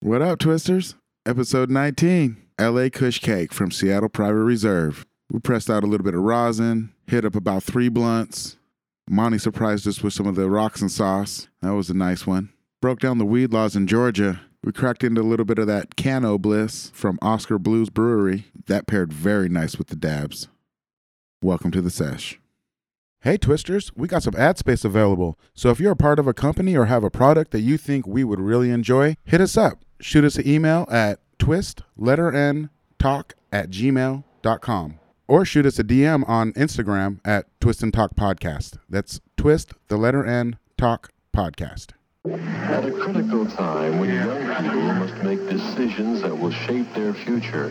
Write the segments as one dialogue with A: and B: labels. A: What up, Twisters? Episode 19 LA Kush Cake from Seattle Private Reserve. We pressed out a little bit of rosin, hit up about three blunts. Monty surprised us with some of the rocks and sauce. That was a nice one. Broke down the weed laws in Georgia. We cracked into a little bit of that Cano Bliss from Oscar Blues Brewery. That paired very nice with the dabs. Welcome to the sesh. Hey, Twisters, we got some ad space available. So if you're a part of a company or have a product that you think we would really enjoy, hit us up. Shoot us an email at twist, letter N, talk at gmail.com. Or shoot us a DM on Instagram at Twist and Talk Podcast. That's twist, the letter N, talk podcast.
B: At a critical time when young people must make decisions that will shape their future,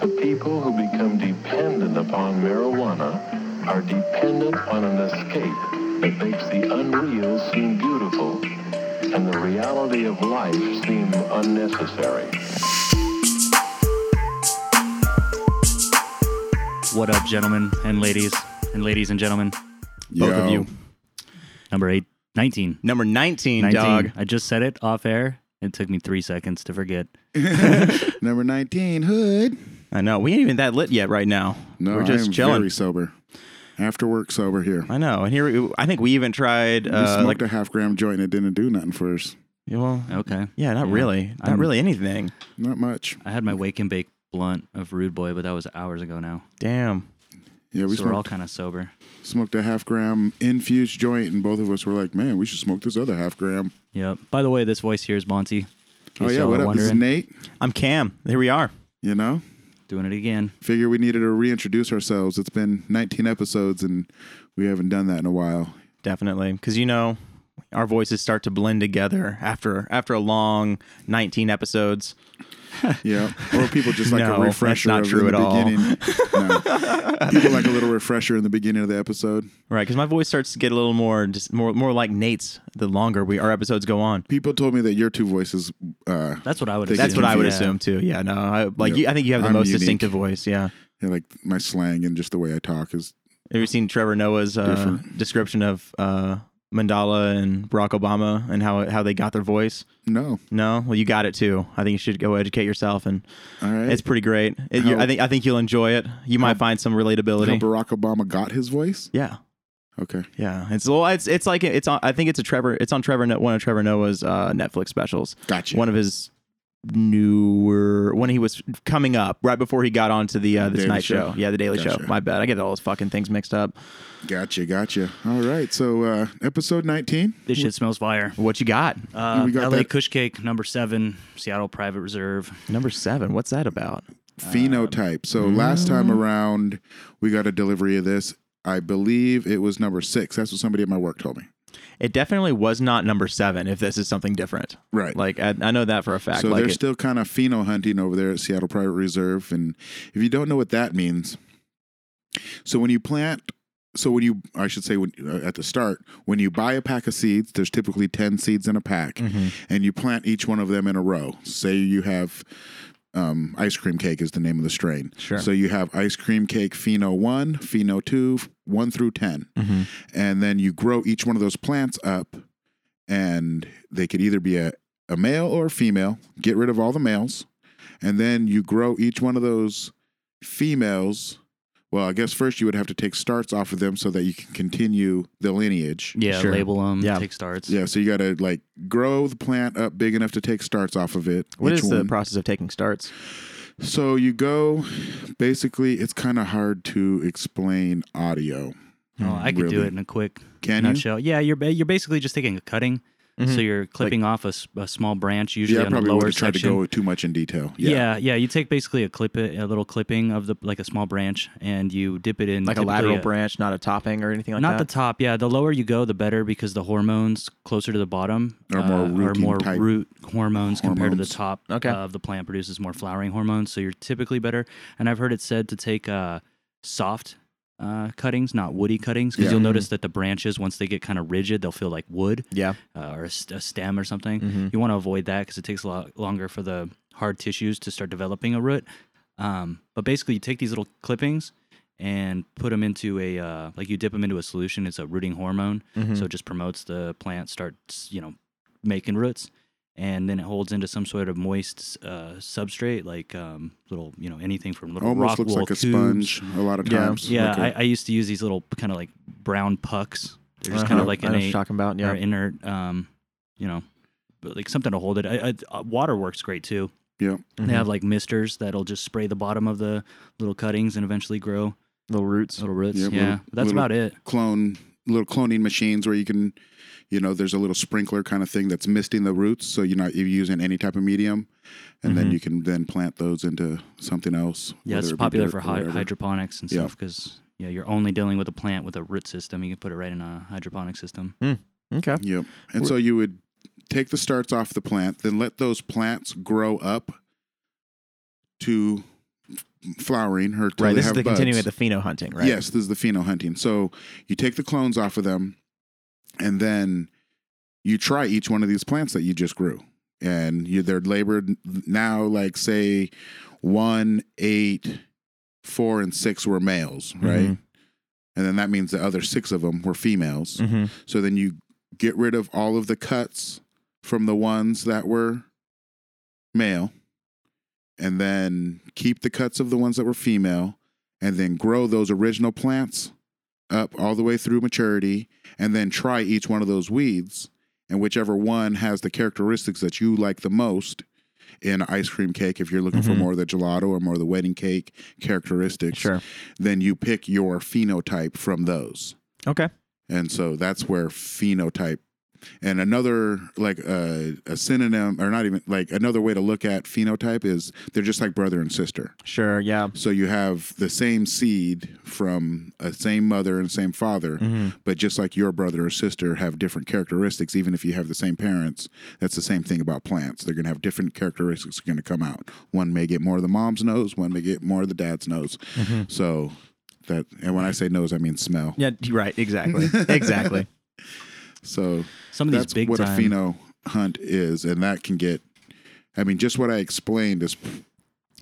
B: the people who become dependent upon marijuana are dependent on an escape that makes the unreal seem beautiful and the reality of life seem unnecessary.
C: What up, gentlemen and ladies, and ladies and gentlemen?
D: Both of you.
C: Number eight, 19.
D: Number 19,
C: 19.
D: dog.
C: I just said it off air. It took me three seconds to forget.
A: Number 19, Hood.
D: I know. We ain't even that lit yet right now.
A: No,
D: We're just
A: I am
D: chilling.
A: very sober. After work, sober here.
D: I know. And here, I think we even tried,
A: We
D: uh,
A: smoked
D: like,
A: a half gram joint and it didn't do nothing for us.
D: yeah, well,
C: Okay.
D: yeah, not really. Not
C: I'm-
D: really anything.
A: Not much.
C: I had my wake and bake blunt of Rude Boy, but that was hours ago now.
D: Damn.
A: Yeah, we
C: so we're all
A: smoked,
C: kind of sober.
A: smoked a half gram infused joint, and both of us were like, man, we should smoke this other half gram.
C: Yep. By the way, this voice here is Monty. in
A: Oh,
C: case
A: yeah,
C: y'all
A: what
C: were
A: up? This is
C: wondering.
A: Nate.
D: I'm Cam. Here we are.
A: You know,
C: Doing it again.
A: figure we needed to reintroduce ourselves. It's been 19 episodes, and we haven't done that in a while.
D: Definitely. Because, you know, our voices start to blend together after after a long 19 episodes.
A: Yeah, or people just like
D: No,
A: a
D: that's
A: refresher
D: not
A: of
D: true
A: in the
D: at all.
A: beginning. No. People like a little refresher in the beginning of the episode.
D: Right. Because my voice starts to get a little more, just more, more like Nate's the longer we our episodes go on.
A: People told me that your two voices. Uh,
C: That's what I would
A: That's
D: That's
C: assume.
D: what I would
C: Yeah.
D: assume, too. Yeah. No, I, like,
A: Yeah.
D: you, I think you have the
A: I'm
D: most
A: unique.
D: distinctive voice. Yeah.
A: yeah, like my slang and just the way I talk is
D: Have you seen Trevor Noah's uh,
A: Different.
D: description of uh, Mandala and Barack Obama and how how they got their voice?
A: no.
D: No, well, you got it too. I think you should go educate yourself, and
A: All right,
D: it's pretty great. It, you-
A: How-
D: I think I think you'll enjoy it. You might find some
A: how
D: relatability.
A: Barack Obama got his voice.
D: yeah,
A: Okay,
D: yeah. It's well, it's it's like it's on. I think it's a Trevor. It's on Trevor. No- One of Trevor Noah's uh, Netflix specials.
A: gotcha.
D: One of his newer when he was coming up right before he got onto the uh, this
A: Daily
D: night show.
A: Show.
D: Yeah, the Daily Show.
A: Gotcha.
D: My bad. I get all those fucking things mixed up.
A: Gotcha, gotcha. All right, so uh, episode 19.
C: This shit smells fire.
D: What you got?
C: Uh,
A: We got
C: LA
A: that-
C: Kush Cake, number seven, Seattle Private Reserve.
D: Number seven. What's that about?
A: phenotype. So last time around, we got a delivery of this. I believe it was number six. That's what somebody at my work told me.
D: It definitely was not number seven. If this is something different,
A: Right.
D: Like I, I know that for a fact.
A: so
D: like
A: they're
D: it-
A: still kind of pheno hunting over there at Seattle Private Reserve. And if you don't know what that means, so when you plant, so when you, I should say, when, uh, at the start, when you buy a pack of seeds, there's typically 10 seeds in a pack,
D: Mm-hmm.
A: and you plant each one of them in a row. Say you have um, ice cream cake is the name of the strain.
D: Sure.
A: So you have ice cream cake pheno one, pheno two, one through 10
D: Mm-hmm.
A: and then you grow each one of those plants up, and they could either be a, a male or a female. Get rid of all the males, and then you grow each one of those females. Well, I guess first you would have to take starts off of them so that you can continue the lineage.
C: Yeah,
D: Sure.
C: label them,
D: Yeah.
C: take starts.
A: Yeah, so you got to like grow the plant up big enough to take starts off of it.
D: what
A: each
D: is the
A: one.
D: process of taking starts?
A: So you go, basically, it's kind of hard to explain audio.
C: Oh, I could do
A: Really?
C: it in a quick
A: Can you? Mm-hmm.
C: nutshell. Yeah, you're ba- you're basically just taking a cutting, so you're clipping off a, s- a small branch, usually
A: Yeah, I
C: on the
A: probably
C: lower
A: wouldn't try to
C: section.
A: go too much in detail.
C: yeah. yeah, you take basically a clip, it, a little clipping of the like a small branch, and you dip it in
D: Like a
C: typically uh,
D: lateral branch, not a topping or anything like
C: Not the
D: that.
C: top, yeah. The lower you go, the better because the hormones closer to the bottom
A: Are more
C: are
A: rooting
C: more
A: type
C: root hormones, compared to the
A: hormones.
C: top
D: Okay.
C: of the plant produces more flowering hormones. So you're typically better. And I've heard it said to take uh, soft uh, cuttings, not woody cuttings, because
A: Yeah. Mm-hmm.
C: you'll notice that the branches, once they get kind of rigid, they'll feel like wood
D: yeah.
C: uh, or a, st- a stem or something.
A: Mm-hmm.
D: Mhm.
C: You want to avoid that because it takes a lot longer for the hard tissues to start developing a root. Um, but basically, you take these little clippings and put them into a uh, like you dip them into a solution.
A: Mm-hmm.
C: It's a rooting hormone, so it just promotes the plant starts you know making roots. and then it holds into some sort of moist uh, substrate, like um, little, you know, anything from little rock
A: Almost looks
C: wool
A: like a
C: tubes.
A: sponge a lot of
D: Yeah.
A: times.
C: Yeah,
A: Like a-
C: I, I used to use these little kind of like brown pucks. They're just kind
D: Uh-huh.
C: of like
D: I know what
C: innate
D: you're talking about.
C: or
D: Yeah.
C: inert, um, you know, but like something to hold it. I, I, uh, water works great too.
A: yeah.
D: Mm-hmm.
C: They have like misters that'll just spray the bottom of the little cuttings and eventually grow
D: little roots.
C: little roots.
A: Yeah,
C: Yeah,
A: little-
C: that's
A: little-
C: about it.
A: Clone little cloning machines where you can, you know, there's a little sprinkler kind of thing that's misting the roots, so you're not you're using any type of medium, and then
D: Mhm.
A: you can then plant those into something else.
C: Mm-hmm. Yeah, it's
A: whether it be
C: popular
A: dirt
C: for
A: or
C: hy-
A: whatever.
C: hydroponics and
A: Yeah.
C: stuff because yeah, you're only dealing with a plant with a root system. You can put it right in a hydroponic system.
D: Okay.
A: Yep. And so you would take the starts off the plant, then let those plants grow up to flowering or till
D: Right.
A: they
D: This is
A: have
D: the
A: buds.
D: continuing of the pheno hunting, right?
A: Yes, this is the pheno hunting. So you take the clones off of them, and then you try each one of these plants that you just grew, and you they're labored now. Like say one, eight, four, and six were males, right?
D: Mhm.
A: And then that means the other six of them were females.
D: Mm-hmm.
A: So then you get rid of all of the cuts from the ones that were male, and then keep the cuts of the ones that were female, and then grow those original plants up all the way through maturity, and then try each one of those weeds. And whichever one has the characteristics that you like the most in an ice cream cake, if you're looking for
D: Mhm.
A: more of the gelato or more of the wedding cake characteristics,
D: Sure.
A: then you pick your phenotype from those
D: Okay.
A: and so that's where phenotype and another like uh, a synonym or not even like another way to look at phenotype is they're just like brother and sister
D: Sure. Yeah.
A: so you have the same seed from a same mother and same father
D: Mhm.
A: but just like your brother or sister have different characteristics even if you have the same parents that's the same thing about plants they're going to have different characteristics going to come out one may get more of the mom's nose one may get more of the dad's nose so that and when i say nose i mean smell
D: Yeah. you're Right. Exactly. exactly.
A: so
C: Some of
A: that's
C: these big
A: what
C: time.
A: a pheno hunt is, and that can get. I mean, just what I explained is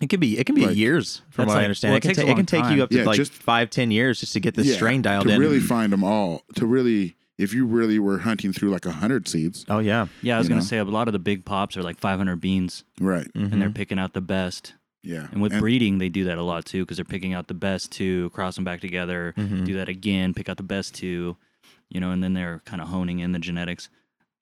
D: It could be. It can be
A: Like-
D: years, from
C: That's
D: what I
C: like-
D: understand.
C: well,
D: it
C: it
D: can,
C: takes a
D: ta- it
C: long
D: can take
C: time.
D: you up to
A: Yeah,
D: like
A: just-
D: five, ten years just to get this
A: yeah,
D: strain dialed
A: to
D: in.
A: really find them all. To really, if you really were hunting through like a hundred seeds,
D: oh yeah.
C: yeah, I was
A: you
C: gonna
A: know?
C: say a lot of the big pops are like 500 beans,
A: right?
D: Mm-hmm.
C: and they're picking out the best.
A: Mm. Yeah,
C: And with breeding, they do that a lot too because they're picking out the best two, cross them back together,
A: Mm-hmm.
C: do that again, pick out the best two, you know, and then they're kind of honing in the genetics.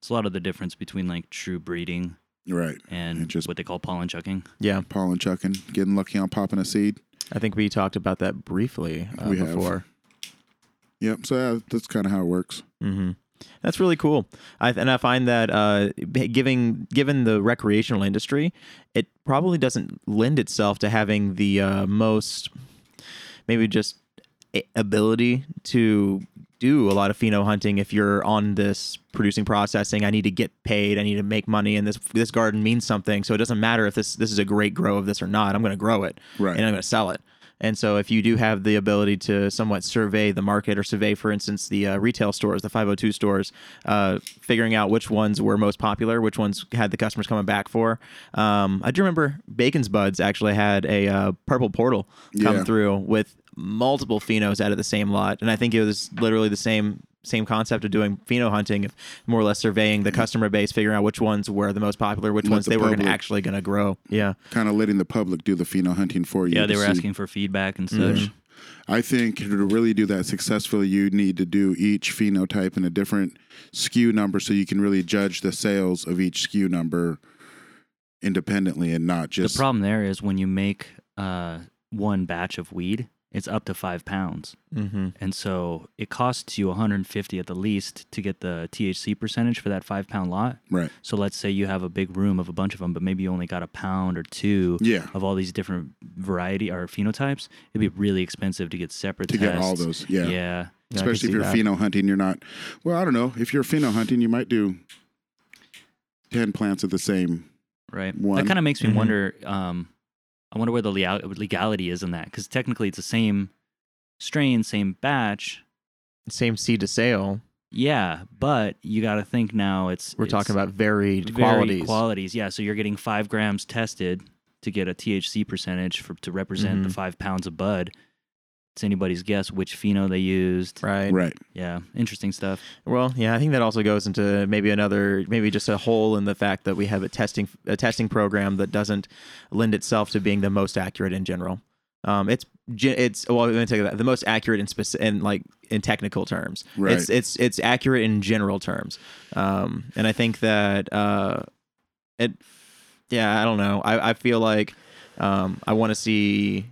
C: It's a lot of the difference between like true breeding
A: right,
C: and
A: And just-
C: what they call pollen chucking.
D: Yeah.
A: pollen chucking, getting lucky on popping a seed.
D: I think we talked about that briefly uh,
A: We have.
D: before.
A: Yep. So that, that's kind of how it works.
D: hmm That's really cool. I, and I find that uh, b- giving given the recreational industry, it probably doesn't lend itself to having the uh, most maybe just a- ability to do a lot of pheno hunting if you're on this producing processing i need to get paid i need to make money and this this garden means something so it doesn't matter if this this is a great grow of this or not i'm going to grow it
A: Right.
D: and i'm going to sell it and so if you do have the ability to somewhat survey the market or survey for instance the uh, retail stores the 502 stores uh, figuring out which ones were most popular which ones had the customers coming back for um, i do remember bacon's buds actually had a uh, purple portal come through
A: Yeah.
D: through with multiple phenos out of the same lot and i think it was literally the same same concept of doing pheno hunting of more or less surveying the customer base figuring out which ones were the most popular which
A: Let
D: ones
A: the
D: they were gonna
A: public-
D: actually going to grow yeah
A: Kind of letting the public do the pheno hunting for you.
C: Yeah, they
A: to
C: were
A: see. Mm-hmm.
C: asking for feedback and such.
A: I think to really do that successfully, you need to do each phenotype in a different SKU number so you can really judge the sales of each SKU number independently and not just
C: the problem there is when you make uh, one batch of weed, it's up to five pounds.
D: mm-hmm.
C: And so it costs you 150 at the least to get the THC percentage for that five pound lot.
A: right.
C: So let's say you have a big room of a bunch of them, but maybe you only got a pound or two
A: Yeah.
C: of all these different variety or phenotypes. It'd be really expensive to get separate
A: to get all
C: tests.
A: those. Yeah.
C: yeah.
D: Yeah, I can
A: Especially if
D: see
A: you're
D: that.
A: pheno hunting, you're not. Well, I don't know. If you're pheno hunting, you might do ten plants of the same.
C: Right.
A: One. Mm-hmm.
C: That kind of makes me
D: Mhm.
C: wonder. Um, I wonder where the legal- legality is in that because technically it's the same strain, same batch.
D: same seed to sale
C: Yeah, but you got to think now. It's
D: we're
C: it's
D: talking about varied,
C: varied
D: qualities
C: qualities. Yeah, so you're getting five grams tested to get a THC percentage for to represent the five pounds of bud. It's anybody's guess which pheno they used.
D: right?
A: Right.
C: Yeah, interesting stuff.
D: Well, yeah, I think that also goes into maybe another, maybe just a hole in the fact that we have a testing a testing program that doesn't lend itself to being the most accurate in general. Um, it's ge- it's well, let me take that the most accurate in specific in like in technical terms.
A: Right.
D: It's it's it's accurate in general terms. Um, and I think that uh, it, yeah, I don't know. I I feel like um, I want to see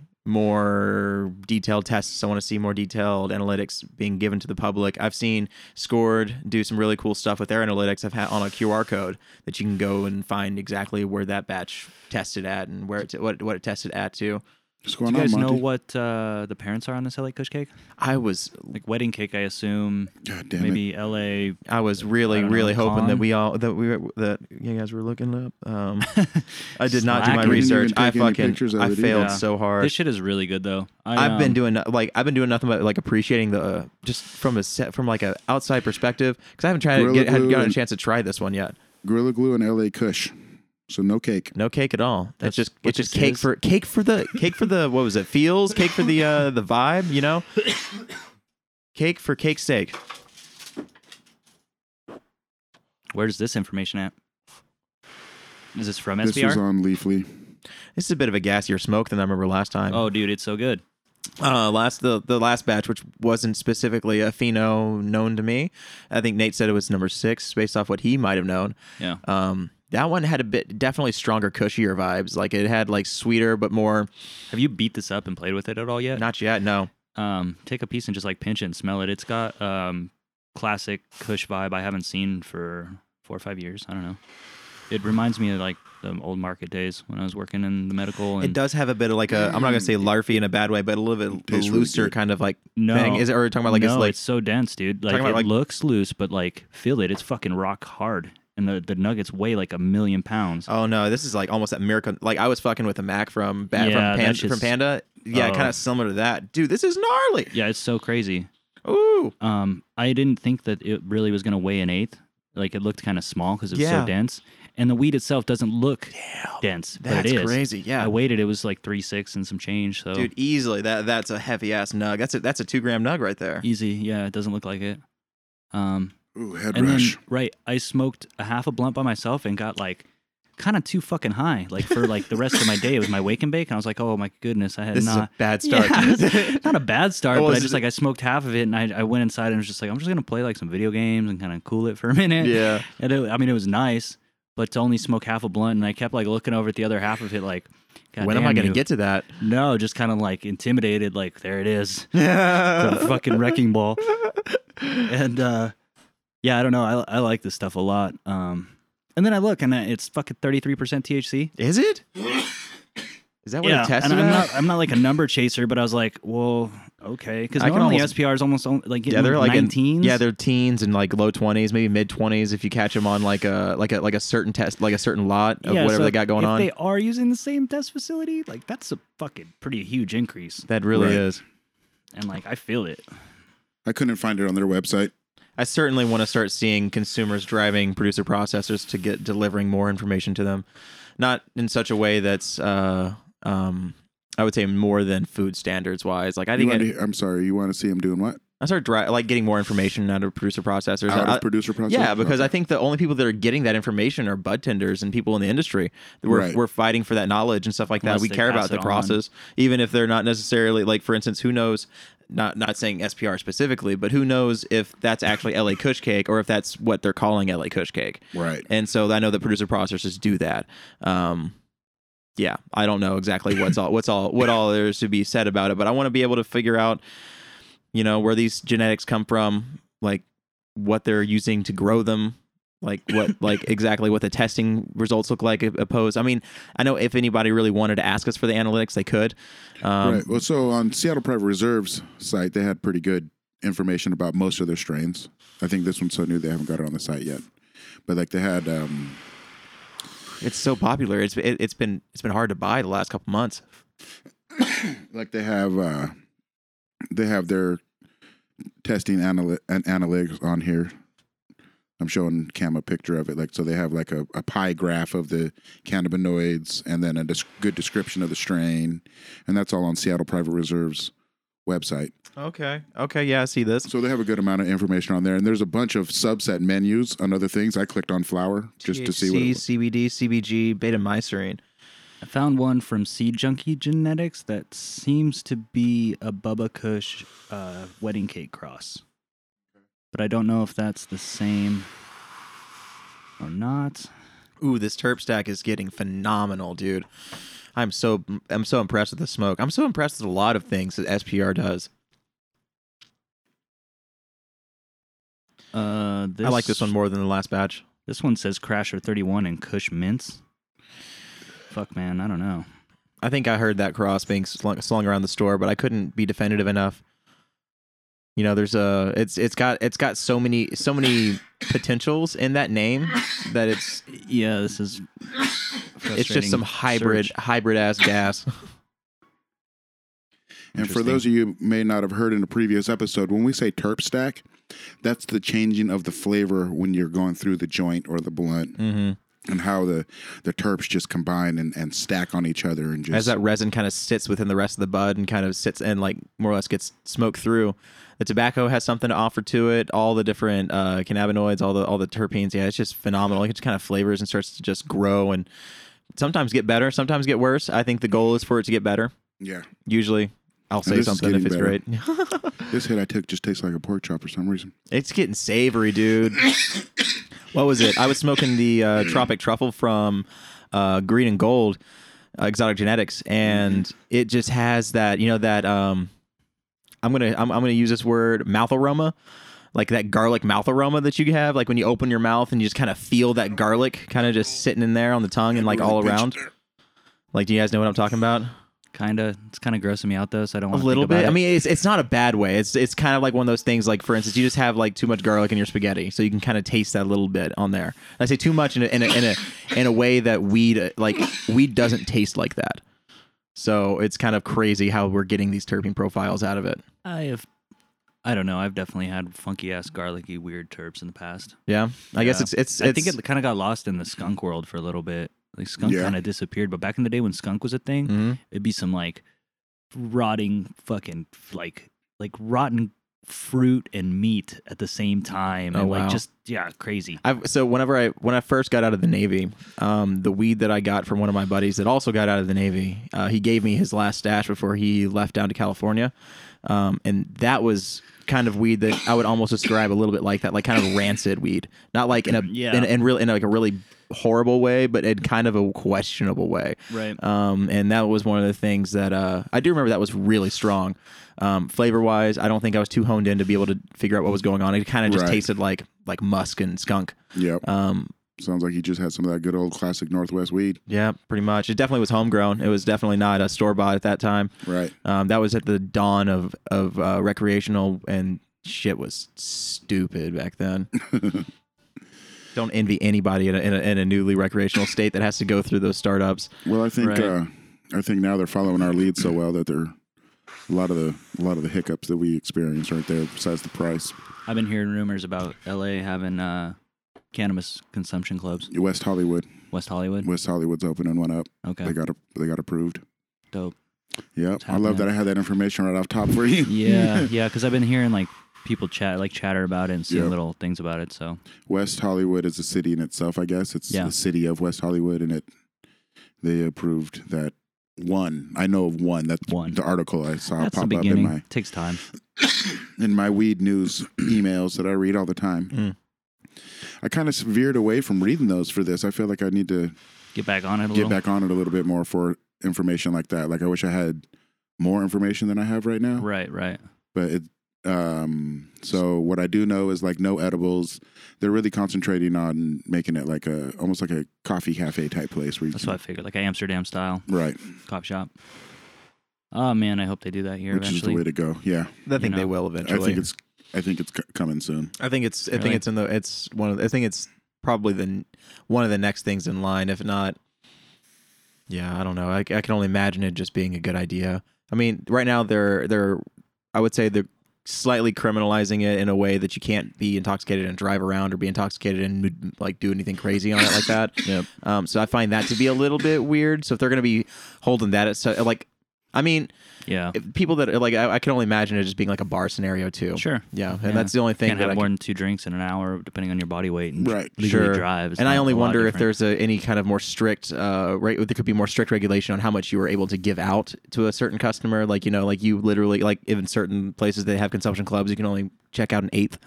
D: more detailed tests. I want to see more detailed analytics being given to the public. I've seen Scored do some really cool stuff with their analytics. I've had on a QR code that you can go and find exactly where that batch tested at and where it what what it tested at to.
A: What's
C: Do
A: going
C: you guys
A: on,
C: know
A: Monty?
C: what uh, the parents are on this LA Kush cake?
D: I was
C: Like wedding cake, I assume.
A: God damn it.
C: Maybe LA.
D: I was
C: I
D: really
C: don't know,
D: really hoping that
C: con?
D: we all that we were- that you guys were looking up. Um, I did not
C: Slack.
D: do my
C: You didn't
A: even
D: research. I
A: take any
D: fucking
A: pictures of
D: I
A: it either.
D: failed
C: Yeah.
D: so hard.
C: This shit is really good though. I,
D: I've been
C: um,
D: doing no- like I've been doing nothing but like appreciating the uh, just from a set from like a outside perspective because I haven't tried to
A: Gorilla
D: get haven't
A: glue
D: gotten a
A: and-
D: chance to try this one yet.
A: Gorilla Glue and LA Kush. So no cake.
D: No cake at all.
C: That's
D: It's just
C: what
D: it's just
C: this
D: cake
C: is.
D: for cake for the cake for the what was it feels cake for the uh the vibe you know cake for cake's sake.
C: Where's this information at? Is this from
A: This was
C: SBR?
A: on Leafly.
D: This is a bit of a gassier smoke than I remember last time.
C: Oh, dude, it's so good.
D: uh, last the the last batch, which wasn't specifically a pheno known to me. I think Nate said it was number six, based off what he might have known.
C: Yeah.
D: Um, that one had a bit definitely stronger, cushier vibes. Like it had like sweeter, but more
C: Have you beat this up and played with it at all yet?
D: not yet. No,
C: um, take a piece and just like pinch it and smell it. It's got um, classic Kush vibe I haven't seen for four or five years. I don't know. It reminds me of like the old market days when I was working in the medical. And
D: it does have a bit of like a. I'm not gonna say larfy in a bad way, but a little bit
A: Tastes really
D: looser
A: good.
D: kind of like
C: No.
D: thing. Is it? Or are you talking about like
C: no,
D: it's like
C: it's so dense, dude. Like
D: Talking
C: it
D: about, like-
C: looks loose, but like feel it. It's fucking rock hard, and the the nuggets weigh like a million pounds.
D: Oh no, this is like almost that miracle. Like I was fucking with a Mac from ba-
C: Yeah,
D: from,
C: that
D: Pan-
C: shit's-
D: from Panda. Yeah,
C: Oh.
D: kind of similar to that, dude. This is gnarly.
C: Yeah, it's so crazy.
D: Ooh,
C: Um, I didn't think that it really was gonna weigh an eighth. Like it looked kind of small because it's
D: Yeah.
C: so dense, and the weed itself doesn't look dense, but
D: that's
C: it is.
D: crazy. Yeah,
C: I waited. It was like three six and some change. So
D: dude, easily that that's a heavy ass nug. That's a that's a two gram nug right there.
C: easy. Yeah, it doesn't look like it. Um,
A: Ooh, head
C: and
A: rush.
C: then right, I smoked a half a blunt by myself and got like kind of too fucking high. Like for like the rest of my day, it was my wake and bake, and I was like, oh my goodness, I had
D: This is
C: not.
D: a bad start.
C: Yeah, not a bad start,
D: Well,
C: but I
D: is
C: just
D: it-
C: like I smoked half of it and I, I went inside and was just like I'm just gonna play like some video games and kind of cool it for a minute.
D: Yeah.
C: And it, I mean, it was nice, but to only smoke half a blunt and I kept like looking over at the other half of it, like, God
D: when am I
C: damn
D: gonna
C: you.
D: get to that?
C: No, just kind of like intimidated, like there it is, the
D: Yeah.
C: fucking wrecking ball. And uh, yeah, I don't know. I I like this stuff a lot. Um, and then I look and I- it's fucking thirty three percent THC.
D: Is it? Is that what
C: yeah,
D: it tested?
C: and I'm
D: at?
C: not I'm not like a number chaser, but I was like, well, okay, because
D: I can
C: normally
D: almost-
C: SPR is almost on- like getting
D: yeah, they're like in-
C: 19s.
D: yeah, they're teens and like low twenties, maybe mid twenties. If you catch them on like a like a like a certain test, like a certain lot of
C: Yeah,
D: uh, whatever
C: so
D: they got going
C: if
D: on,
C: They are using the same test facility. Like that's a fucking pretty huge increase,
D: that really
A: Right.
D: is.
C: and like I feel it.
A: I couldn't find it on their website.
D: I certainly want to start seeing consumers driving producer processors to get delivering more information to them, not in such a way that's, uh, um, I would say more than food standards wise. Like I
A: You
D: think
A: want
D: I,
A: to, I'm sorry. You want to see him doing what?
D: I start dri- like getting more information out of producer processors.
A: Out
D: I-
A: of producer process.
D: yeah, because I think the only people that are getting that information are bud tenders and people in the industry. We're
A: Right.
D: we're fighting for that knowledge and stuff like that.
C: Unless
D: we
C: they
D: care
C: pass
D: about the
C: it on.
D: crosses, even if they're not necessarily like. For instance, who knows? Not not saying SPR specifically, but who knows if that's actually LA Kush cake or if that's what they're calling LA Kush cake.
A: Oh. Right.
D: And so I know that producer processors do that. Um, yeah, I don't know exactly what's all what's all what all there is to be said about it, but I want to be able to figure out, you know, where these genetics come from, like what they're using to grow them, like what like exactly what the testing results look like uh, opposed. I mean, I know if anybody really wanted to ask us for the analytics, they could. Um,
A: right. Well, so on Seattle Private Reserve's site, they had pretty good information about most of their strains. I think this one's so new they haven't got it on the site yet. But like they had, um,
D: It's so popular. It's it, it's been it's been hard to buy the last couple months.
A: like they have, uh, they have their testing anal- and analytics on here. I'm showing Cam a picture of it. Like, so they have like a, a pie graph of the cannabinoids and then a des- good description of the strain. And that's all on Seattle Private Reserve's website.
D: Okay. Okay. Yeah, I see this.
A: So they have a good amount of information on there, and there's a bunch of subset menus on other things. I clicked on flour just to see what. It
D: THC,
A: was.
D: CBD, CBG, beta mycerine.
C: I found one from Seed Junkie Genetics that seems to be a Bubba Kush uh, wedding cake cross. But I don't know if that's the same or not.
D: Ooh, this terp stack is getting phenomenal, dude. I'm so I'm so impressed with the smoke. I'm so impressed with a lot of things that SPR does.
C: Uh, this,
D: I like this one more than the last batch.
C: This one says Crasher 31 and Kush Mints. Fuck, man. I don't know.
D: I think I heard that cross being slung, slung around the store, but I couldn't be definitive enough. You know, there's a it's it's got it's got so many so many potentials in that name that it's
C: Yeah, this is.
D: it's just
C: frustrating
D: some hybrid
C: search.
D: hybrid ass gas.
A: And for those of you who may not have heard in the previous episode, when we say terp stack, that's the changing of the flavor when you're going through the joint or the blunt,
D: mm-hmm.
A: and how the the terps just combine and, and stack on each other and just
D: as that resin kind of sits within the rest of the bud and kind of sits and like more or less gets smoked through. The tobacco has something to offer to it. All the different uh, cannabinoids, all the all the terpenes. Yeah, it's just phenomenal. It just kind of flavors and starts to just grow and sometimes get better, sometimes get worse. I think the goal is for it to get better.
A: yeah.
D: Usually, I'll say
A: this is
D: something if
A: getting
D: it's
A: better.
D: great.
A: This hit I took just tastes like a pork chop for some reason.
D: It's getting savory, dude. what was it? I was smoking the uh, tropic truffle from uh, Green and Gold, uh, Exotic Genetics, and it just has that you know that um, I'm gonna I'm, I'm gonna use this word mouth aroma, like that garlic mouth aroma that you have, like when you open your mouth and you just kind of feel that garlic kind of just sitting in there on the tongue and like all around. Like, do you guys know what I'm talking about?
C: Kinda. It's kind of grossing me out though, so I don't
D: A
C: want
D: little bit.
C: It.
D: I mean, it's it's not a bad way. It's it's kind of like one of those things. Like for instance, you just have like too much garlic in your spaghetti, so you can kind of taste that little bit on there. And I say too much in a in a in a, in a way that weed uh, like weed doesn't taste like that. So it's kind of crazy how we're getting these terpene profiles out of it.
C: I have. I don't know. I've definitely had funky ass garlicky weird terps in the past.
D: Yeah, I guess
C: Yeah.
D: it's it's.
C: I
D: it's-
C: think it kind of got lost in the skunk world for a little bit. Like skunk
A: Yeah. Mm.
C: kind of disappeared, but back in the day when skunk was a thing,
D: Mhm.
C: it'd be some like rotting fucking like like rotten fruit and meat at the same time,
D: Oh,
C: and
D: wow.
C: like just yeah, crazy.
D: I've, so whenever I when I first got out of the Navy, um, the weed that I got from one of my buddies that also got out of the Navy, uh, he gave me his last stash before he left down to California, um, and that was kind of weed that I would almost describe a little bit like that, like kind of rancid weed, not like in a
C: Yeah.
D: in, in real in like a really horrible way, but in kind of a questionable way.
C: Right.
D: Um, and that was one of the things that uh, I do remember that was really strong. Um, flavor wise, I don't think I was too honed in to be able to figure out what was going on. It kind of just
A: Right.
D: tasted like like musk and skunk.
A: Yep.
D: Um,
A: Sounds like you just had some of that good old classic Northwest weed.
D: yeah, pretty much. It definitely was homegrown. It was definitely not a store bought at that time.
A: Right.
D: Um, that was at the dawn of of uh, recreational, and shit was stupid back then. Don't envy anybody in a, in, a, in a newly recreational state that has to go through those startups.
A: Well, I think
C: Right.
A: uh, I think now they're following our lead so well that they're a lot of the a lot of the hiccups that we experience right there. Besides the price,
C: I've been hearing rumors about LA having uh cannabis consumption clubs,
A: West Hollywood,
C: West Hollywood.
A: West Hollywood's opening one up.
C: Okay,
A: They got a, they got approved.
C: dope.
A: Yep.
C: It's
A: I love
C: happening.
A: that I had that information right off top for you.
C: Yeah, yeah, because I've been hearing like people chat like chatter about it and seeing
A: Yeah.
C: little things about it. So
A: West Hollywood is a city in itself, I guess. It's
C: Yeah.
A: the city of West Hollywood, and it they approved that one. I know of one. That's
C: One.
A: the article I saw
C: that's the
A: pop up in
C: beginning.
A: my
C: Takes time.
A: in my weed news emails that I read all the time.
D: Mm.
A: I kind of veered away from reading those for this. I feel like I need to
C: Get back on it a
A: get
C: little.
A: back on it a little bit more for information like that. Like I wish I had more information than I have right now.
C: Right, right.
A: But it um so what I do know is like no edibles. They're really concentrating on making it like a almost like a coffee cafe type place where you
C: That's
A: can-
C: what I figured, like an Amsterdam style
A: Right.
C: cop shop. Oh man, I hope they do that here
A: Which is the
C: eventually.
A: way to go. Yeah.
D: I think
C: You know,
D: they will
A: I
D: eventually.
A: think it's I think it's c- coming soon.
D: I think it's. I think
C: Really?
D: it's in the. It's one of. The, I think it's probably the one of the next things in line, if not. Yeah, I don't know. I, I can only imagine it just being a good idea. I mean, right now they're they're. I would say they're slightly criminalizing it in a way that you can't be intoxicated and drive around or be intoxicated and like do anything crazy on it like that.
C: Yep.
D: Um, so I find that to be a little bit weird. So if they're going to be holding that at so, like I mean,
C: Yeah.
D: if people that are like I, I can only imagine it just being like a bar scenario too.
C: Sure.
D: Yeah, and
C: Yeah.
D: that's the only thing
C: Can't
D: that
C: have
D: I
C: more
D: can,
C: than two drinks in an hour, depending on your body weight. And
A: Right.
C: Legally
D: sure
C: drive. It's
D: And I
C: not
D: only
C: a lot
D: wonder if
C: different.
D: there's a, any kind of more strict, uh, right? There could be more strict regulation on how much you were able to give out to a certain customer. Like you know, like you literally like in certain places they have consumption clubs, you can only check out an eighth.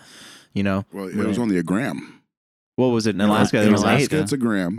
D: You know,
A: Well, it was only a gram.
D: what was it in Alaska?
C: Yeah,
D: There
A: In
D: was an eighth.
A: Alaska, it's a gram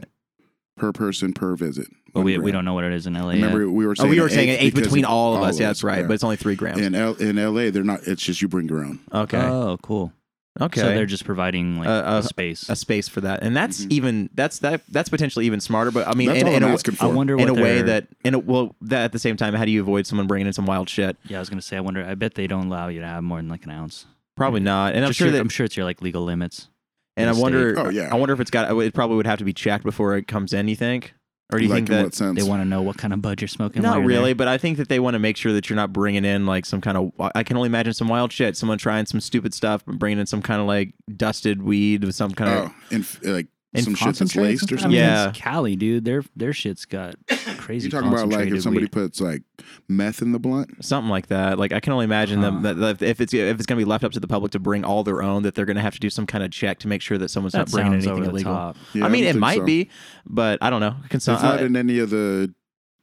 A: per person per visit.
C: But
A: One
C: we, we
A: gram.
C: don't know what it is in LA. yet.
A: Remember, we were
D: Oh,
A: saying
D: we were saying an eighth
A: because
D: between
A: of
D: all of us. Yeah, that's right.
A: yeah. uh,
D: But it's only three grams.
A: in L- in LA, they're not. It's just you bring your own.
D: okay.
C: Oh, cool.
D: okay.
C: So they're just providing like
D: Uh, uh,
C: a space.
D: a space for that, and that's
A: Mhm.
D: even that's that that's potentially even smarter. But I mean,
A: That's
D: in,
A: all
D: in
A: I'm
D: a,
A: asking
C: I
A: for.
C: wonder what
D: in a way
C: they're-
D: that in a well that at the same time, how do you avoid someone bringing in some wild shit?
C: Yeah, I was gonna say. I wonder. I bet they don't allow you to have more than like an ounce.
D: Probably not. And I'm
C: Just
D: sure
C: your-
D: that
C: I'm sure it's your like legal limits.
D: And I
C: mistake.
D: wonder.
A: Oh, yeah.
D: I wonder if it's got. It probably would have to be checked before it comes in. You think, or do you
A: like
D: think
A: in
D: that?
A: what sense?
C: They want to know what kind of bud you're smoking. while
D: Not
A: eh?
C: you're
D: really,
C: there.
D: but I think that they want to make sure that you're not bringing in like some kind of. I can only imagine some wild shit. Someone trying some stupid stuff, but bringing in some kind of like dusted weed with some kind
A: oh, in, like
D: In
A: some shit that's
C: Concentrates
A: laced or
C: and-
A: something.
C: I mean,
D: Yeah.
C: it's Cali, dude. Their their shit's got crazy.
A: You talking about like if
C: concentrated
A: somebody
C: weed.
A: puts like meth in the blunt?
D: of something like that. Like I can only imagine
C: Huh.
D: them that, that if it's if it's going to be left up to the public to bring all their own, that they're going to have to do some kind of check to make sure that someone's
C: that
D: not bringing
C: sounds
D: anything
C: over the
D: illegal.
C: top.
A: Yeah,
D: I mean,
A: don't
D: it
A: think
D: might
A: so.
D: be, but I don't know. Consum-
A: It's not
D: uh,
A: in any of the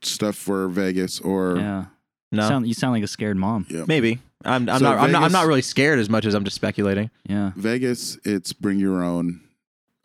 A: stuff for Vegas or
C: Yeah.
D: no,
C: Sound, you sound like a scared mom.
A: Yeah.
D: maybe. I'm, I'm
A: So
D: not. I'm not. I'm
A: Vegas-
D: not really scared as much as I'm just speculating.
C: Yeah.
A: Vegas. It's bring your own.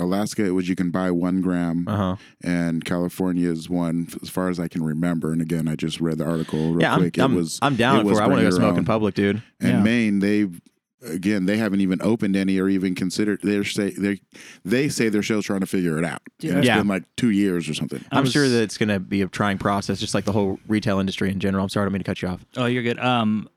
A: Alaska, it was you can buy one gram,
D: Uh huh.
A: and California is one, f- as far as I can remember. And again, I just read the article real
D: Yeah, I'm,
A: quick.
D: I'm,
A: it was
D: I'm down
A: it
D: for.
A: was um,
D: it. I want to go
A: bring your
D: smoke in
A: own.
D: public, dude.
A: and
C: Yeah.
A: Maine, they've again they haven't even opened any or even considered. They're say they they say they're still trying to figure it out.
C: Yeah.
A: And it's
D: Yeah.
A: been like two years or something.
C: I
D: I'm
C: was-
D: sure that it's going to be a trying process, just like the whole retail industry in general. I'm sorry, I don't mean to cut you off.
C: Oh, you're good. Um,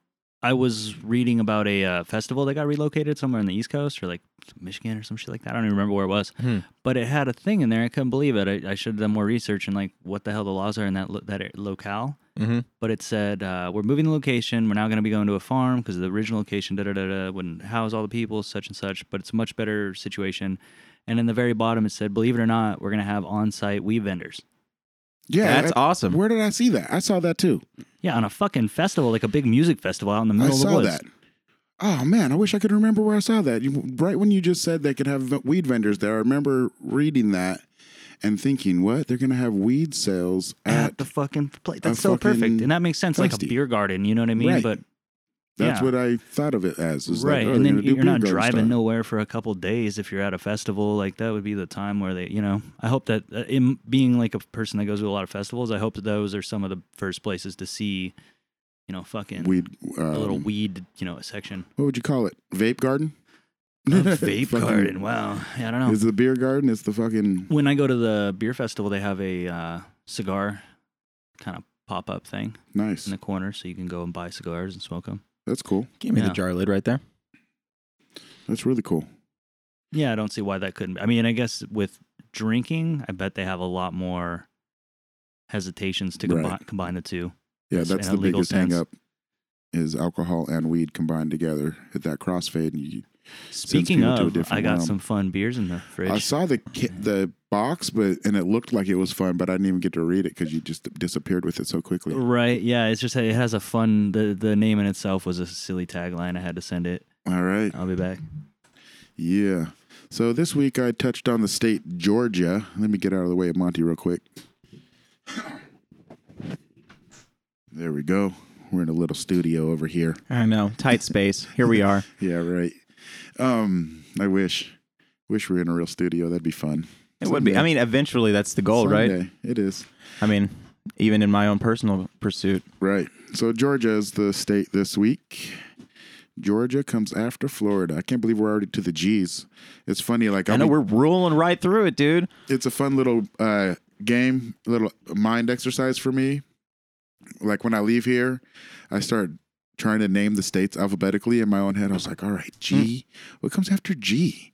C: I was reading about a uh, festival that got relocated somewhere on the East Coast or like Michigan or some shit like that. I don't even remember where it was,
D: Hmm.
C: but it had a thing in there. I couldn't believe it. I, I should have done more research and like what the hell the laws are in that lo- that a- locale.
D: Mm-hmm.
C: But it said uh, we're moving the location. We're now going to be going to a farm because the original location da da da da wouldn't house all the people, such and such. But it's a much better situation. And in the very bottom, it said, believe it or not, we're going to have on-site weed vendors.
A: Yeah,
D: That's
A: that-
D: awesome.
A: Where did I see that? I saw that too.
C: Yeah, on a fucking festival, like a big music festival out in the
A: I
C: middle of the
A: saw
C: woods.
A: that. Oh man, I wish I could remember where I saw that. You, right when you just said they could have v- weed vendors there, I remember reading that and thinking, "What? They're going to have weed sales
C: at,
A: at?"
C: the fucking place.
A: a
C: That's so perfect,
A: fucking
C: and that makes sense, like
A: tasty.
C: a beer garden. You know what I mean?
A: Right.
C: But
A: That's
C: yeah.
A: what I thought of it as. Is
C: right,
A: like, oh,
C: and then
A: they're gonna do
C: you're not
A: beer garden
C: driving
A: style.
C: nowhere for a couple days if you're at a festival. Like that would be the time where they, you know, I hope that uh, in being like a person that goes to a lot of festivals, I hope that those are some of the first places to see, you know, fucking
A: weed.
C: a little
A: um,
C: weed, you know, section.
A: What would you call it? Vape garden.
C: A vape
A: Fucking-
C: garden. Wow. Yeah, I don't know.
A: It's the beer garden. It's the fucking.
C: when I go to the beer festival, they have a uh, cigar kind of pop up thing
A: Nice.
C: in the corner, so you can go and buy cigars and smoke them.
A: That's cool.
D: Give me the
C: Yeah.
D: jar lid right there.
A: That's really cool.
C: Yeah, I don't see why that couldn't. I mean, I guess with drinking, I bet they have a lot more hesitations to
A: Right.
C: combine, combine the two.
A: Yeah,
C: Yes,
A: that's
C: in a
A: the
C: legal
A: biggest
C: sense.
A: hang up is alcohol and weed combined together at that crossfade. And you,
C: Speaking
A: people to a
C: of,
A: different
C: I got
A: realm.
C: some fun beers in the fridge.
A: I saw the ki- the box, but and it looked like it was fun, but I didn't even get to read it because you just disappeared with it so quickly.
C: Right? Yeah, it's just it has a fun. The the name in itself was a silly tagline. I had to send it.
A: All right,
C: I'll be back.
A: yeah. So this week I touched on the state Georgia. Let me get out of the way of Monty real quick. There we go. We're in a little studio over here.
D: I know, tight space. Here we are.
A: Yeah, right. Um, I wish, wish we were in a real studio. That'd be fun.
D: It would be. I
A: Someday.
D: mean, eventually that's the goal, right?
A: Someday. It is.
D: I mean, even in my own personal pursuit.
A: Right. So Georgia is the state this week. Georgia comes after Florida. I can't believe we're already to the G's. It's funny, like
D: I
A: I
D: know
A: mean,
D: we're rolling right through it, dude.
A: it's a fun little uh, game, little mind exercise for me. Like when I leave here, I start trying to name the states alphabetically in my own head. I was like, all right, G.
D: Hmm.
A: What comes after G?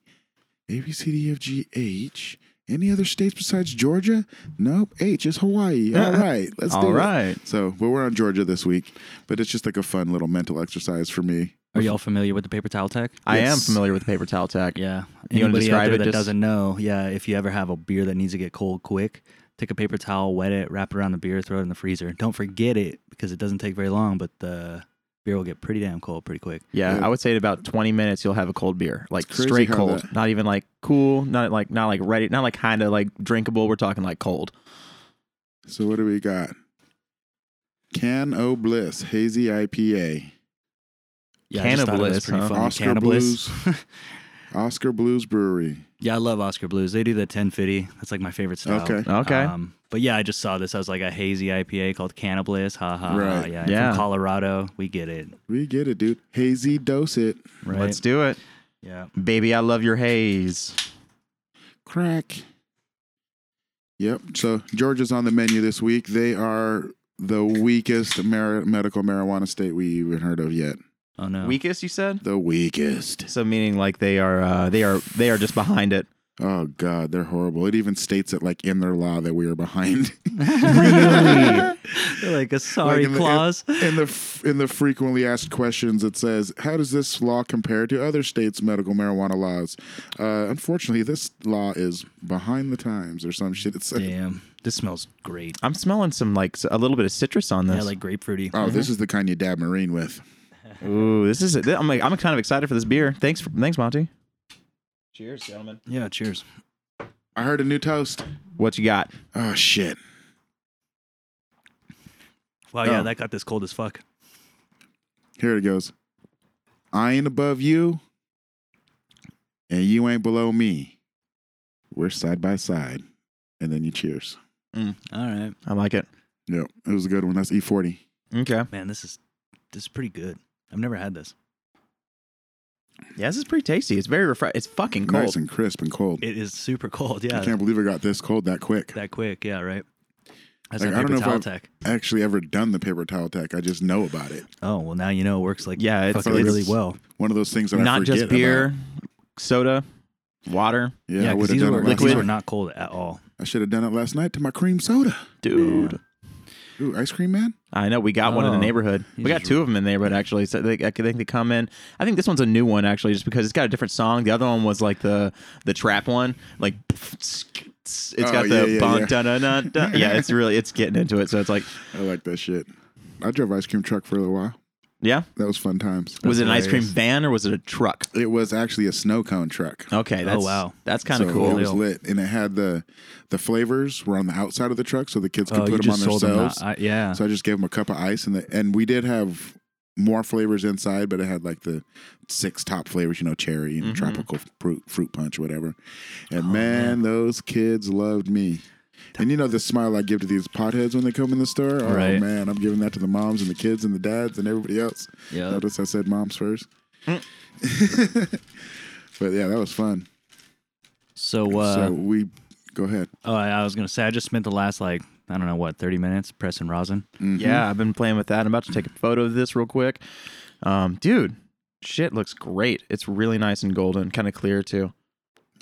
A: A B C D E F G H. Any other states besides Georgia? Nope. H is Hawaii. All right, let's do
D: All
A: it.
D: right.
A: So, but we're on Georgia this week, but it's just like a fun little mental exercise for me.
C: Are y'all familiar with the paper towel tech?
D: I am
A: Yes.
D: familiar with the paper towel tech.
C: Yeah.
D: You wanna
C: Anybody out
D: describe
C: there
D: it
C: that
D: just-
C: doesn't know, yeah, if you ever have a beer that needs to get cold quick, Take a paper towel, wet it, wrap it around the beer, throw it in the freezer. Don't forget it because it doesn't take very long, but the beer will get pretty damn cold pretty quick.
D: Yeah,
A: Yeah.
D: I would say in about 20 minutes you'll have a cold beer, like
A: crazy
D: straight
A: how
D: cold,
A: that-
D: not even like cool, not like not like ready, not like kind of like drinkable. We're talking like cold.
A: So what do we got? Can O Bliss Hazy IPA.
C: Yeah, I just thought it was
D: Cannibalist,
C: pretty
D: huh?
C: funny.
A: Oscar
C: Cannibalist.
A: Oscar Blues Brewery.
C: yeah, I love Oscar Blues. They do the 1050. That's like my favorite style.
A: Okay.
D: Okay.
C: Um, but yeah, I just saw this. I was like a hazy IPA called Cannibalist. Ha ha. ha.
A: Right.
C: Yeah.
D: Yeah.
C: From Colorado. We get it.
A: We get it, dude. Hazy dose it.
C: Right.
D: Let's do it.
C: yeah.
D: Baby, I love your haze.
A: Crack. Yep. So Georgia's on the menu this week. They are the weakest mar- medical marijuana state we even heard of yet.
C: Oh no.
D: Weakest, you said?
A: The weakest.
D: So meaning like they are uh, they are they are just behind it.
A: Oh God, they're horrible. It even states it like in their law that we are behind.
C: They're like a sorry
A: in the-
C: clause.
A: in the f- in the frequently asked questions, it says, "How does this law compare to other states' medical marijuana laws?" Uh, unfortunately, this law is behind the times or some shit. It said,
C: Damn. This smells great.
D: I'm smelling some like s- a little bit of citrus on this.
C: Yeah, like grapefruity.
A: "Oh, this is the kind you dab marine with."
D: Ooh, this is. I'm like, I'm kind of excited for this beer. Thanks, for, thanks, Monty. Cheers, gentlemen.
C: Mm-hmm. yeah, cheers.
A: I heard a new toast.
D: What you got?
A: Oh shit!
C: Wow, yeah,
A: Oh.
C: that got this cold as fuck.
A: Here it goes. I ain't above you, and you ain't below me. We're side by side, and then you cheers.
C: All right.
D: I like it.
A: Yep, it was a good one. That's E forty.
D: Okay.
C: Man, this is this is pretty good. I've never had this.
D: Yeah, this is pretty tasty. It's very refreshing. It's fucking cold.
A: Nice and crisp and cold.
C: It is super cold. Yeah.
A: I can't believe it got this cold that quick.
C: That quick. Yeah, right. That's
A: Like,
C: not
A: I don't
C: paper
A: know if
C: towel
A: I've-
C: tech.
A: actually ever done the paper towel tech. I just know about it.
C: Oh, well, now you know it works like
D: Yeah, it's-
C: fucking really
A: it's-
C: well.
A: One of those things that I
D: Not
A: forget
D: just beer,
A: about.
D: soda, water,
A: Yeah,
C: Yeah,
A: I
C: because
A: would have
C: these,
A: done
C: were
A: it
C: these
A: last
D: liquid.
C: were
A: night.
C: not cold at all.
A: I should have done it last night to my cream soda.
D: dude.
C: Man.
A: Ooh, ice cream man.
D: I know we got one in the
C: Oh.
D: neighborhood.
C: You
D: we got
C: just-
D: two of them in the neighborhood actually. So they, I think they come in. I think this one's a new one actually, just because it's got a different song. The other one was like the the trap one, like it's got
A: Oh, yeah,
D: the
A: yeah,
D: bong
A: yeah.
D: dun dun dun dun. Yeah, it's really it's getting into it. So it's like,
A: I like that shit. I drove ice cream truck for a little while.
D: yeah.
A: That was fun times.
D: was it an ice cream
C: hilarious.
D: van or was it a truck?
A: It was actually a snow cone truck.
D: Okay, that's
C: wow.
D: that's kind of
A: Oh, So
D: cool.
A: It was lit, and it had the the flavors were on the outside of the truck, so the kids could
C: Oh, you
A: put them on
C: just sold them.
A: themselves.
C: Not, I, yeah.
A: So I just gave them a cup of ice, and the, and we did have more flavors inside, but it had like the six top flavors, you know, cherry and
D: Mhm.
A: tropical fruit, fruit punch, whatever. And
C: Mm-hmm. Oh,
A: man, those kids loved me. And you know the smile I give to these potheads when they come in the store. Oh
C: Right.
A: man, I'm giving that to the moms and the kids and the dads and everybody else.
C: yeah.
A: Notice I said moms first.
D: Mm.
A: but yeah, that was fun.
C: So, uh,
A: so we go ahead.
C: oh, I, I was going to say, I just spent the last, like, I don't know what, 30 minutes pressing rosin.
A: Mhm.
D: Yeah, I've been playing with that. I'm about to take a photo of this real quick. Um, dude, shit looks great. It's really nice and golden, kind of clear too.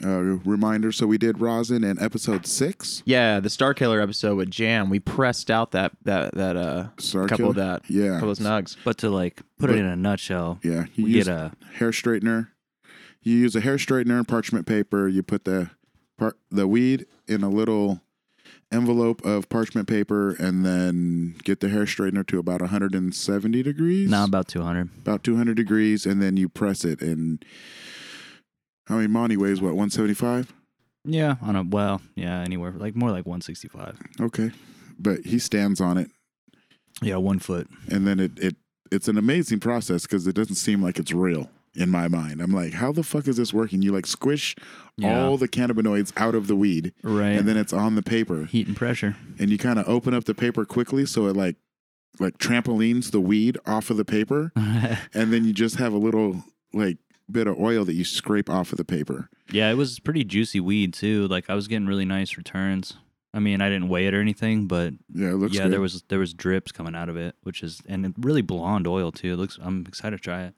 A: Uh, reminder. So we did rosin in episode six.
D: Yeah, the Star Killer episode with Jam, we pressed out that that that uh
A: Star
D: couple of
A: killer?
D: that
A: Yeah.
D: couple of those nugs.
C: But to, like, put
A: But-
C: it in a nutshell,
A: Yeah, you
C: we
A: use
C: get a,
A: hair straightener. You use a hair straightener and parchment paper. You put the par- the weed in a little envelope of parchment paper, and then get the hair straightener to about 170 degrees,
C: now about 200.
A: about 200 degrees, and then you press it. And I mean, Monty weighs what 175?
C: Yeah. On a, well, yeah, anywhere, like more like 165.
A: Okay, but he stands on it,
C: Yeah, one foot.
A: and then it it it's an amazing process because it doesn't seem like it's real. In my mind, I'm like, how the fuck is this working? You like squish
C: Yeah.
A: all the cannabinoids out of the weed,
C: Right.
A: and then it's on the paper
C: heat and pressure.
A: and you kind of open up the paper quickly so it like like trampolines the weed off of the paper
C: yeah,
A: and then you just have a little like bit of oil that you scrape off of the paper
C: it was pretty juicy weed, too. Like, I was getting really nice returns. I mean, I didn't weigh it or anything, but
A: yeah it looks
C: yeah,
A: good.
C: there was there was drips coming out of it, which is and it really blonde oil too. It looks I'm excited to try it.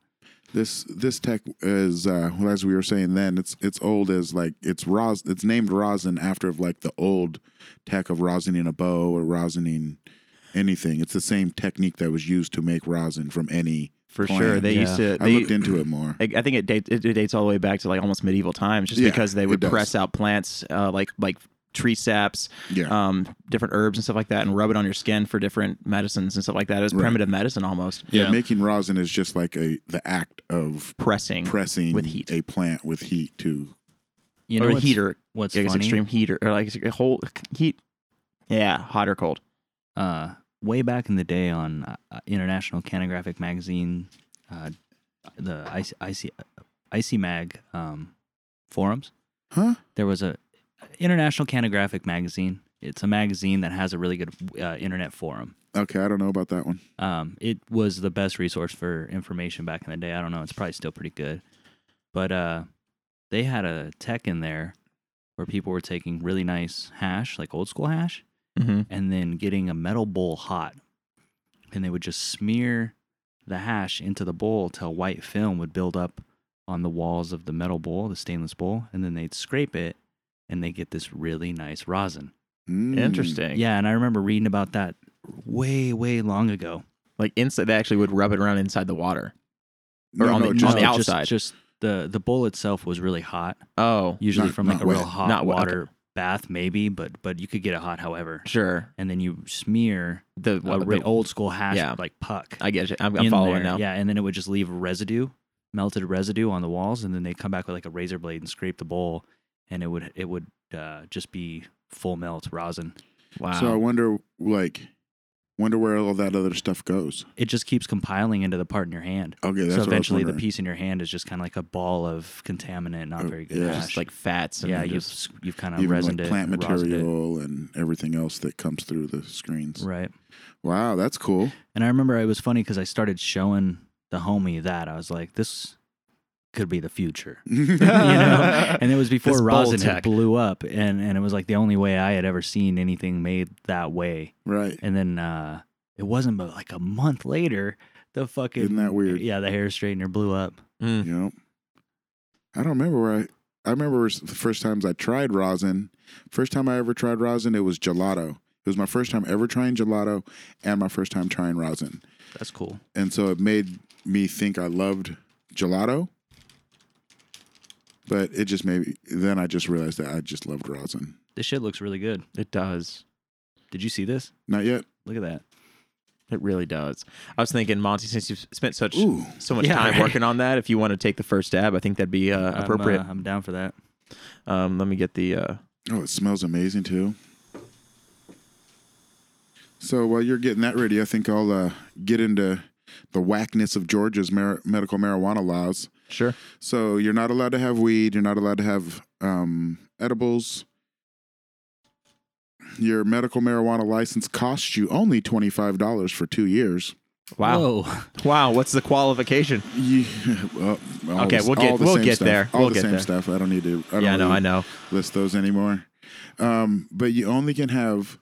A: this this tech is uh well, as we were saying then it's it's old as like it's ros it's named rosin after of like the old tech of rosining a bow or rosining anything it's the same technique that was used to make rosin from any
D: For
A: plant.
D: sure. They
C: Yeah.
D: used to
A: i
D: they,
A: looked into it more
D: I I think it dates it, it dates all the way back to like almost medieval times, just
A: Yeah,
D: because they
A: it
D: would
A: does.
D: press out plants uh, like like tree saps,
A: Yeah.
D: um, different herbs and stuff like that, and rub it on your skin for different medicines and stuff like that. It's
A: Right.
D: primitive medicine almost.
A: yeah.
C: Yeah.
A: making rosin is just like a the act of
D: Pressing,
A: pressing
D: with heat,
A: a plant with heat to
C: You
D: or
C: know
D: a
C: what's,
D: heater.
C: what's
D: I guess
C: Oh, funny?
D: extreme heater or like a whole heat. Yeah, hot or cold.
C: uh, way back in the day on uh, uh, International Canographic Magazine, uh, the IC, IC, IC Mag um, forums,
A: huh
C: there was a International Canographic Magazine. It's a magazine that has a really good uh, internet forum.
A: okay i don't know about that one
C: Um, it was the best resource for information back in the day. I don't know; it's probably still pretty good. But uh, they had a tech in there where people were taking really nice hash, like old school hash,
D: Mm-hmm.
C: and then getting a metal bowl hot. And they would just smear the hash into the bowl till white film would build up on the walls of the metal bowl, the stainless bowl, and then they'd scrape it and they get this really nice rosin.
A: Mm.
D: Interesting.
C: Yeah, and I remember reading about that way, way long ago.
D: like inside they actually would rub it around inside the water.
A: no,
D: Or on
A: no,
D: the- on Oh, the
A: just like-
D: out- outside.
C: Just, just the the bowl itself was really hot,
D: Oh,
C: usually
A: Not-
C: from like
A: not
C: a real
A: wet.
C: hot
D: Not wet,
C: water bath, maybe, but but you could get it hot however.
D: sure.
C: And then you smear
D: The,
C: a
D: the-
C: re- old school hash
D: yeah.
C: like puck.
D: I get you. I'm,
C: Oh, in
D: I'm following
C: there.
D: now.
C: Yeah, and then it would just leave residue, melted residue on the walls, and then they come back with like a razor blade and scrape the bowl, and it would it would uh, just be full melt rosin.
D: Wow.
A: so i wonder like wonder where all that other stuff goes
C: It just keeps compiling into the part in your hand.
A: okay
C: so
A: that's what I was
C: eventually, the
A: wondering.
C: piece in your hand is just kind of like a ball of contaminant, not
A: Oh,
C: very good
A: yeah.
C: hash.
D: just like fats. And
C: yeah,
D: then
C: you've
D: just-
C: s- you've kind of
A: even
C: resined
A: like
C: it,
A: plant
C: and rosined it.
A: material and everything else that comes through the screens
C: right?
A: wow that's cool
C: And I remember it was funny because I started showing the homie that I was like, this could be the future. you know? And it was before
D: This bold
C: rosin
D: tech.
C: had blew up, and and it was like the only way I had ever seen anything made that way.
A: right
C: And then uh, it wasn't but like a month later, the fucking
A: Isn't that weird?
C: Yeah, the hair straightener blew up.
D: Mm.
A: Yep. I don't remember where I. I remember s- the first times I tried rosin. First time I ever tried rosin, it was gelato. It was my first time ever trying gelato, and my first time trying rosin,
C: That's cool.
A: and so it made me think I loved gelato. But it just made me, then I just realized that I just loved rosin.
C: This shit looks really good.
D: It does.
C: Did you see this?
A: Not yet.
C: Look at that.
D: It really does. I was thinking, Monty, since you've spent such
A: Ooh,
D: so much
C: Yeah,
D: time
C: right.
D: working on that, if you want to take the first dab, I think that'd be uh,
C: I'm,
D: appropriate.
C: uh, I'm down for that.
D: um, let me get the. Uh,
A: oh, it smells amazing too. So while you're getting that ready, I think I'll uh, get into the whackness of Georgia's mar- medical marijuana laws.
D: sure.
A: So you're not allowed to have weed. You're not allowed to have um, edibles. Your medical marijuana license costs you only twenty five dollars for two years.
D: Wow.
C: Whoa.
D: Wow. What's the qualification?
A: You, well, all
D: Okay,
A: the-
D: we'll get-
A: all the
D: we'll
A: same
D: get
A: stuff.
D: there.
A: All
D: We'll
A: the
D: get
A: same
D: there.
A: stuff. I don't need to. I don't
D: yeah, no,
A: really
D: I know.
A: list those anymore. Um, but you only can have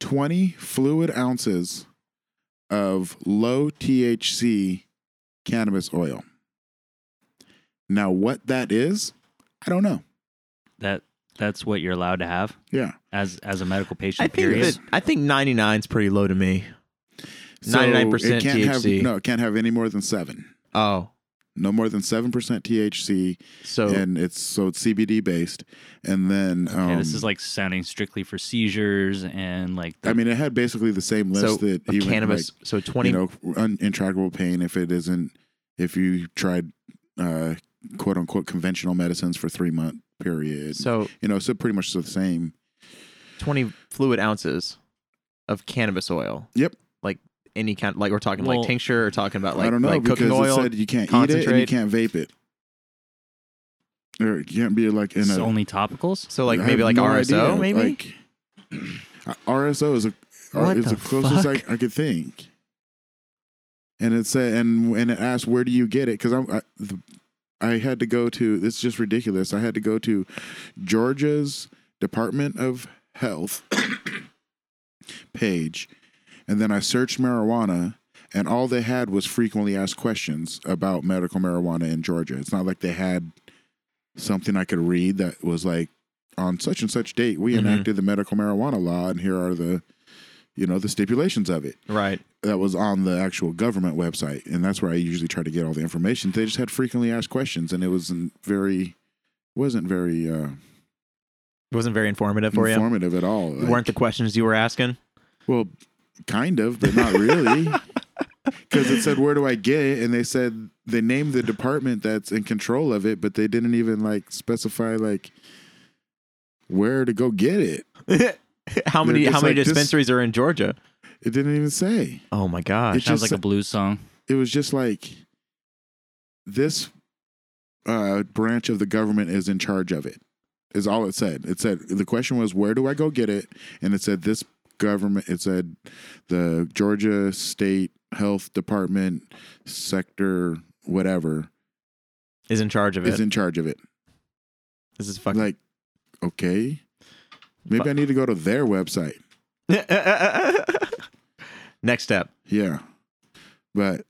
A: twenty fluid ounces of low THC cannabis oil. Now, what that is, I don't know.
C: That that's what you're allowed to have
A: Yeah.
C: as as a medical
D: I
C: patient.
D: think
C: period.
D: that, I think 99 is pretty low to me.
A: So
D: 99%
A: it can't have-
D: THC.
A: no, it can't have any more than seven.
D: Oh,
A: No more than seven percent THC,
D: so
A: and it's so it's CBD based. And then
C: Okay,
A: um,
C: this is like sounding strictly for seizures and like the,
A: I mean, it had basically the same list
D: so
A: that
D: a
A: even
D: cannabis. so
A: like,
D: 20.
A: you know, un- intractable pain if it isn't if you tried uh, quote unquote conventional medicines for three month period.
D: so
A: you know, so pretty much the same.
D: 20 fluid ounces of cannabis oil.
A: Yep.
D: Like any kind, like we're talking
C: Well,
D: like tincture or talking about like,
A: I don't know
D: like
A: because
D: cooking oil.
A: it said you can't eat it and you
D: concentrate.
A: can't vape it. Or it can't be like in
C: it's
A: a
C: only topicals.
D: so like
A: I
D: maybe like
A: have no
D: RSO,
A: idea.
D: maybe?
A: Like, uh, RSO is a
C: What
A: is the,
C: the
A: closest I,
C: fuck?
A: I could think. And it said, and and it asked, where do you get it? Because I'm, I, the, I had to go to. It's just ridiculous. I had to go to Georgia's Department of Health page, and then I searched marijuana, and all they had was frequently asked questions about medical marijuana in Georgia. It's not like they had something I could read that was like on such and such date we
D: Mhm.
A: enacted the medical marijuana law, and here are the you know the stipulations of it.
D: right.
A: That was on the actual government website, and that's where I usually try to get all the information. They just had frequently asked questions, and it wasn't very wasn't very uh,
D: It wasn't very informative for you.
A: informative at all. Like,
D: Weren't the questions you were asking?
A: well, kind of, but not really. Because it said, "Where do I get it?" And they said they named the department that's in control of it, but they didn't even like specify like where to go get it.
D: how many
A: They're
D: how
A: just
D: many
A: like, this-
D: dispensaries are in Georgia?
A: It didn't even say.
D: Oh my gosh.
A: It's
C: Sounds
A: just-
C: like a blues song.
A: It was just like this uh, branch of the government is in charge of it. Is all it said. It said the question was, "Where do I go get it?" And it said this government. It said the Georgia State Health Department sector whatever
D: is in charge of it.
A: is in charge of it.
D: this is fucking
A: Like, okay, maybe
D: Fu-
A: I need to go to their website.
D: Next step.
A: Yeah, but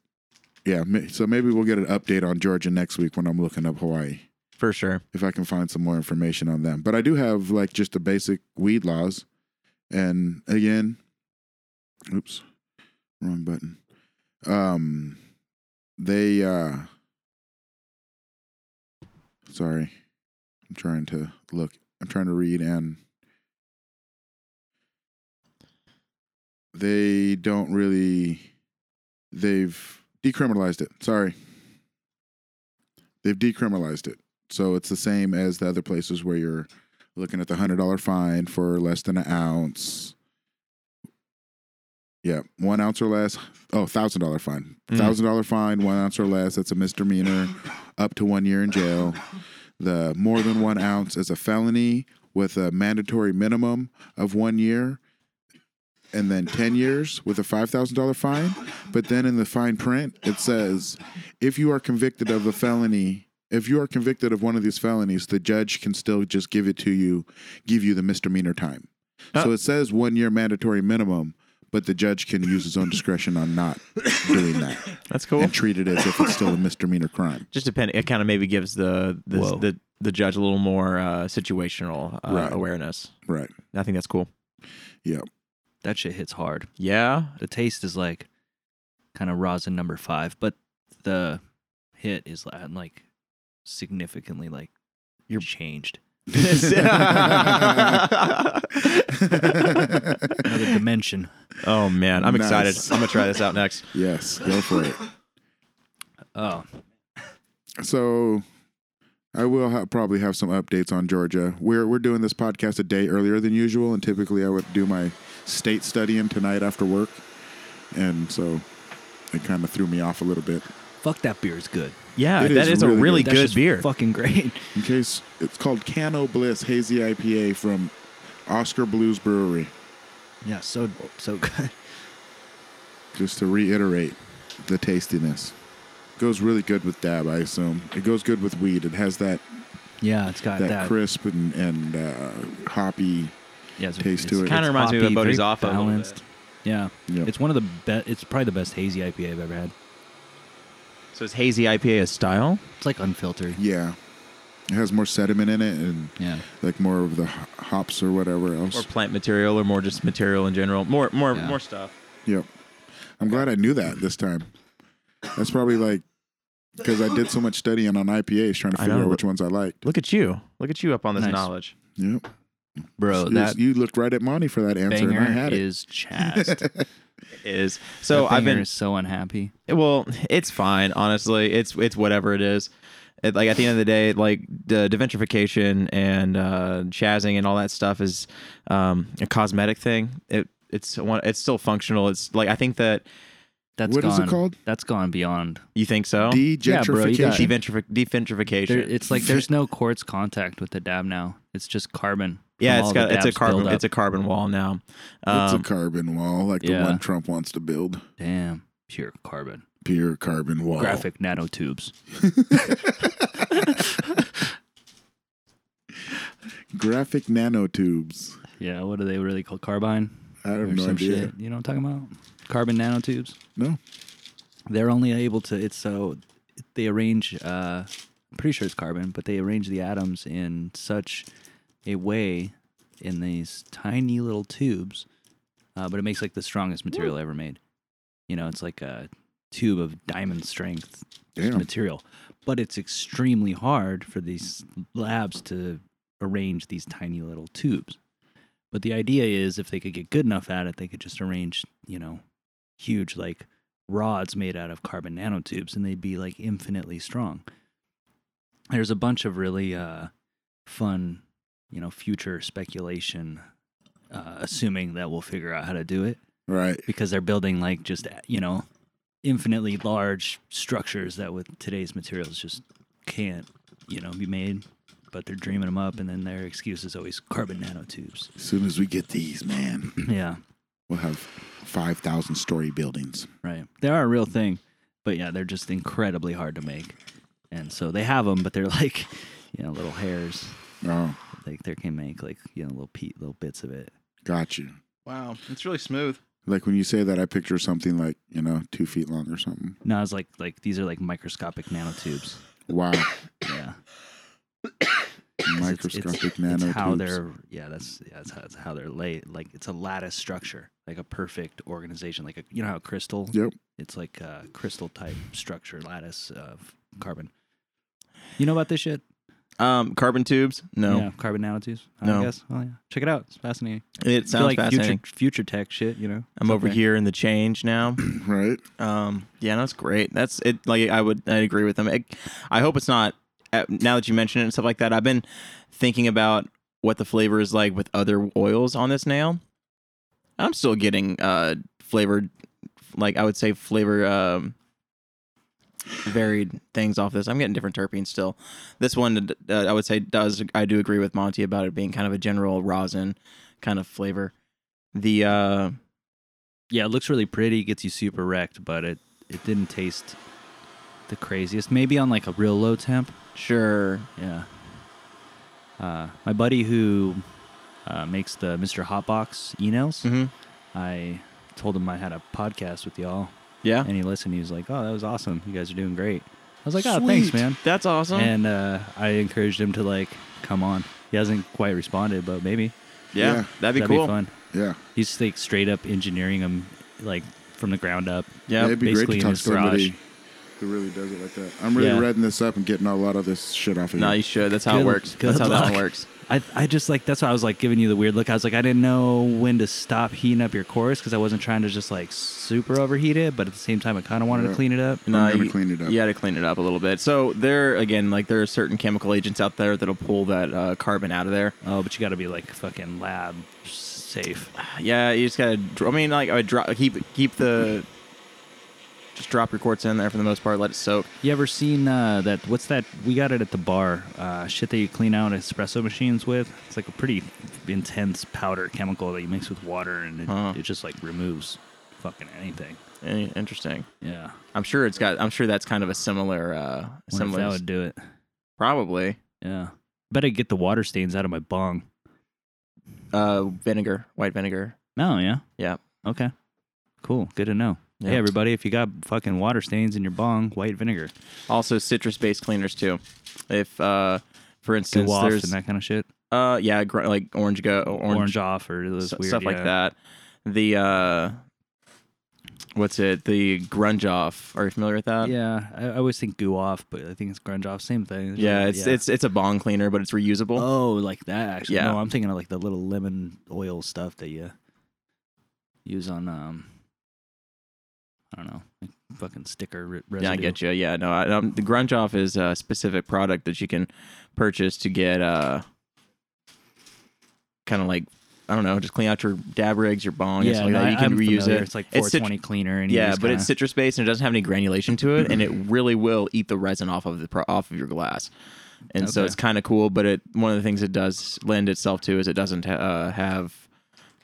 A: yeah, ma- so maybe we'll get an update on Georgia next week when I'm looking up Hawaii.
D: For sure.
A: if I can find some more information on them. But I do have like just the basic weed laws. And again, oops, wrong button. Um, they, uh, sorry, I'm trying to look, I'm trying to read and they don't really, they've decriminalized it. Sorry. They've decriminalized it. So it's the same as the other places where you're looking at the hundred dollar fine for less than an ounce. Yeah, one ounce or less. Oh, thousand dollar fine.
D: Mm.
A: Thousand dollar fine, one ounce or less. That's a misdemeanor, up to one year in jail. The more than one ounce is a felony with a mandatory minimum of one year, and then ten years with a five thousand dollar fine. But then in the fine print, it says if you are convicted of a felony, if you are convicted of one of these felonies, the judge can still just give it to you, give you the misdemeanor time. So
D: Oh.
A: it says one year mandatory minimum, but the judge can use his own discretion on not doing that
D: That's cool.
A: and treat it as if it's still a misdemeanor crime.
D: Just depend. It kind of maybe gives the the,
C: Whoa.
D: the the judge a little more uh, situational uh,
A: Right.
D: awareness.
A: Right.
D: I think that's cool.
C: That shit hits hard.
D: Yeah.
C: The taste is like kind of rosin number five, but the hit is li- like significantly like you're changed. Another dimension.
D: oh man, I'm excited.
A: Nice.
D: I'm gonna try this out next.
A: yes, go for it.
C: Oh,
A: So I will ha- probably have some updates on Georgia. We're we're doing this podcast a day earlier than usual, and typically I would do my state studying tonight after work, and so it kind of threw me off a little bit.
C: fuck that beer is good.
D: Yeah,
A: It
D: that
A: is
D: is, a
A: really
D: really
A: good.
C: That's
D: good
C: just
D: beer.
C: Fucking great.
A: In case it's called Cano Bliss Hazy IPA from Oscar Blues Brewery.
C: Yeah, so so good.
A: Just to reiterate the tastiness, goes really good with dab. I assume it goes good with weed. It has that
C: Yeah, it's got
A: that,
C: that.
A: crisp and and uh, hoppy.
C: yeah, it's,
A: taste to it.
D: Kinda reminds me of
C: hoppy,
D: a Bodhi's
C: very
D: Offa a little
C: Balanced. Yeah.
A: Yeah.
C: it's one of the best. It's probably the best hazy IPA I've ever had.
D: So it's hazy IPA a style.
C: It's like unfiltered.
A: Yeah, it has more sediment in it and.
C: Yeah,
A: like more of the ho- hops or whatever else.
D: or plant material or more just material in general more more
C: Yeah.
D: more stuff
A: yep. I'm glad I knew that this time. That's probably like because I did so much studying on IPAs trying to
D: I
A: figure
D: know.
A: out which ones I liked.
D: look at you look at you up on this
C: Nice.
D: knowledge
A: Yep.
C: bro,
A: you,
C: that
A: you looked right at Monty for that answer, and I
C: banger
A: had it.
C: is chassed.
D: It is so
C: That
D: i've
C: banger
D: been
C: is so unhappy.
D: well it's fine honestly it's it's whatever it is it, like at the end of the day like the deventification and uh chazing and all that stuff is um a cosmetic thing it it's one it's still functional it's like i think that
C: That's
A: What
C: gone,
A: is it called?
C: That's gone beyond.
D: you think so
C: Yeah, bro, you got-
A: Degentrification.
D: Deventrifi- deventrification
C: There, it's like there's no quartz contact with the dab now. It's just carbon. from
D: yeah
C: all
D: it's
C: the
D: got it's a
C: dab's
D: carbon
C: buildup.
D: it's a carbon wall now
A: it's a
D: Um,
A: carbon wall, like the
C: yeah.
A: one Trump wants to build.
C: damn pure carbon.
A: Pure carbon
D: Oh.
A: wall.
C: Graphic nanotubes.
A: Graphic nanotubes.
C: Yeah, what do they really call carbine?
A: I have
C: or
A: no
C: some
A: idea.
C: shit. You know what I'm talking about? Carbon nanotubes.
A: No.
C: They're only able to. It's so they arrange. Uh, I'm pretty sure it's carbon, but they arrange the atoms in such a way in these tiny little tubes. Uh, but it makes like the strongest material ever made. You know, it's like a tube of diamond strength
A: Damn.
C: material, but it's extremely hard for these labs to arrange these tiny little tubes. But the idea is if they could get good enough at it, they could just arrange, you know, huge like rods made out of carbon nanotubes and they'd be like infinitely strong. There's a bunch of really uh, fun, you know, future speculation, uh, assuming that we'll figure out how to do it
A: Right.
C: because they're building like just you know infinitely large structures that with today's materials just can't you know be made but they're dreaming them up and then their excuse is always carbon nanotubes
A: As soon as we get these, man,
C: yeah
A: we'll have 5,000 story buildings.
C: right they are a real thing but yeah they're just incredibly hard to make and so they have them but they're like you know little hairs
A: Oh,
C: like they can make like you know little pe- little bits of it
A: got you.
D: Wow, it's really smooth.
A: Like when you say that, I picture something like, you know, two feet long or something.
C: no it's like like these are like microscopic nanotubes
A: Wow.
C: yeah 'Cause it's- it's-
A: Microscopic
C: it's
A: nanotubes.
C: how they're yeah that's yeah, that's how, that's how they're laid like it's a lattice structure like a perfect organization like a, you know how a crystal
A: Yep.
C: it's like a crystal type structure lattice of carbon you know about this shit
D: Um, carbon tubes? No,
C: yeah, carbon nanotubes I
D: No.
C: guess oh yeah check it out it's fascinating
D: it
C: If you
D: sounds
C: like
D: fascinating.
C: future future tech shit you know
D: I'm
C: it's up
D: over
C: there.
D: here in the change now.
A: Right.
D: Um, yeah, that's great. That's it. Like I would, I agree with them. I, I hope it's not. uh, Now that you mention it and stuff like that, I've been thinking about what the flavor is like with other oils on this nail. I'm still getting uh flavored, like I would say flavor um varied things off this. I'm getting different terpenes still. This one uh, I would say does I do agree with Monty about it being kind of a general rosin kind of flavor. The uh
C: yeah it looks really pretty gets you super wrecked but it it didn't taste the craziest maybe on like a real low temp
D: sure
C: Yeah. Uh, my buddy who uh, makes the Mr. Hotbox emails,
D: Mhm.
C: I told him I had a podcast with y'all,
D: yeah.
C: and he listened. He was like, "Oh, that was awesome! You guys are doing great." I was like, "Oh, thanks,
D: Sweet.
C: man."
D: That's awesome.
C: And uh, I encouraged him to like come on. He hasn't quite responded, but maybe
D: yeah,
A: Yeah.
D: that'd be cool.
C: fun.
A: Yeah.
C: He's like straight up engineering them, like from the ground up.
A: Yeah,
D: Yeah,
A: it'd be great
C: basically
A: to
C: in
A: talk
C: his
A: to
C: garage.
A: somebody who really does it like that. I'm really
C: Yeah.
A: reading this up and getting a lot of this shit off of
D: no,
A: you.
D: you should. That's how it
C: Good-
D: works.
C: good
D: That's how that
C: luck.
D: one works.
C: I, I just like that's why I was like giving you the weird look. I was like, I didn't know when to stop heating up your chorus because I wasn't trying to just like super overheat it, but at the same time, I kind of wanted
A: Yeah.
C: to clean it up.
A: I'm gonna
D: you,
A: clean it up.
D: You got to clean it up a little bit. So there, again, like there are certain chemical agents out there that'll pull that uh, carbon out of there.
C: Oh, but you got to be like fucking lab safe.
D: Yeah, you just gotta. dr- I mean, like I would drop, keep keep the. Just drop your quartz in there for the most part. Let it soak.
C: You ever seen uh, that? What's that? We got it at the bar. Uh, shit that you clean out espresso machines with. It's like a pretty intense powder chemical that you mix with water, and it,
D: Huh.
C: it just like removes fucking anything.
D: Eh, Interesting.
C: Yeah,
D: I'm sure it's got. I'm sure that's kind of a similar. Uh,
C: Wonder if
D: similar.
C: that would do it.
D: Probably.
C: Yeah, better get the water stains out of my bong.
D: Uh, vinegar, white vinegar.
C: No, Oh, yeah.
D: Yeah.
C: Okay. Cool. Good to know.
D: Yeah.
C: Hey, everybody, if you got fucking water stains in your bong, white vinegar,
D: Also, citrus-based cleaners too. If, uh, for instance,
C: go off
D: there's
C: and that kind of shit.
D: Uh, yeah, gr- like orange go
C: Orange,
D: orange,
C: off or those
D: s-
C: weird
D: stuff like
C: yeah.
D: that. The uh, what's it? The grunge off. Are you familiar with that?
C: Yeah, I, I always think goo off, but I think it's grunge off. Same thing. just
D: Yeah,
C: like-
D: it's it's it's a bong cleaner, but it's reusable.
C: oh, like that. Actually,
D: Yeah.
C: no, I'm thinking of like the little lemon oil stuff that you use on um, I don't know, like fucking sticker re- residue.
D: yeah, I get you. Yeah, no, I, um, the grunge off is a specific product that you can purchase to get uh, kind of like I don't know, just clean out your dab rigs, your bong, and
C: Yeah,
D: stuff like
C: no,
D: that.
C: I-
D: You can
C: I'm
D: reuse
C: familiar.
D: it.
C: It's like
D: It's cit-
C: 420 cleaner, and you
D: Yeah,
C: just
D: but it's
C: kinda-
D: citrus based and it doesn't have any granulation to it, and it really will eat the resin off of the pro- off of your glass. And so
C: Okay.
D: it's kind of cool, but it one of the things it does lend itself to is it doesn't ha- uh, have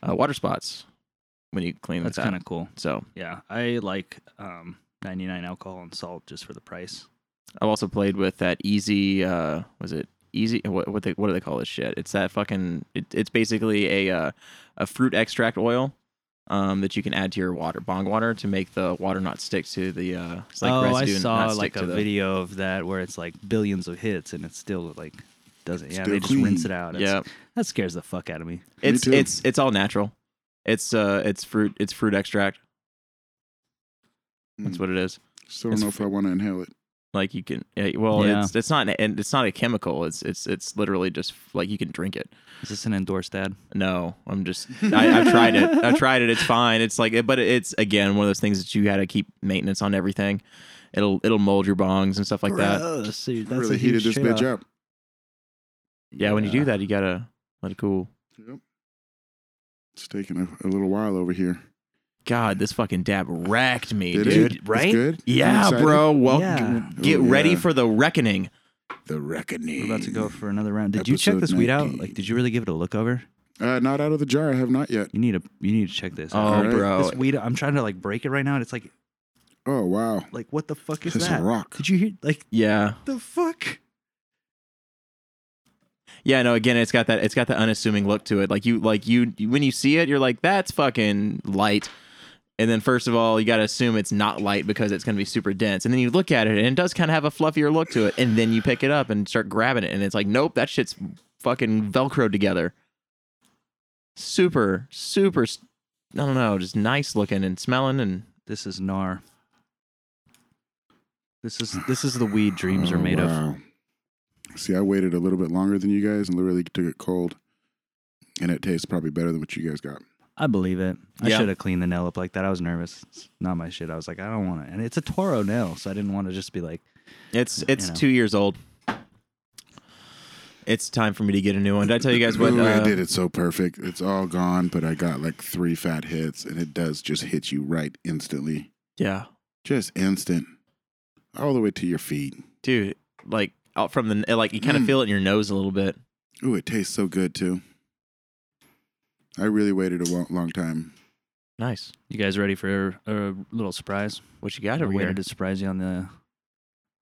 D: uh, water spots when you clean
C: that's
D: with
C: kind of cool.
D: that. So
C: Yeah, I like um, 99 alcohol and salt just for the price.
D: I've also played with that easy. Uh, was it easy? What what, they, what do they call this shit? It's that fucking. It, it's basically a uh, a fruit extract oil. Um, that you can add to your water, bong water, to make the water not stick to the uh, it's like
C: oh, I
D: residue and
C: saw
D: not stick
C: like
D: to
C: a
D: the-
C: video of that where it's like billions of hits and it's still like doesn't. Yeah,
A: Still
C: they just
A: clean.
C: rinse it out. It's-
D: Yeah,
C: that scares the fuck out of me.
A: Me
D: It's
A: too.
D: it's it's all natural. It's uh it's fruit it's fruit extract. That's
A: Mm.
D: what it is.
A: Still don't
D: It's
A: know if I want to inhale it.
D: Like you can, eh, well,
C: Yeah.
D: it's it's not an- and it's not a chemical. It's it's it's literally just like you can drink it.
C: Is this an endorsed ad?
D: No, I'm just. I, I've tried it. I've tried it. It's fine. It's like, but it's again one of those things that you got to keep maintenance on everything. It'll it'll mold your bongs and stuff like that.
E: Gross, dude, that's
A: really
E: a
A: heated
E: huge
A: this bitch
E: trade-off.
A: up.
D: Yeah, when you do that, you gotta let it cool.
A: It's taking a, a little while over here.
D: God, this fucking dab racked me,
A: Did
D: dude.
A: it? It's
C: right?
A: good? You
D: Yeah,
A: excited?
D: bro. Well,
C: Yeah.
D: g- get
A: Ooh,
D: ready
A: yeah.
D: for the reckoning.
A: The reckoning.
C: We're about to go for another round. Did you check this
A: Episode
C: weed out?
A: 19.
C: Like, did you really give it a look over?
A: Uh, not out of the jar. I have not yet.
C: You need to you need to check this.
D: Oh,
C: out.
A: Alright.
D: bro.
C: This weed, I'm trying to like break it right now. And it's like,
A: Oh wow,
C: like what the fuck is
A: it's
C: that?
A: a rock.
C: Did you hear? Like
D: Yeah,
C: the fuck?
D: yeah. No, again, it's got that. It's got the unassuming look to it. Like you, like you, when you see it, you're like, that's fucking light. And then first of all, you gotta assume it's not light because it's gonna be super dense. And then you look at it, and it does kind of have a fluffier look to it. And then you pick it up and start grabbing it, and it's like, nope, that shit's fucking velcroed together. Super, super. s- I don't know, just nice looking and smelling and
C: This is gnar. This is this is the weed dreams are made of.
A: of. Oh, See, I waited a little bit longer than you guys and literally took it cold, and it tastes probably better than what you guys got.
C: I believe it. I
D: Yeah.
C: should have cleaned the nail up like that. I was nervous. It's not my shit. I was like, I don't want to. And it's a Toro nail, so I didn't want to just be like,
D: It's
C: you
D: it's
C: know.
D: two years old. It's time for me to get a new one. Did I tell you guys what?
A: Ooh, I
D: Uh,
A: did it so perfect. It's all gone, but I got like three fat hits, and it does just hit you right instantly,
D: yeah,
A: just instant, all the way to your feet.
D: dude. Like out from the like, you kind of
A: Mm.
D: feel it in your nose a little bit.
A: Ooh, it tastes so good too. I really waited a wa- long time.
D: Nice.
C: "You guys ready for a little surprise?"
D: What you got
C: I
D: over here?
C: waited to surprise you on the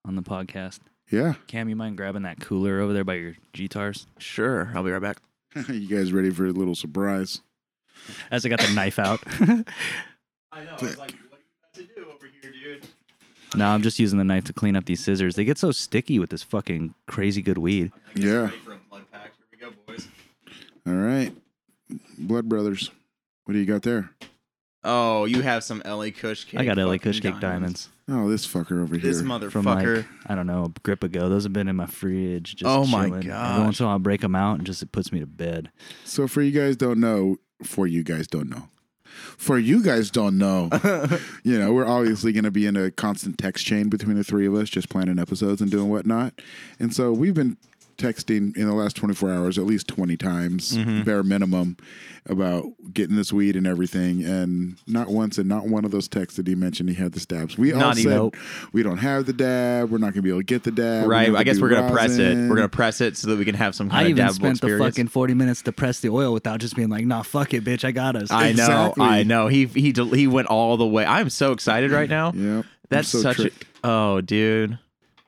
C: on the podcast.
A: Yeah,
C: Cam, you mind grabbing that cooler over there by your guitars?
D: Sure, I'll be right back.
A: you guys ready for a little surprise?
C: As I got the knife out.
D: I know.
A: was like,
D: what do you do over here, dude?
C: no, I'm just using the knife to clean up these scissors. They get so sticky with this fucking crazy good weed.
A: Yeah.
D: for unplugged pack. Here we go, boys.
A: All right, Blood Brothers. What do you got there?
D: Oh, you have some LA Kush cake.
C: I got LA
D: fucking
C: Kush Cake diamonds
A: Oh, this fucker over
D: This
A: here.
C: from
D: motherfucker.
C: like I don't know a grip ago. Those have been in my fridge. Just
D: Oh my
C: chilling.
D: gosh.
C: Every once in a while, I break them out and just it puts me to bed.
A: so for you guys don't know, for you guys don't know, for you guys don't know, you know, we're obviously going to be in a constant text chain between the three of us, just planning episodes and doing whatnot. And so we've been texting in the last 24 hours at least 20 times,
D: Mm-hmm.
A: bare minimum, about getting this weed and everything. And not once and not one of those texts did he mention he had the stabs. We all
D: Not
A: said
D: even. Nope.
A: we don't have the dab. We're not going to be able to get the dab. we
D: Right.
A: have to
D: I guess
A: do
D: we're gonna press it.
A: rosin.
D: We're gonna press it so that we can have some kind
E: I
D: of
E: even
D: dabbable
E: spent the
D: experience.
E: fucking 40 minutes to press the oil without just being like, nah, fuck it, bitch. I got us.
D: I know,
A: Exactly.
D: I know. He he del- he went all the way. I'm so excited right now.
A: Yep.
D: That's
A: Mm-hmm. I'm so
D: such. A,
A: tricked.
D: oh, dude.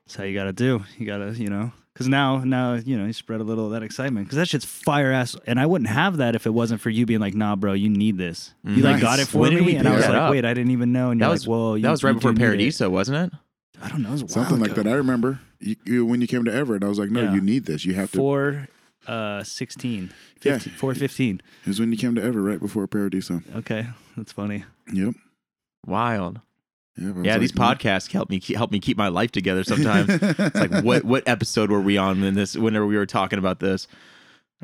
C: That's how you gotta do. You gotta, you know, because now, now, you know, you spread a little of that excitement because that shit's fire ass. And I wouldn't have that if it wasn't for you being like, nah, bro, you need this. You like
A: Nice.
C: got it for
D: Mm-hmm. When did we
C: me, and I
D: pick
C: was
D: that
C: like,
D: up?
C: wait, I didn't even know. And
D: That
C: you're
D: was
C: like, well, you,
D: that was right
C: you
D: before
C: do need it."
D: Paradiso, wasn't it?
C: I don't know. It was a while
A: Something like
C: ago.
A: that. I remember you, you, when you came to Everett. I was like, "No,
C: Yeah.
A: you need this. You have to."
C: Four, uh, 16.
A: Yeah.
C: 15, Four fifteen.
A: It was when you came to Everett right before Paradiso.
C: Okay, that's funny.
A: Yep.
D: Wild.
A: yep I was
D: Yeah,
A: like, "Hmm."
D: these
A: "No."
D: podcasts help me ke- help me keep my life together sometimes. it's like what what episode were we on in this? Whenever we were talking about this,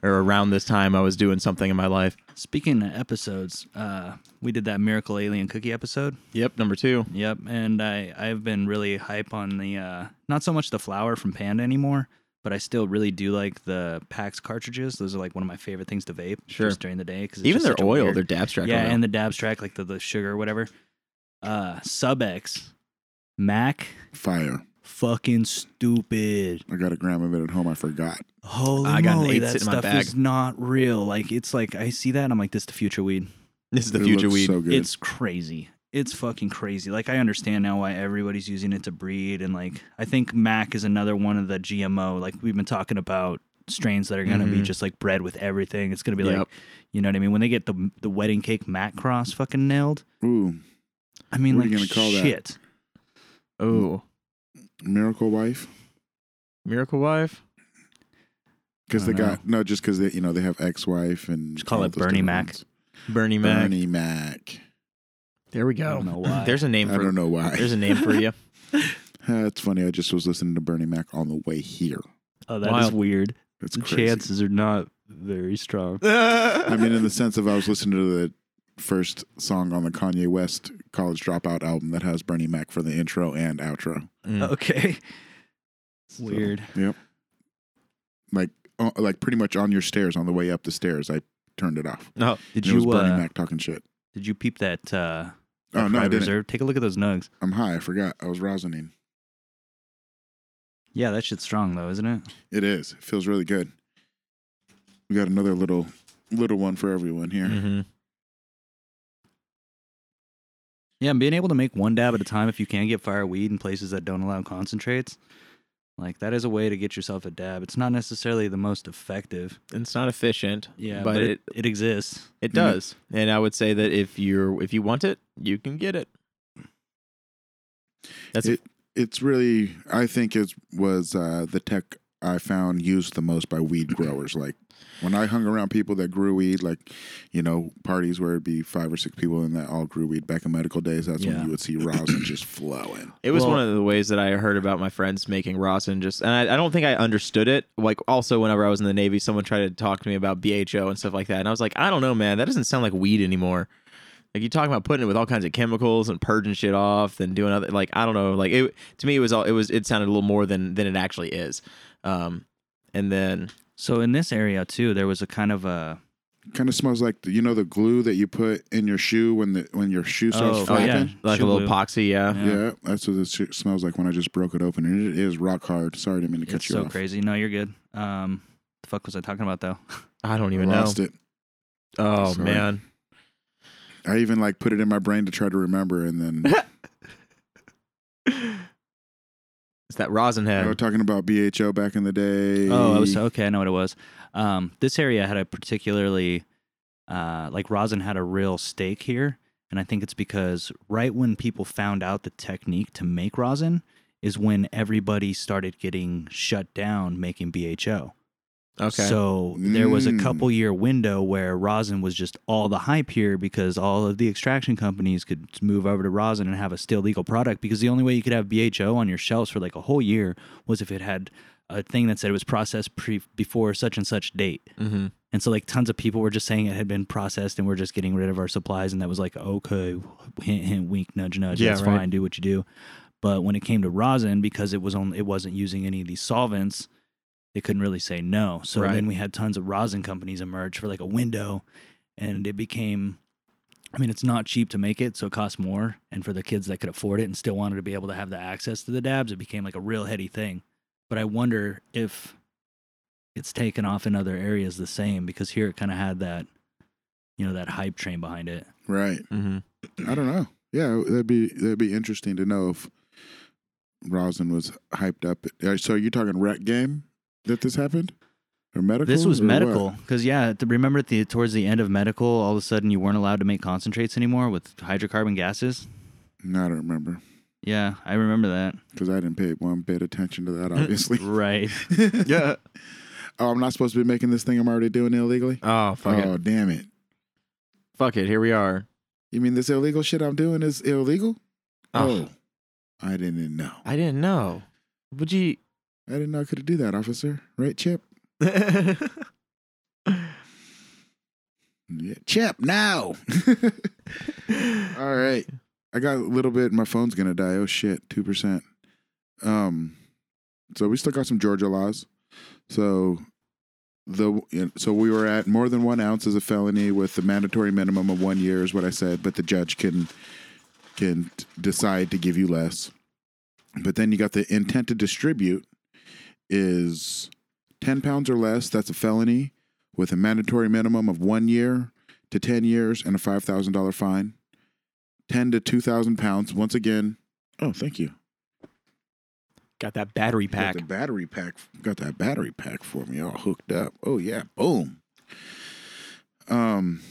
D: or around this time, I was doing something in my life.
C: Speaking of episodes, uh, we did that Miracle Alien Cookie episode.
D: Yep, number two.
C: Yep, and I I've been really hype on the uh, not so much the flower from Panda anymore, but I still really do like the PAX cartridges. Those are like one of my favorite things to vape
D: Sure.
C: just during the day because
D: Even
C: just
D: their
C: such a
D: oil,
C: weird-
D: their dab strap.
C: yeah,
D: oil.
C: and the dabs track like the the sugar or whatever. Uh, Subex, Mac,
A: fire.
C: fucking stupid.
A: I got a gram of it at home. I forgot.
C: Holy
D: I got an
C: moly,
D: eighth
C: that
D: sitting in my
C: stuff is not real. Like it's like I see that and I'm like, this is the future weed.
D: this is the
A: It
D: future
A: looks
D: weed.
A: So good.
C: It's crazy. It's fucking crazy. Like I understand now why everybody's using it to breed and like I think Mac is another one of the GMO. Like we've been talking about strains that are gonna be
A: Mm-hmm.
D: Mhm.
C: just like bred with everything. It's gonna be like
D: Yep.
C: you know what I mean? When they get the the wedding cake Mac cross fucking nailed.
A: Ooh,
C: I mean
A: What are
C: like
A: you gonna call that?
C: shit.
D: Ooh,
A: Miracle Wife.
D: Miracle Wife.
A: Because
C: I
A: they
C: don't
A: got no, just because they you know they have ex-wife and
C: Just call
A: all
C: it
A: those
C: Bernie Mac.
A: different ones.
D: Bernie Mac.
A: Bernie Mac.
D: There we
C: I
D: go.
C: don't know why.
D: There's a name
A: I
D: for
A: don't know why.
D: There's a name for you.
A: Uh, it's funny. I just was listening to Bernie Mac on the way here.
C: Oh, that is
D: Wild.
C: weird.
A: It's
C: The
A: crazy.
C: chances are not very strong.
A: I mean, in the sense of I was listening to the first song on the Kanye West College Dropout album that has Bernie Mac for the intro and outro.
C: oh,
D: Mm.
E: Okay.
C: Weird.
A: Yep. Like, uh, like pretty much on your stairs, on the way up the stairs, I turned it off.
D: No.
C: Did
A: And it was
C: you
A: Bernie
C: uh,
A: Mac talking shit?
C: did you peep that? Uh,
A: Oh no, I
C: Private
A: didn't.
C: Reserve? Take a look at those nugs.
A: I'm high. I forgot. I was rosining.
C: Yeah, that shit's strong though, isn't it?
A: It is. It feels really good. We got another little little one for everyone here.
C: Mm-hmm.
D: hmm
C: Yeah, and being able to make one dab at a time if you can get fire weed in places that don't allow concentrates, like that is a way to get yourself a dab. It's not necessarily the most effective.
D: It's not efficient.
C: Yeah,
D: but, it,
C: it exists.
D: it does. And I would say that if you're if you want it, you can get it. That's
A: It- It's really I think it was uh, the tech I found used the most by weed growers. Like when I hung around people that grew weed, like you know parties where it'd be five or six people and that all grew weed back in medical days. That's
C: Yeah.
A: when you would see rosin just flowing.
D: It was
C: Well-
D: one of the ways that I heard about my friends making rosin. Just and I, I don't think I understood it. Like also, whenever I was in the Navy, someone tried to talk to me about BHO and stuff like that, and I was like, I don't know, man. That doesn't sound like weed anymore. Like you talking about putting it with all kinds of chemicals and purging shit off, then doing other like I don't know. Like it to me, it was all it was. It sounded a little more than than it actually is. Um, and then
C: So in this area too, there was a kind of a
A: Kind of smells like the, you know the glue that you put in your shoe when the when your shoe starts
C: Oh,
D: oh, yeah,
A: flapping.
D: like
C: Shoe
D: a little
C: glue.
D: epoxy, yeah.
A: yeah. that's what it sh- smells like when I just broke it open, and it is rock hard. Sorry, I didn't mean to cut
C: it's
A: you
C: so
A: off.
C: crazy. No, you're good. Um, the fuck was I talking about though?
D: I don't even know.
A: Lost it.
D: Oh
A: Sorry.
D: man,
A: I even like put it in my brain to try to remember, and then
D: it's that rosin
A: I
D: head.
A: was talking about BHO back in the day.
C: Oh, I was okay. I know what it was. Um, this area had a particularly uh, like rosin had a real stake here, and I think it's because right when people found out the technique to make rosin is when everybody started getting shut down making BHO.
D: okay,
C: So there was a
A: Mm.
C: couple year window where rosin was just all the hype here because all of the extraction companies could move over to rosin and have a still legal product because the only way you could have BHO on your shelves for like a whole year was if it had a thing that said it was processed pre- before such and such date.
D: hmm
C: And so like tons of people were just saying it had been processed and we're just getting rid of our supplies and that was like okay, hint hint wink nudge nudge
D: Yeah,
C: that's
D: right.
C: fine do what you do. But when it came to rosin because it was only it wasn't using any of these solvents, they couldn't really say no. So
D: Right.
C: then we had tons of rosin companies emerge for like a window and it became I mean, it's not cheap to make it, so it costs more. And for the kids that could afford it and still wanted to be able to have the access to the dabs, it became like a real heady thing. But I wonder if it's taken off in other areas the same because here it kind of had that, you know, that hype train behind it.
A: right.
D: hmm
A: I don't know. Yeah, that'd be that'd be interesting to know if Rosin was hyped up. Uh, So you're talking rec game that this happened, or medical?
C: This was
A: or what?
C: medical because yeah, th- remember at the towards the end of medical, all of a sudden you weren't allowed to make concentrates anymore with hydrocarbon gases.
A: No, I don't remember
C: Yeah, I remember that.
A: because I didn't pay one bit attention to that. Obviously.
C: Right.
A: yeah. Oh, I'm not supposed to be making this thing. I'm already doing illegally.
D: Oh fuck
A: oh,
D: it,
A: damn it!
D: fuck it. Here we are.
A: You mean this illegal shit I'm doing is illegal?
C: Ah.
D: Oh,
A: I didn't know.
D: I didn't know. Would you?
A: I didn't know I could do that, officer. Right, Chip? Yeah. Chip, now. All right. I got a little bit. My phone's gonna die. Oh shit, two percent. Um, so we still got some Georgia laws. So the so we were at more than one ounce is a felony with the mandatory minimum of one year is what I said, but the judge can can t- decide to give you less. But then you got the intent to distribute is ten pounds or less. That's a felony with a mandatory minimum of one year to ten years and a five thousand dollar fine. 10 to 2,000 pounds. Once again, oh, thank you.
D: Got that battery
A: Got
D: pack.
A: the battery pack. Got that battery pack for me all hooked up. Oh, yeah. Boom. Um,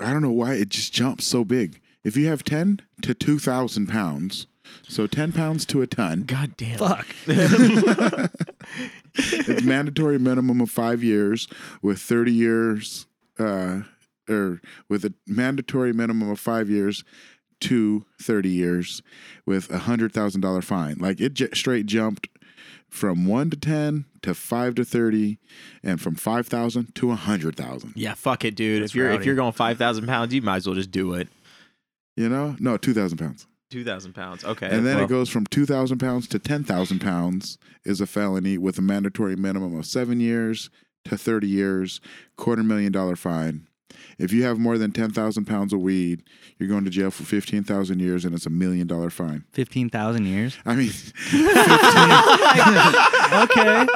A: I don't know why it just jumps so big. If you have 10 to 2,000 pounds, so 10 pounds to a ton,
D: God damn.
E: Fuck.
A: it's mandatory minimum of five years with 30 years, uh, or with a mandatory minimum of five years to 30 years with a $100,000 fine. Like it j- straight jumped from 1 to 10 to 5 to 30 and from 5,000 to 100,000.
D: Yeah, fuck it, dude.
F: That's
D: if you're if
F: rowdy.
D: you're going five thousand pounds, you might as well just do it.
A: You know? No, 2,000 pounds.
D: Two thousand pounds. Okay.
A: and then
D: well,
A: it goes from 2,000 pounds to 10,000 pounds is a felony with a mandatory minimum of seven years to 30 years, quarter million dollar fine. If you have more than 10,000 pounds of weed, you're going to jail for 15,000 years and it's a million dollar fine.
C: Fifteen thousand years.
A: I mean,
E: okay.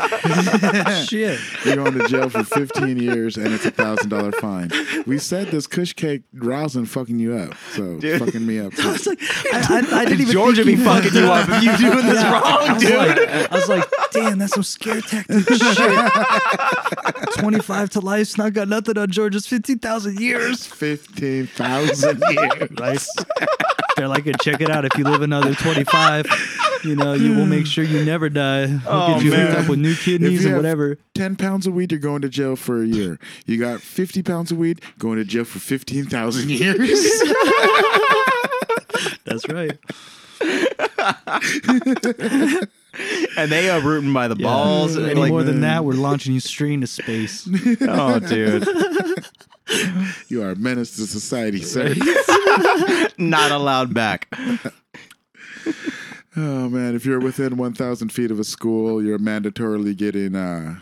E: Shit.
A: you're going to jail for 15 years and it's a thousand dollar fine. We said this cush cake rosin fucking you up. So fucking me up. too.
E: It's like I, I, I didn't even
D: Georgia be
E: think you-
D: fucking you up if you doing this
E: I
D: wrong,
E: was,
D: dude.
E: like, I was like, damn, that's some scare tactic shit. 25 to life's not got nothing on Georgia's 15,000 years.
A: 15,000 years.
E: Right? They're like, "And check it out. If you live another 25, you know, you will make sure you never die. We'll
D: Oh,
E: get you hooked
A: man.
E: up with new
A: If
E: kidneys
A: you
E: and
A: have-
E: whatever.
A: 10 pounds of weed, you're going to jail for a year. You got 50 pounds of weed, going to jail for 15,000 years.
E: That's right.
D: And they are rooting by the balls.
E: Any
D: like,
E: more than that, we're launching you straight into space.
D: oh, dude,
A: you are a menace to society, sir.
D: not allowed back.
A: Oh, man. If you're within 1,000 feet of a school, you're mandatorily getting uh,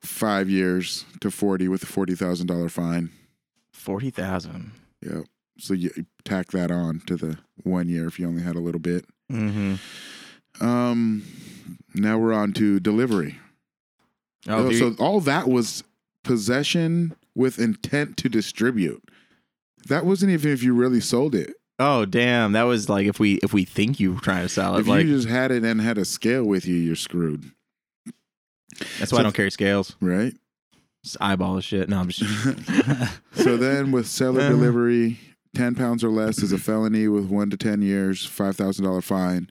A: five years to 40 with a $40,000 fine.
D: Forty thousand.
A: Yep. So you tack that on to the one year if you only had a little bit.
F: Mm-hmm.
A: Um, now we're on to delivery.
D: Oh, dude.
A: so all that was possession with intent to distribute. That wasn't even if you really sold it.
D: oh, damn. That was like if we if we think you were trying to sell it.
A: if
D: Like
A: you just had it and had a scale with you, you're screwed,
D: that's why I don't carry scales.
A: right?
D: Just eyeball the shit. No, I'm just.
A: So then with seller
D: Uh-huh.
A: delivery, 10 pounds or less is a felony with one to 10 years, $5,000 fine.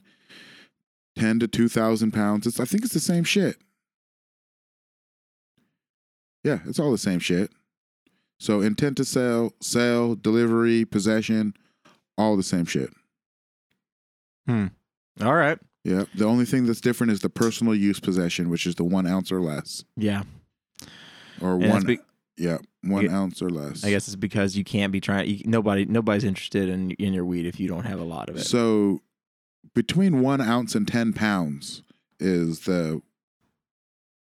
A: 10 to 2,000 pounds. It's, I think it's the same shit. Yeah, it's all the same shit. So intent to sell, sell, delivery, possession, all the same shit.
D: All right.
A: Yeah. The only thing that's different is the personal use possession, which is the one ounce or less,
D: Yeah.
A: or
D: And that's
A: one.
D: be-
A: yeah, one
D: Yeah.
A: ounce or less.
D: I guess it's because you can't be trying. You, nobody nobody's interested in in your weed if you don't have a lot of it.
A: So between one ounce and ten pounds is the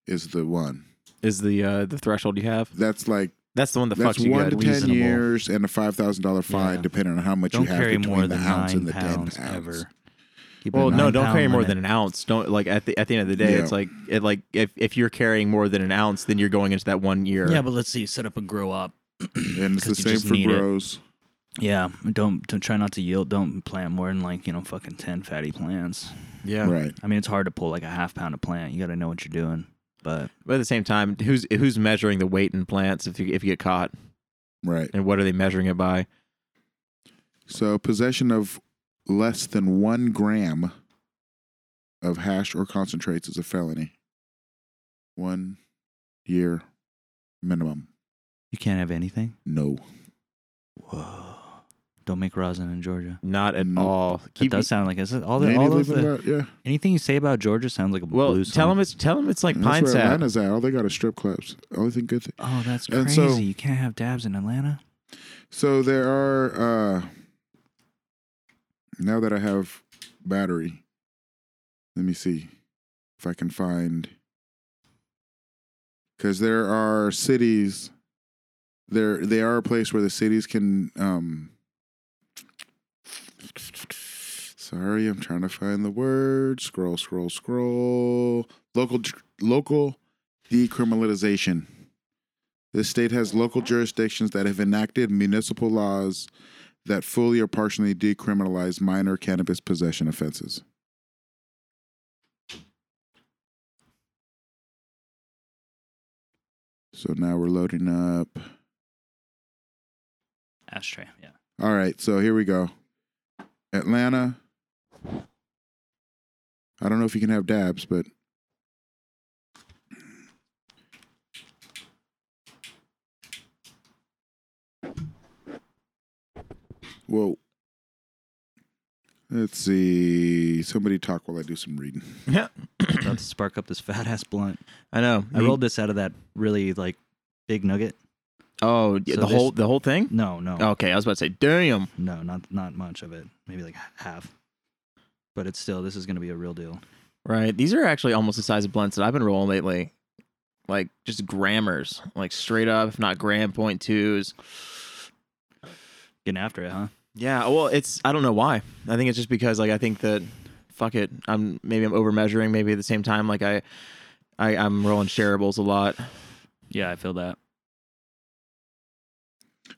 A: is the one.
D: Is the uh, the threshold you have?
A: That's like
D: That's the one that
A: that's
D: fucks you
A: one
D: good.
A: to ten
D: Reasonable.
A: years and a five thousand dollar fine,
D: Yeah.
A: depending on how much
C: Don't
A: you have
C: carry
A: between
C: more
A: the
C: than
A: ounce
C: nine
A: and the
C: pounds
A: ten pounds.
C: ever. Keep a
D: Well, no,
C: nine
D: don't
C: pound
D: carry more
C: limit.
D: than an ounce. Don't like at the at the end of the day,
A: Yeah.
D: it's like it like if if you're carrying more than an ounce, then you're going into that one year.
C: Yeah, but let's see. Set up and grow up.
A: And it's
C: 'Cause
A: the
C: you
A: same
C: just
A: for
C: need it.
A: grows.
C: Yeah, don't, don't try not to yield. Don't plant more than like you know fucking ten fatty plants.
D: yeah.
A: Right.
C: I mean, it's hard to pull like a half pound of plant. You got to know what you're doing. But
D: But at the same time, who's who's measuring the weight in plants if you if you get caught,
A: Right.
D: and what are they measuring it by?
A: So possession of less than one gram of hash or concentrates is a felony. One year minimum.
C: you can't have anything.
A: No.
C: Whoa! Don't make rosin in Georgia.
D: Not at
A: Nope.
D: all.
C: That does sound like it's all the,
A: Native
C: all of
A: living
C: the,
A: lot, yeah.
C: anything you say about Georgia sounds like a
D: well.
C: blues
D: Tell
C: song.
D: them it's tell them it's like
A: And
D: pine
A: that's where
D: sap.
A: Atlanta's at. All they got is strip clubs. Only thing good. Thing.
C: Oh, that's
A: And
C: crazy!
A: so-
C: you can't have dabs in Atlanta.
A: So there are. uh Now that I have battery, let me see if I can find. Because there are cities, there they are a place where the cities can. um Sorry, I'm trying to find the word. Scroll, scroll, scroll. Local, dr- local decriminalization. The state has local jurisdictions that have enacted municipal laws that fully or partially decriminalize minor cannabis possession offenses. So now we're loading up.
C: Ashtray, yeah.
A: All right, so here we go. Atlanta. I don't know if you can have dabs, but Whoa. Let's see. Somebody talk while I do some reading.
D: Yeah,
C: About to spark up this fat ass blunt.
D: I know.
C: I rolled this out of that really like big nugget.
D: Oh, yeah,
C: So
D: the
C: this-
D: whole the whole thing.
C: No, no,
D: Okay, I was about to say, damn.
C: no, not not much of it. Maybe like h- half. But it's still this is gonna be a real deal.
D: Right, these are actually almost the size of blunts that I've been rolling lately. Like just grammars, like straight up, if not gram point twos.
C: Getting after it, huh?
D: Yeah, well, it's I don't know why. I think it's just because like I think that fuck it, I'm maybe I'm over measuring. Maybe at the same time, like I, I I'm rolling shareables a lot.
C: Yeah, I feel that.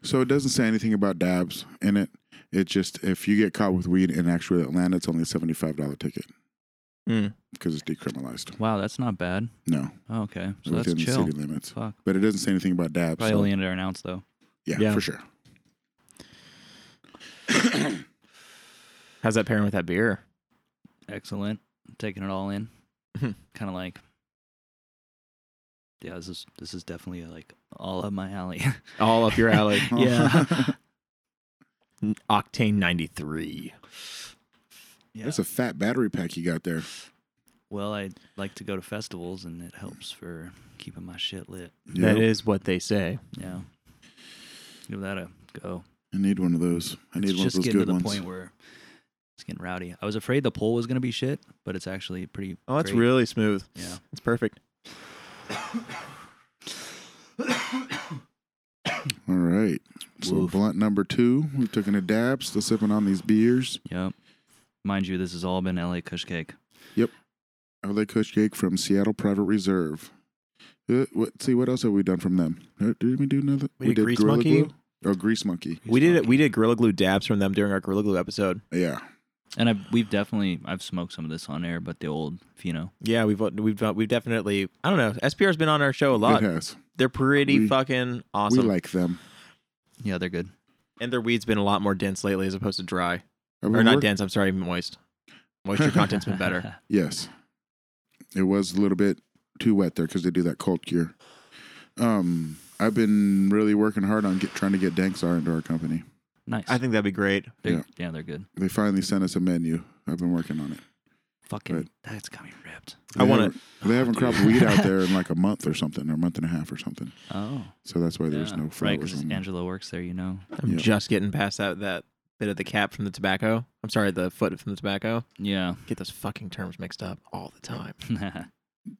A: So it doesn't say anything about dabs in it. It just if you get caught with weed in actual Atlanta, it's only a seventy five dollar ticket
D: Hmm.
A: because it's decriminalized.
C: Wow, that's not bad.
A: No,
C: Oh, okay, so
A: within
C: that's
A: the
C: chill.
A: city limits.
C: Fuck.
A: But it doesn't say anything about dabs.
C: Probably
A: so-
C: only under an ounce though.
A: yeah,
D: yeah.
A: for sure.
D: How's that pairing with that beer?
C: Excellent. Taking it all in. kind of like. Yeah, this is this is definitely like all up my alley.
D: All up your alley.
A: Oh.
C: yeah.
D: Octane ninety three.
C: yeah.
A: That's a fat battery pack you got there.
C: well, I like to go to festivals, and it helps for keeping my shit lit.
A: Yeah,
D: That is what they say.
C: Yeah. Give that a go.
A: I need one of those. I need
C: it's
A: one of
C: just
A: those
C: getting to
A: good
C: the
A: ones.
C: point where it's getting rowdy. I was afraid the poll was gonna be shit, but it's actually pretty.
D: Oh, that's
C: great.
D: really smooth.
C: Yeah.
D: It's perfect.
A: All right. So
C: Woof.
A: blunt number two. We've taken a dab. Still sipping on these beers.
C: Yep. Mind you, this has all been LA Kush Cake.
A: LA Kush Cake from Seattle Private Reserve. Uh, what, see what else have we done from them? Uh, Did we do another?
D: We did Grease
A: Gorilla
D: Monkey.
A: Glue? Oh, Grease Monkey.
D: We did it. We did Gorilla Glue dabs from them during our Gorilla Glue episode.
A: Yeah.
C: And I've, we've definitely I've smoked some of this on air, but the old Fino.
D: Yeah, we've we've we've definitely. I don't know. SPR's been on our show a lot.
A: It has.
D: They're pretty
A: We-
D: fucking awesome.
A: We like them.
C: Yeah, they're good.
D: and their weed's been a lot more dense lately as opposed to dry.
A: I've been
D: or not
A: work-
D: dense. I'm sorry, moist. Moisture content's been better.
A: Yes. It was a little bit too wet there because they do that cold cure. Um, I've been really working hard on get, trying to get Danksar into our company.
C: nice.
D: I think that'd be great.
C: They're,
A: yeah.
C: yeah. they're good.
A: They finally sent us a menu. I've been working on it.
C: Fucking,
A: Right.
C: that's got me ripped.
D: I want
A: to. They haven't cropped weed out there in like a month or something, or a month and a half or something.
C: Oh,
A: So that's why there's
C: yeah.
A: no
C: right.
A: flowers.
C: Because
A: on there.
C: Angela works there, you know.
D: I'm
A: Yeah.
D: just getting past that that bit of the cap from the tobacco. I'm sorry, the foot from the tobacco.
C: Yeah.
D: Get those fucking terms mixed up all the time.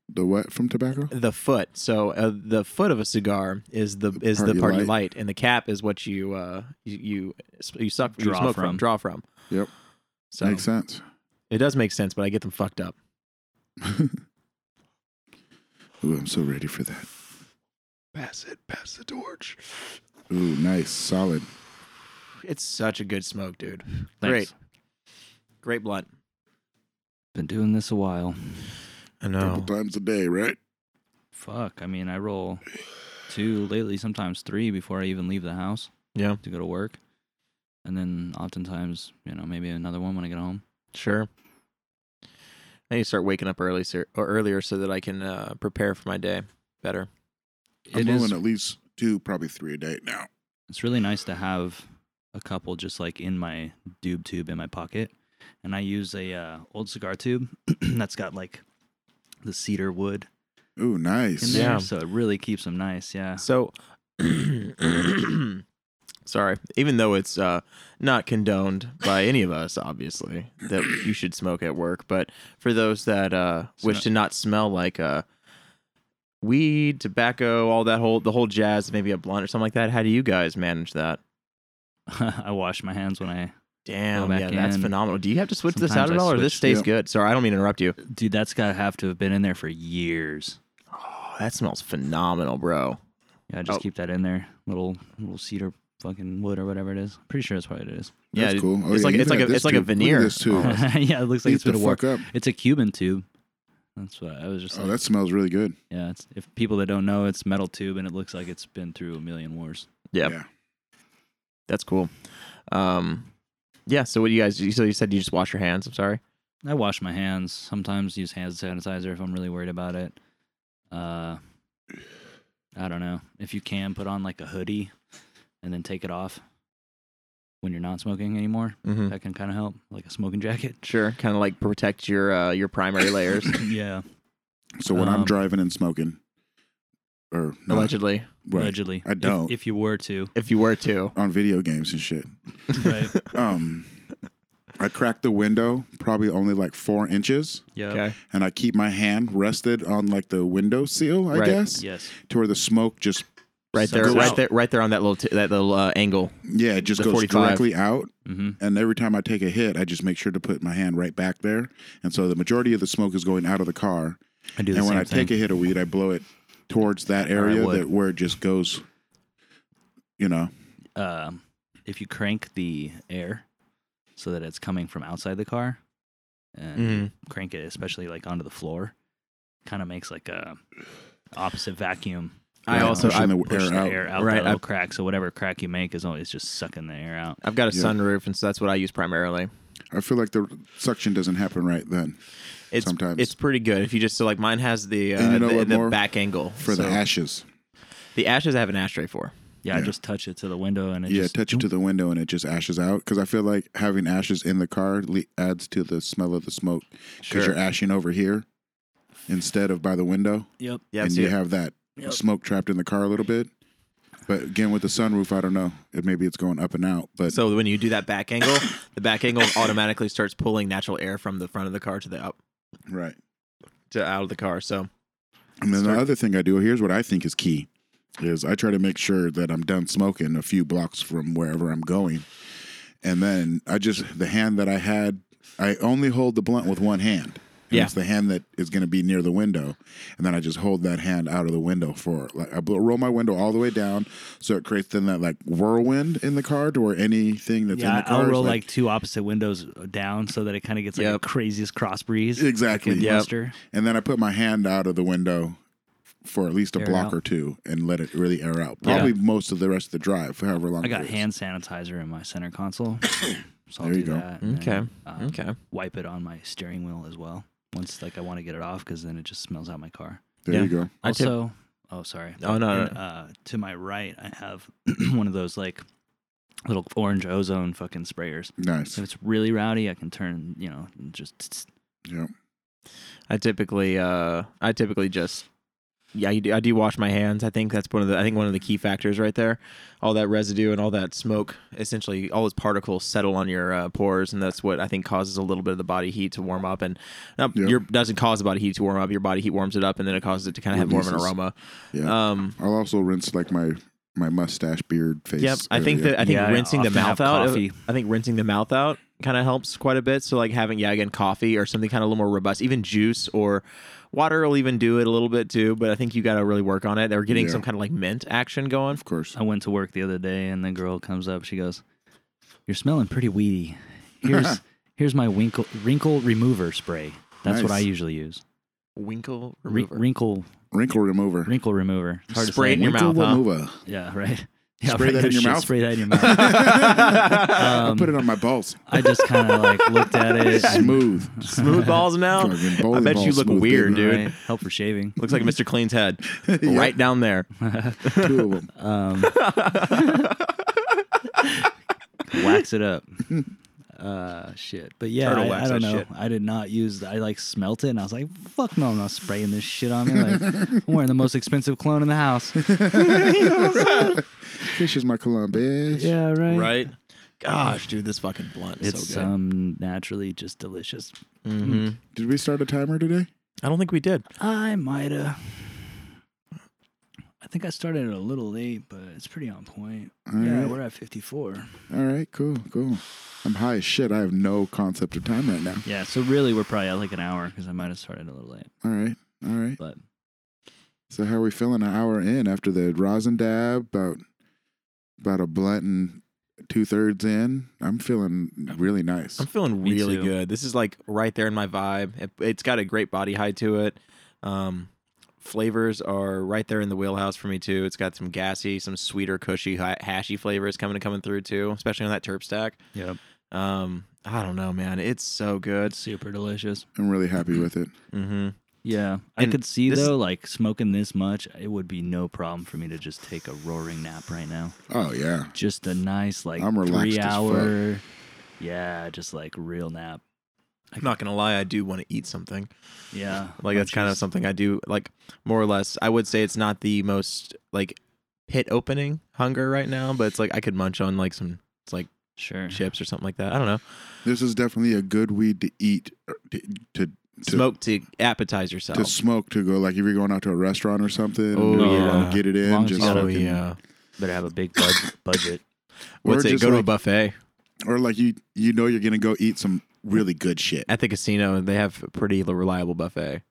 A: the what from tobacco?
D: The foot. So uh, the foot of a cigar is the is
A: part
D: the
A: you
D: part you
A: light.
D: light, and the cap is what you uh you you, you suck you
C: Draw
D: smoke
C: from.
D: draw from.
A: Yep.
D: So
A: Makes sense.
D: it does make sense, but I get them fucked up.
A: Ooh, I'm so ready for that.
D: Pass it, pass the torch.
A: Ooh, nice, solid.
D: It's such a good smoke, dude.
C: Thanks.
D: Great, great blunt.
C: Been doing this a while.
D: I
A: Couple times a day, right?
C: Fuck. I mean, I roll two lately, sometimes three before I even leave the house
D: Yeah,
C: to go to work, and then oftentimes, you know, maybe another one when I get home.
D: sure. I need to start waking up early, sir, or earlier, so that I can uh, prepare for my day better.
A: I'm
C: It is-
A: rolling at least two, probably three a day now.
C: it's really nice to have a couple just like in my dube tube in my pocket and i use a uh, old cigar tube that's got like the cedar wood
A: Ooh,
C: in
A: nice.
C: there
D: Yeah.
C: so it really keeps them nice yeah
D: So, sorry. Even though it's uh, not condoned by any of us, obviously, that you should smoke at work, but for those that uh,
C: So
D: wish
C: not-
D: to not smell like uh, weed, tobacco, all that whole the whole jazz, maybe a blunt or something like that, how do you guys manage that?
C: i wash my hands when i
D: Damn,
C: back
D: yeah, that's
C: in.
D: phenomenal. Do you have to switch this out
C: Sometimes
D: at
C: I
D: all, or this
C: switch.
D: stays
A: Yep.
D: good? Sorry, I don't mean to interrupt you.
C: dude that's gotta have to have been in there for years
D: Oh, that smells phenomenal, bro.
C: yeah I just
D: Oh.
C: keep that in there little little cedar fucking wood or whatever it is pretty sure that's what it is
D: Yeah,
A: That's
D: it-
A: cool. Oh,
D: it's
A: yeah,
D: like
A: you've
D: it's like
A: had
D: a
A: this
D: it's like a
A: too. Look at
D: veneer.
A: this too.
D: almost.
C: yeah it looks like
A: Beat
C: it's been
A: Oh, the
C: a war
A: fuck up.
C: it's a cuban tube that's what i was just
A: Oh,
C: like,
A: that smells really good.
C: yeah it's, if people that don't know it's metal tube and it looks like it's been through a million wars
D: Yep.
A: Yeah.
D: That's cool. Um, yeah. So what do you guys? So you said you just wash your hands. I'm sorry.
C: I wash my hands. Sometimes use hand sanitizer if I'm really worried about it. Uh, I don't know. If you can, put on like a hoodie and then take it off. when you're not smoking anymore.
A: Hmm.
D: Mhm.
C: That can kind of help, like a smoking jacket.
D: Sure, kind of like protect your uh, your primary layers.
C: yeah,
A: So when I'm
C: Um,
A: driving and smoking, or not,
D: allegedly,
A: right,
C: allegedly.
A: I
C: If-
A: don't.
C: If, you were to,
D: if you were to.
A: on video games and shit.
C: right?
A: Um, I crack the window probably only like four inches,
C: Yeah.
D: Okay.
A: and I keep my hand rested on like the window seal, I
D: Right.
A: guess,
C: Yes.
A: to where the smoke just
D: Right there,
A: Goes
D: right
A: out.
D: there, right there on that little t- that little uh, angle.
A: yeah, it just
D: The
A: goes
D: 45.
A: directly out.
C: hmm
A: And every time I take a hit, I just make sure to put my hand right back there, and so the majority of the smoke is going out of the car.
C: I do the
A: and
C: same
A: when I
C: thing.
A: take a hit of weed, I blow it towards that
C: Or I
A: area
C: would.
A: that where it just goes. You know,
C: um, if you crank the air so that it's coming from outside the car and
A: Mm-hmm.
D: Mhm.
C: crank it especially like onto the floor kind of makes like a opposite vacuum
D: I
A: Yeah,
D: also
A: pushing
D: I,
A: the
C: push
A: air
C: the
A: out.
C: air out
D: Right,
C: that
D: I-
C: little crack so whatever crack you make is always just sucking the air out
D: I've got a
A: Yeah.
D: sunroof, and so that's what I use primarily.
A: I feel like the suction doesn't happen right then.
D: It's
A: Sometimes.
D: it's pretty good if you just so like mine has the
A: And
D: uh,
A: you know
D: the,
A: what
D: the
A: more?
D: back angle
A: For the
D: so-
A: ashes,
D: The ashes I have an ashtray for.
C: yeah, I
A: Yeah.
C: just touch it to the window and it
A: yeah,
C: just
A: touch it to the window and it just ashes out. Because I feel like having ashes in the car le- adds to the smell of the smoke. Because you're ashing over here instead of by the window,
C: yep
D: Yeah,
A: and
D: see,
A: you have that
C: Yep.
A: smoke trapped in the car a little bit. But again, with the sunroof, I don't know. It maybe it's going up and out, but
D: So when you do that back angle, the back angle automatically starts pulling natural air from the front of the car to the up
A: right.
D: to out of the car. So
A: And then
D: Start-
A: the other thing I do here's what I think is key is I try to make sure that I'm done smoking a few blocks from wherever I'm going. And then I just the hand that I had I only hold the blunt with one hand. And
D: Yeah.
A: it's the hand that is going to be near the window. And then I just hold that hand out of the window for like I bl- roll my window all the way down so it creates then that like whirlwind in the car to where anything that's in
C: yeah
A: the car
C: i'll
A: is,
C: roll like, two opposite windows down so that it kind of gets like
D: Yep.
C: the craziest cross breeze
A: Exactly.
C: like a
A: Yep.
C: cluster.
A: and then I put my hand out of the window for at least a
C: Air
A: block
C: out.
A: or two and let it really air out.
C: Yeah.
A: Probably most of the rest of the drive, however long.
C: i got
A: it is.
C: hand sanitizer in my center console so i'll
A: There you
C: do
A: go.
C: that and then, um,
D: okay,
C: wipe it on my steering wheel as well. Once like I want to get it off because then it just smells out my car.
A: There
D: Yeah.
A: you go.
D: I tip-
C: Also, oh sorry.
D: Oh, no,
C: And, uh, to my right, I have one of those like little orange ozone fucking sprayers.
A: Nice.
C: If it's really rowdy, I can turn. You know, and just tss-
A: Yeah.
D: I typically uh I typically just yeah I do, I do wash my hands. I think that's one of the I think one of the key factors right there. All that residue and all that smoke, essentially all those particles settle on your uh, pores, and that's what I think causes a little bit of the body heat to warm up. And not,
A: Yeah.
D: your doesn't cause the body heat to warm up. Your body heat warms it up, and then it causes it to kind of have more of an
A: Releases.
D: aroma.
A: Yeah.
D: Um,
A: I'll also rinse like my my mustache, beard, face.
D: Yep, I think
A: area.
D: that I think
C: Yeah, I
D: rinsing the
C: often
D: mouth
C: have
D: out.
C: coffee.
D: I think rinsing the mouth out kind of helps quite a bit. So like having yeah again coffee or something kind of a little more robust, even juice or water will even do it a little bit too. But I think you got to really work on it. They're getting
A: Yeah.
D: some kind of like mint action going.
A: of course.
C: I went to work the other day and the girl comes up. She goes, "You're smelling pretty weedy. Here's here's my winkle, wrinkle remover spray. That's what I
A: Nice.
C: usually use.
D: Winkle
C: Wri-
D: remover.
C: wrinkle
A: Wrinkle remover.
C: wrinkle remover. It's hard to
D: Spray
C: say.
D: it in your
A: Wrinkle
D: mouth, huh?
A: remover.
C: Yeah, right. Yeah,
A: Spray
C: right,
A: that in
C: no
A: your
C: shit,
A: mouth?
C: Spray that in your mouth. Um,
A: I put it on my balls.
C: I just kind of like looked at it.
A: Smooth.
D: Smooth balls now.
A: Fucking bowling
D: I bet
A: ball
D: you look
A: smooth,
D: weird,
A: baby.
D: dude.
C: Right? Help for shaving.
D: Looks like Mr. Clean's head, right down there.
A: Two of them.
C: Um, wax it up. Uh, shit. But yeah,
D: Turtle
C: I,
D: wax
C: I don't
D: that
C: know.
D: shit.
C: I did not use. I like smelt it, and I was like, "Fuck no, I'm not spraying this shit on me." Like, I'm wearing the most expensive cologne in the house.
A: This is my cologne, bitch.
C: yeah, right.
D: Right. Gosh, dude, this fucking blunt is
C: It's mm.
D: so good.
C: um naturally just delicious.
D: hmm
A: Did we start a timer today?
D: I don't think we did.
C: I might have. I think I started a little late, but it's pretty on point.
A: All
C: yeah,
A: right.
C: we're at 54.
A: All right. Cool. Cool. I'm high as shit. I have no concept of time right now.
C: Yeah, so really, we're probably at like an hour because I might have started a little late.
A: All right. All right.
C: But
A: So how are we feeling an hour in after the rosin dab? About about a blunt and two thirds in. I'm feeling really nice.
D: I'm feeling
C: Me
D: really
C: too.
D: good. This is like right there in my vibe. It, it's got a great body high to it. Um, flavors are right there in the wheelhouse for me too. It's got some gassy, some sweeter, cushy, ha- hashy flavors coming coming through too, especially on that terp stack.
C: yeah,
D: Um, I don't know, man. It's so good.
C: super delicious.
A: I'm really happy with it.
D: Mm-hmm.
C: Yeah, I
D: And
C: could see
D: this-
C: though, like smoking this much, it would be no problem for me to just take a roaring nap right now.
A: Oh yeah.
C: Just a nice like
A: I'm relaxed
C: three
A: as fuck.
C: hour. Yeah, just like real nap.
D: I'm not gonna lie, I do want to eat something.
C: Yeah,
D: Like that's kind of something I do like more or less. I would say it's not the most like pit opening hunger right now, but it's like I could munch on like some it's like
C: sure.
D: chips or something like that. I don't know.
A: This is definitely a good weed to eat or to to, to
D: Smoke to appetize yourself.
A: to smoke to go like if you're going out to a restaurant or something.
D: Oh,
A: you
C: yeah.
A: wanna get it in.
C: Long as you
A: just
C: gotta-
D: oh
A: fucking-
D: yeah.
C: Better have a big bud- budget.
A: Or
D: What's it?
A: just
D: Go to a
A: like-
D: buffet
A: or like you you know you're gonna go eat some really good shit.
D: at the casino. They have a pretty reliable buffet.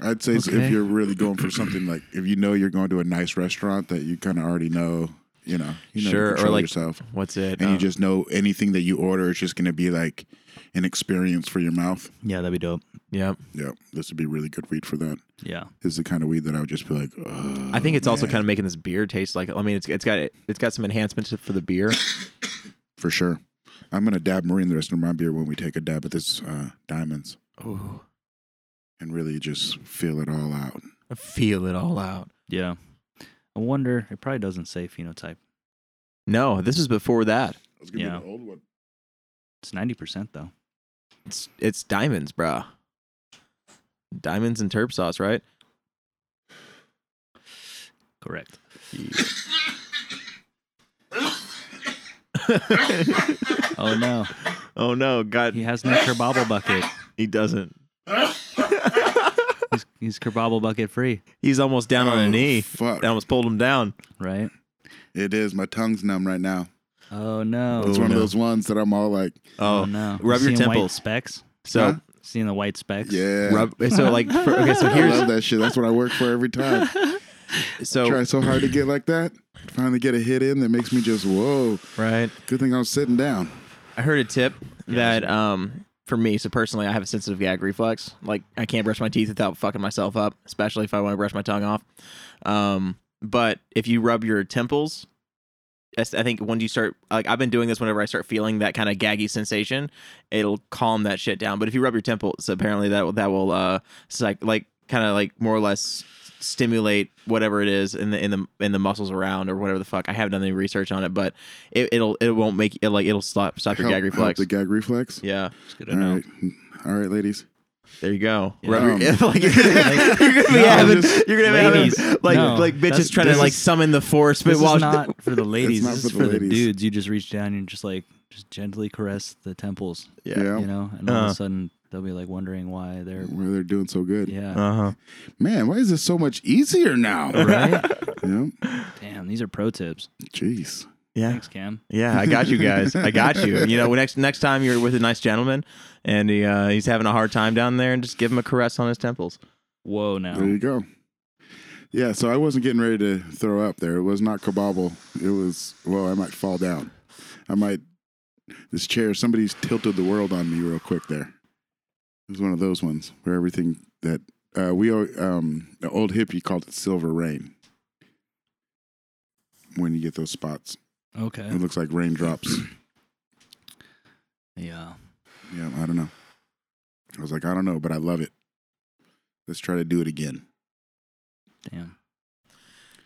A: I'd say so if
D: Okay.
A: you're really going for something like if you know you're going to a nice restaurant that you kind of already know, you know, you know, to
D: Sure, or
A: control
D: like-
A: yourself,
D: What's it?
A: and you
D: Um,
A: just know anything that you order is just gonna be like an experience for your mouth.
C: Yeah, that'd be dope.
D: yeah.
A: Yeah, this would be really good weed for that.
C: Yeah,
A: This is the kind of weed that I would just be like. Oh,
D: I think it's also kind of making this beer taste like. I mean, it's it's got it's got some enhancements for the beer.
A: for sure. I'm gonna dab marine the rest of my beer when we take a dab at this uh, diamonds
D: Oh,
A: and really just feel it all out.
D: I feel it all out.
C: yeah. I wonder. It probably doesn't say phenotype.
D: No, this is before that.
A: That's
C: gonna be Yeah.
A: the old one.
C: It's ninety percent though.
D: It's it's diamonds, bruh. Diamonds and terp sauce, right?
C: Correct. Oh no,
D: oh no, God,
C: he has no kerbobble bucket.
D: he doesn't.
C: He's, he's kerbobble bucket free,
D: He's almost down
C: Oh,
D: on a knee.
A: Oh, Fuck.
D: I almost pulled him down.
C: right?
A: It is. My tongue's numb right now.
C: Oh no.
A: It's
D: Oh,
A: one of
D: no.
A: those ones that I'm all like,
C: Oh, no.
D: rub
C: You
D: your
C: seeing white
D: temples.
C: specks.
D: So
A: Huh?
C: Seeing the white specks.
A: yeah.
D: rub. So like, for, okay. So
A: I love
D: here's
A: that shit. That's what I work for every time. Try
D: so
A: so hard to get like that. Finally get a hit in that makes me just whoa.
D: right.
A: Good thing I was sitting down.
D: I heard a tip that um for me, so personally, I have a sensitive gag reflex. Like I can't brush my teeth without fucking myself up, especially if I want to brush my tongue off. Um, but if you rub your temples, that's- I think when you start, like I've been doing this whenever I start feeling that kind of gaggy sensation, it'll calm that shit down. But if you rub your temples, apparently that will- that will uh psych, like kind of like more or less stimulate whatever it is in the in the in the muscles around or whatever the fuck. I haven't done any research on it, but it, it'll it won't make it like it'll stop stop your
A: Help-
D: gag
A: help
D: reflex.
A: The gag reflex.
D: Yeah,
C: It's good to
A: All
C: know.
A: right. All right, ladies.
D: there you go.
C: Yeah.
D: Rub your-
A: Um,
D: like, you're gonna, you're gonna be
A: No,
D: having,
A: just-
D: you're gonna be having,
C: Ladies,
D: like
C: no.
D: like
C: That's-
D: bitches trying to
C: this
D: like
C: is-
D: summon the force, but
C: This
D: while
C: is not for the ladies.
A: not
C: this
A: for
C: is
A: the
C: for the
A: ladies.
C: dudes. You just reach down and just like just gently caress the temples,
A: Yeah.
C: you know, and all of
A: Uh-huh.
D: Uh.
C: a sudden they'll be like wondering why they're
A: Where they're doing so good.
C: yeah.
D: uh huh.
A: Man, why is this so much easier now?
C: Right?
A: yeah.
C: Damn, these are pro tips.
A: Jeez.
D: Yeah.
C: Thanks, Cam.
D: Yeah, I got you guys. I got you. You know, next next time you're with a nice gentleman and he, uh, he's having a hard time down there, and just give him a caress on his temples.
C: Whoa
A: There
C: now.
A: you go. Yeah, so I wasn't getting ready to throw up there. It was not kabobble. It was well, I might fall down. I might this chair, somebody's tilted the world on me real quick there. It was one of those ones where everything that uh we al- um the old hippie called it silver rain. When you get those spots.
C: Okay.
A: It looks like raindrops.
C: Yeah.
A: yeah, I don't know. I was like, I don't know, but I love it. Let's try to do it again.
C: Damn.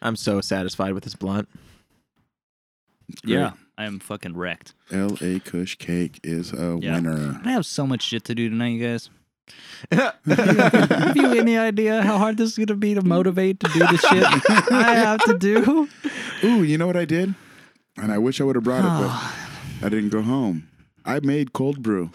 D: I'm so satisfied with this blunt.
A: It's great.
C: Yeah. I am fucking wrecked.
A: L.A. Kush Cake is a
C: Yeah.
A: winner.
C: I have so much shit to do tonight, you guys. Have you any idea how hard this is gonna be to motivate to do the shit I have to do?
A: Ooh, you know what I did? And I wish I would have brought it, but I didn't go home. I made cold brew.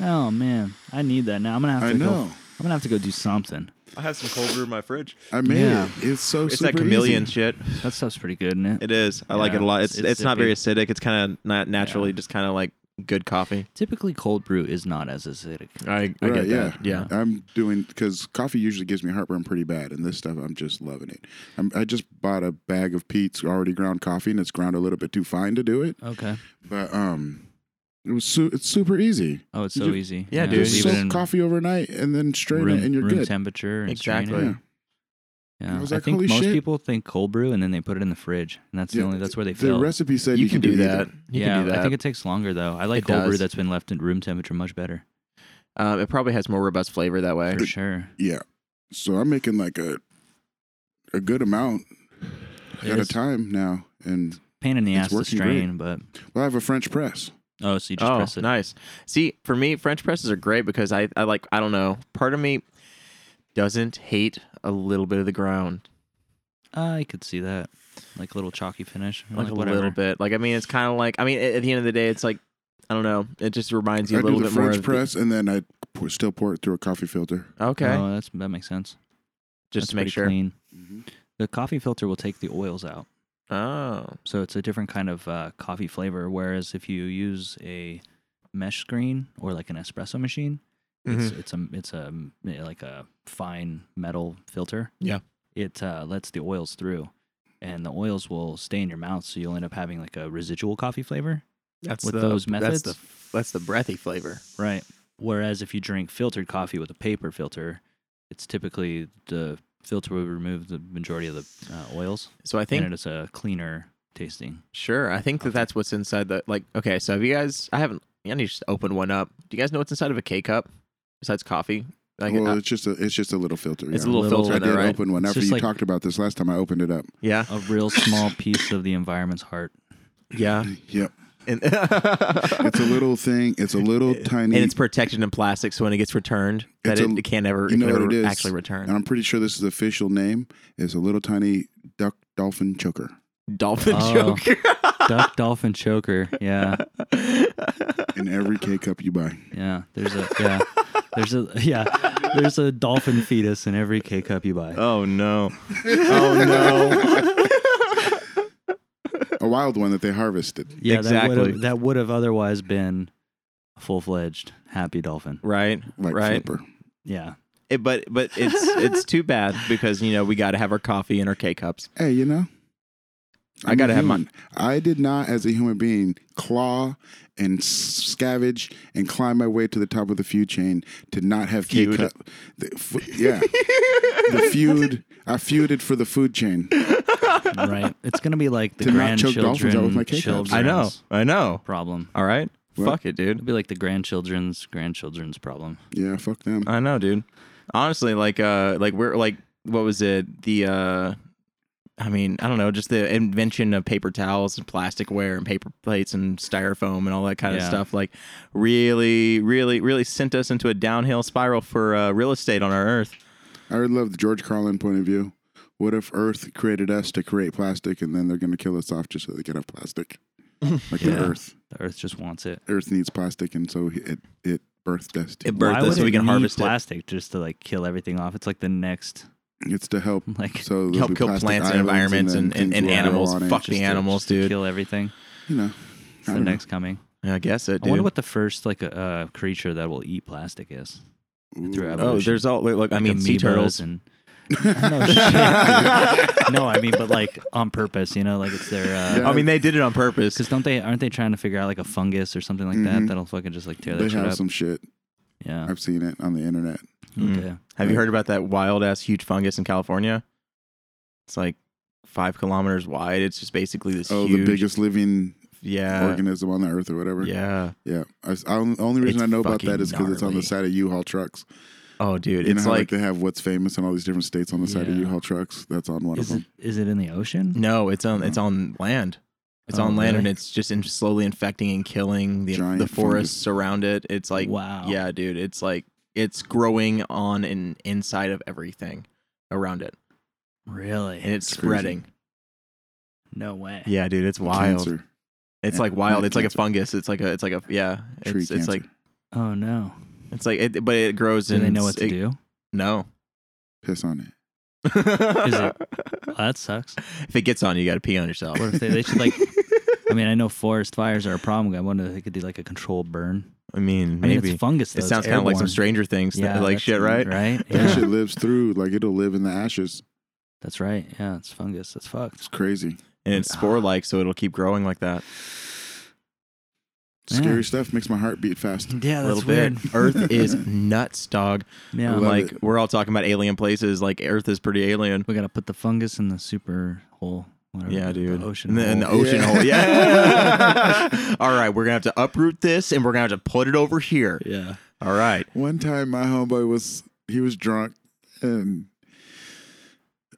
C: Oh man, I need that now. I'm gonna have to
A: I
C: go.
A: know.
C: I'm gonna have to go do something.
D: I have some cold brew in my fridge.
A: I made
C: Yeah.
A: it. It's so
D: It's
A: super
D: that chameleon
A: easy.
D: shit.
C: That stuff's pretty good, isn't it?
D: It is. I like
C: Yeah,
D: it a lot.
C: it's-
D: It's it's,
C: it's
D: not very acidic. It's kind of not naturally just kind of like good coffee.
C: Typically, cold brew is not as acidic.
D: I, I
A: Right,
D: get
A: yeah.
D: that. Yeah.
A: I'm doing because coffee usually gives me heartburn pretty bad, and this stuff I'm just loving it. I'm, I just bought a bag of Pete's already ground coffee, and it's ground a little bit too fine to do it.
C: Okay.
A: But um, it was su- it's super easy.
C: Oh, it's
A: You
C: so
A: ju-
C: easy.
D: Yeah, dude.
A: Just
C: leave it in
A: soak coffee overnight and then strain
C: room,
A: it, and you're
C: room
A: good.
C: temperature. And strain
D: Exactly.
C: it.
A: Yeah.
C: Yeah.
A: I was
C: I
A: like,
C: think
A: "Holy
C: most
A: shit."
C: people think cold brew and then they put it in the fridge, and that's
A: Yeah,
C: the only that's where they
A: The
C: fail.
A: recipe said you,
D: You can do
A: either.
D: that. You
C: yeah,
D: can do that.
C: I think it takes longer though. I like
D: It
C: cold brew
D: does.
C: that's been left at room temperature much better.
D: Um, it probably has more robust flavor that way.
C: for sure.
A: Yeah. So I'm making like a a good amount at a
C: It's
A: time now, and
C: pain in the
A: it's
C: ass to
A: working great.
C: strain, but
A: well, I have a French press.
C: oh, so you just
D: oh,
C: press it.
D: nice. See, for me, French presses are great because I, I like, I don't know, part of me doesn't hate a little bit of the ground,
C: I could see that, like a little chalky finish, I'm
D: like, a
C: whatever.
D: little bit. Like, I mean, it's kind of like, I mean, at, at the end of the day, it's like, I don't know, it just reminds you a
A: I
D: little
A: do the
D: bit more.
A: French
D: of the-
A: press, and then I pour, still pour it through a coffee filter.
D: okay,
C: Oh, that's that makes sense.
D: just
C: That's
D: to make
C: pretty
D: sure.
C: Clean.
A: Mm-hmm.
C: The coffee filter will take the oils out,
D: Oh,
C: so it's a different kind of uh, coffee flavor. Whereas if you use a mesh screen or like an espresso machine,
D: Mm-hmm.
C: it's it's a it's a yeah, like a fine metal filter.
D: Yeah.
C: it uh, lets the oils through, and the oils will stay in your mouth, so you'll end up having like a residual coffee flavor.
D: that's
C: with those methods.
D: That's the, that's the breathy flavor.
C: Right. Whereas if you drink filtered coffee with a paper filter, it's typically the filter will remove the majority of the uh, oils,
D: So I think
C: and it is a cleaner tasting.
D: Sure. I think that that's what's inside the like. Okay, so have you guys? I haven't. I need to just open one up. Do you guys know what's inside of a K cup besides coffee? Like,
A: well,
D: uh,
A: it's just a it's just a little filter.
D: it's a
A: yeah.
D: little,
C: little-
A: I
D: filter in
A: did
D: there, right?
A: open one
C: It's
A: after
C: just
A: you
C: like-
A: talked about this last time. I opened it up.
D: Yeah,
C: A real small piece of the environment's heart.
D: yeah.
A: Yep,
D: And,
A: it's a little thing. It's a little
D: and
A: tiny.
D: it's protected in plastic, so when it gets returned, that
A: It's
D: it,
A: a-
D: it can't ever,
A: you
D: it
A: know
D: can
A: what
D: never
A: it is. Uh,
D: actually
A: and
D: return.
A: I'm pretty sure this is the official name. It's a little tiny duck dolphin choker.
D: Dolphin
C: Oh.
D: choker.
C: Duck, dolphin, choker. Yeah,
A: in every K cup you buy.
C: yeah. There's a yeah. There's a yeah. There's a dolphin fetus in every K cup you buy.
D: oh no! Oh no!
A: A wild one that they harvested.
C: Yeah, That would
D: exactly.
C: have, that would have otherwise been a full fledged happy dolphin.
D: right,
A: Like
D: right.
A: Flipper.
C: Yeah.
D: It, but but it's it's too bad because you know we got to have our coffee and our K cups.
A: Hey, you know?
D: I gotta
A: a
D: have
A: human. I did not, as a human being, claw and scavenge and climb my way to the top of the feud chain to not have K
D: Feud.
A: cup. The f- yeah, the feud. I feuded for the food chain.
C: Right. It's gonna be like the
A: To not choke
C: grandchildren.
A: dolphins out with my K-cups.
C: children's
D: I know, I know.
C: Problem.
D: All right,
A: Well-
D: fuck it, dude.
C: It'd be like the grandchildren's grandchildren's problem.
A: Yeah, fuck them.
D: I know, dude. Honestly, like uh like we're like what was it? The uh I mean, I don't know, just the invention of paper towels and plasticware and paper plates and styrofoam and all that kind of
C: Yeah.
D: stuff like really really really sent us into a downhill spiral for uh, real estate on our earth.
A: I would love the George Carlin point of view. What if Earth created us to create plastic, and then they're going to kill us off just so they can have plastic? Like the
C: Yeah.
A: Earth,
C: The Earth just wants it.
A: Earth needs plastic, and so it it birthed us.
D: It
C: Why
D: birthed us
C: would
D: so we
C: it
D: can
C: need
D: harvest it.
C: plastic just to like kill everything off? It's like the next
A: It's to help
C: like
A: So there'll
D: Help
A: be
D: kill
A: plastic
D: plants and
A: islands
D: environments
A: then
D: and, and,
A: things
D: and
A: will grow
D: animals.
A: on it,
D: Fuck
A: just
D: the
A: to-
D: animals,
C: to
D: dude.
C: kill everything.
A: You know,
C: It's
A: I
C: the
A: don't know.
C: next coming.
D: Hmm. I guess it,
C: I
D: dude.
C: wonder what the first like a uh, creature that will eat plastic is. through
A: Ooh.
D: oh,
C: evolution.
D: there's all look. I
C: Like
D: mean, sea
C: amoebas
D: turtles.
C: and no, shit. no, I mean, but like on purpose, you know, like it's their. Uh,
A: Yeah.
D: I mean, they did it on purpose.
C: Because don't they aren't they trying to figure out like a fungus or something like that
D: Mm-hmm.
A: Mhm.
C: that'll fucking just like tear
A: They
C: that shit
A: have
C: up? Oh.
A: some shit.
C: yeah.
A: I've seen it on the internet.
D: Mm.
C: Okay.
D: Have you heard about that wild ass huge fungus in California? It's like five kilometers wide. It's just basically this
A: Oh,
D: huge,
A: the biggest living
D: yeah,
A: organism on the earth or whatever.
D: yeah.
A: yeah. I, I, the only reason
D: It's
A: I know about that is because it's on the
D: fucking
A: side of U-Haul trucks.
D: Oh, dude,
A: You
D: it's
A: know how, like,
D: like,
A: they have what's famous in all these different states on the side of
C: Yeah.
A: U-Haul trucks. That's on one
C: Is
A: of
C: it,
A: them.
C: is it in the ocean?
D: no, it's on it's on land. It's
C: Oh,
D: on land, and
C: really?
D: it's just in, slowly infecting and killing the
A: Giant
D: the forests around it. It's like
C: wow.
D: yeah, dude, it's like it's growing on and inside of everything around it,
C: Really?
D: and it's
A: It's crazy.
D: spreading.
C: no way.
D: Yeah, dude, it's wild.
A: Cancer,
D: It's
A: Yeah,
D: like wild.
A: not
D: It's like a
A: cancer.
D: fungus. It's like a it's like a yeah. It's
A: tree
D: it's
A: cancer.
D: like
C: Oh no.
D: it's like it, but it grows.
C: Do
D: and
C: they know
D: it's-
C: what to
D: it-
C: do?
D: No.
A: piss on it.
C: it- Well, that sucks.
D: If it gets on you, you got to pee on yourself.
C: What if they, they should like? I mean, I know forest fires are a problem. I wonder if they could do like a controlled burn.
D: I mean,
C: I mean,
D: maybe
C: it's fungus. Though.
D: it sounds kind of like some Stranger Things, th- like shit, right?
C: Right.
A: That
C: Yeah.
A: shit lives through. Like it'll live in the ashes.
C: That's right. Yeah, it's fungus. That's
A: It's
C: fucked.
A: crazy.
D: And
A: Ah.
D: it's spore-like, so it'll keep growing like that.
C: Yeah.
A: Scary stuff makes my heart beat fast.
C: Yeah,
D: a
C: that's
D: little
C: weird.
D: bit. Earth is nuts, dog.
C: Yeah,
A: Love
D: like
A: it.
D: we're all talking about alien places. Like Earth is pretty alien.
C: we gotta put the fungus in the super hole. Whatever,
D: Yeah, dude.
C: The ocean.
D: And the, and the
C: hole.
D: ocean
A: Yeah.
D: hole. Yeah. all right, we're gonna have to uproot this, and we're gonna have to put it over here.
C: yeah.
D: All right.
A: One time, my homeboy was he was drunk and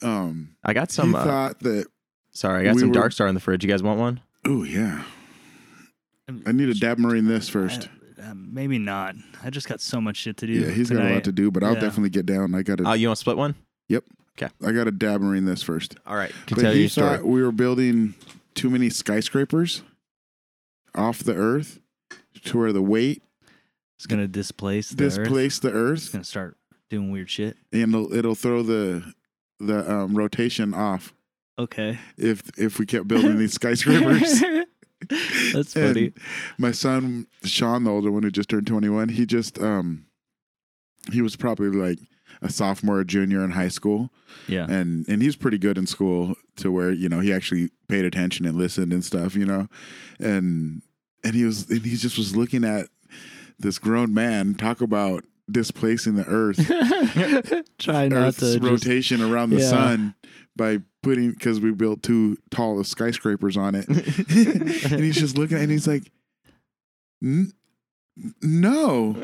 A: um
D: I got
A: he
D: some. Uh,
A: thought that
D: sorry, I got
A: we
D: some
A: were-
D: Dark Star in the fridge. You guys want one?
A: oh yeah, I need a dab marine this first.
C: Uh, maybe not. I just got so much shit to do.
A: Yeah, he's got a lot to do, but I'll
C: Yeah.
A: definitely get down. I got
D: Oh,
A: to
D: you want to split one?
A: I got to dab marine this first.
D: All right. Can
A: but
D: tell
A: he
D: you a story.
A: thought we were building too many skyscrapers off the earth to where the weight
C: It's gonna displace the Earth.
A: displace the
C: It's
A: earth
C: gonna start doing weird shit.
A: and it'll, it'll throw the the um, rotation off
C: Okay,
A: if if we kept building these skyscrapers.
C: That's
A: And
C: funny.
A: my son Sean, the older one who just turned twenty one, he just um he was probably like a sophomore or junior in high school.
C: Yeah.
A: And and he's pretty good in school to where, you know, he actually paid attention and listened and stuff, you know. And and he was and he just was looking at this grown man talk about displacing the earth
C: Try not
A: Earth's
C: to just,
A: rotation around the
C: Yeah.
A: sun by putting because we built two tall of skyscrapers on it, and he's just looking and he's like, "N- "No,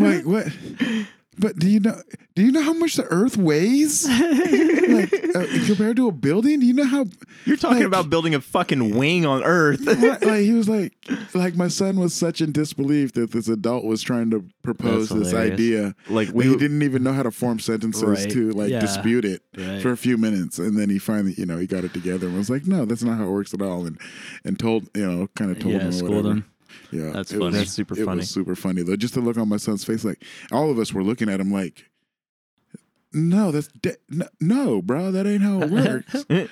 A: like what? But do you know? Do you know how much the Earth weighs? like uh, compared to a building? Do you know how?
D: You're talking
A: like-
D: about building a fucking wing on Earth.
A: Like he was like, like my son was such in disbelief that this adult was trying to propose
C: That's
A: this
C: hilarious.
A: idea.
D: like
A: We
D: we
A: didn't even know how to form sentences
C: Right.
A: to like
C: Yeah.
A: dispute it.
C: Right.
A: for a few minutes and then he finally you know he got it together and was like no that's not how it works at all and and told you know kind of told
C: yeah,
A: him or
C: school
A: whatever.
C: them.
A: yeah
C: That's
A: it
C: funny.
A: was,
D: That's super
A: it
D: funny.
A: was super funny though just the look on my son's face like all of us were looking at him like no that's de- no, no bro that ain't how it works
D: Eh,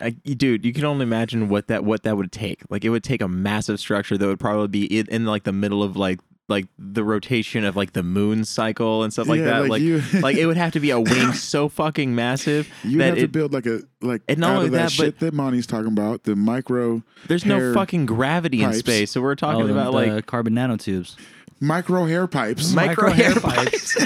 D: I, dude, you can only imagine what that what that would take. Like it would take a massive structure that would probably be in, in like the middle of like like the rotation of like the moon cycle and stuff like
A: Yeah,
D: that.
A: like
D: Like
A: you-
D: like it would have to be a wing so fucking massive
A: you
D: that
A: have to
D: it,
A: build like a like
D: And not
A: out
D: only
A: of that,
D: that, but-
A: shit that Monty's talking about the micro
D: there's
A: hair
D: no fucking gravity
A: pipes.
D: in space. So we're talking
C: Oh, the-
D: about
C: the
D: like
C: carbon nanotubes.
A: micro hair pipes
D: micro hair pipes.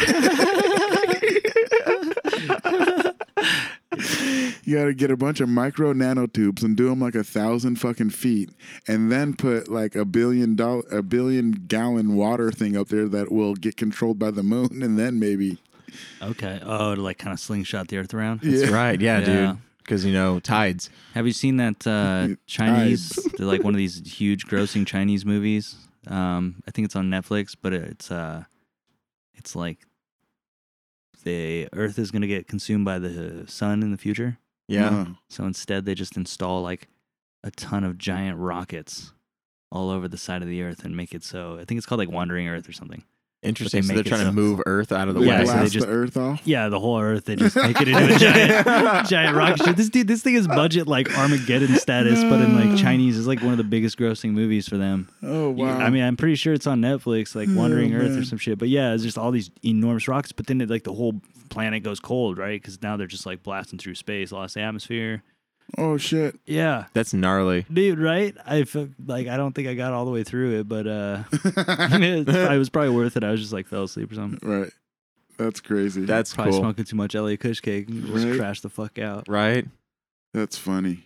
A: You got to get a bunch of micro nanotubes and do them like a thousand fucking feet, and then put like a billion dollar, a billion gallon water thing up there that will get controlled by the moon, and then maybe
C: Okay. Oh, to like kind of slingshot the Earth around.
D: That's
A: Yeah.
D: right, yeah,
C: Yeah.
D: dude. Because you know tides.
C: Have you seen that uh, Chinese, they're like one of these huge grossing Chinese movies? Um, I think it's on Netflix, but it's uh, it's like the Earth is gonna get consumed by the sun in the future.
D: Yeah,
A: Uh,
C: So instead, they just install like a ton of giant rockets all over the side of the Earth and make it so. I think it's called like Wandering Earth or something.
D: interesting.
C: But they
D: so they're
C: make it
D: trying
C: so-
D: to move Earth out of the
A: they
C: Yeah, so
D: way.
A: blast
C: they
A: the
C: just-
A: Earth off.
C: Yeah, the whole Earth. They just make it into a giant, giant rocket ship. This dude, this thing is budget like Armageddon status, but in like Chinese, it's like one of the biggest grossing movies for them.
A: Oh wow!
C: I mean, I'm pretty sure it's on Netflix, like Wandering
A: Oh,
C: Earth
A: man.
C: or some shit. But yeah, it's just all these enormous rockets. But then it, like the whole planet goes cold, right? Because now they're just like blasting through space, lost the atmosphere.
A: oh shit!
C: Yeah,
D: That's gnarly.
C: dude, right? I feel like I don't think I got all the way through it, but uh, I was probably worth it. I was just like fell asleep or something.
A: Right, that's crazy.
D: That's
C: Probably
D: cool.
C: smoking too much LA Kush cake, and just
A: Right.
C: crashed the fuck out.
D: Right?
A: that's funny.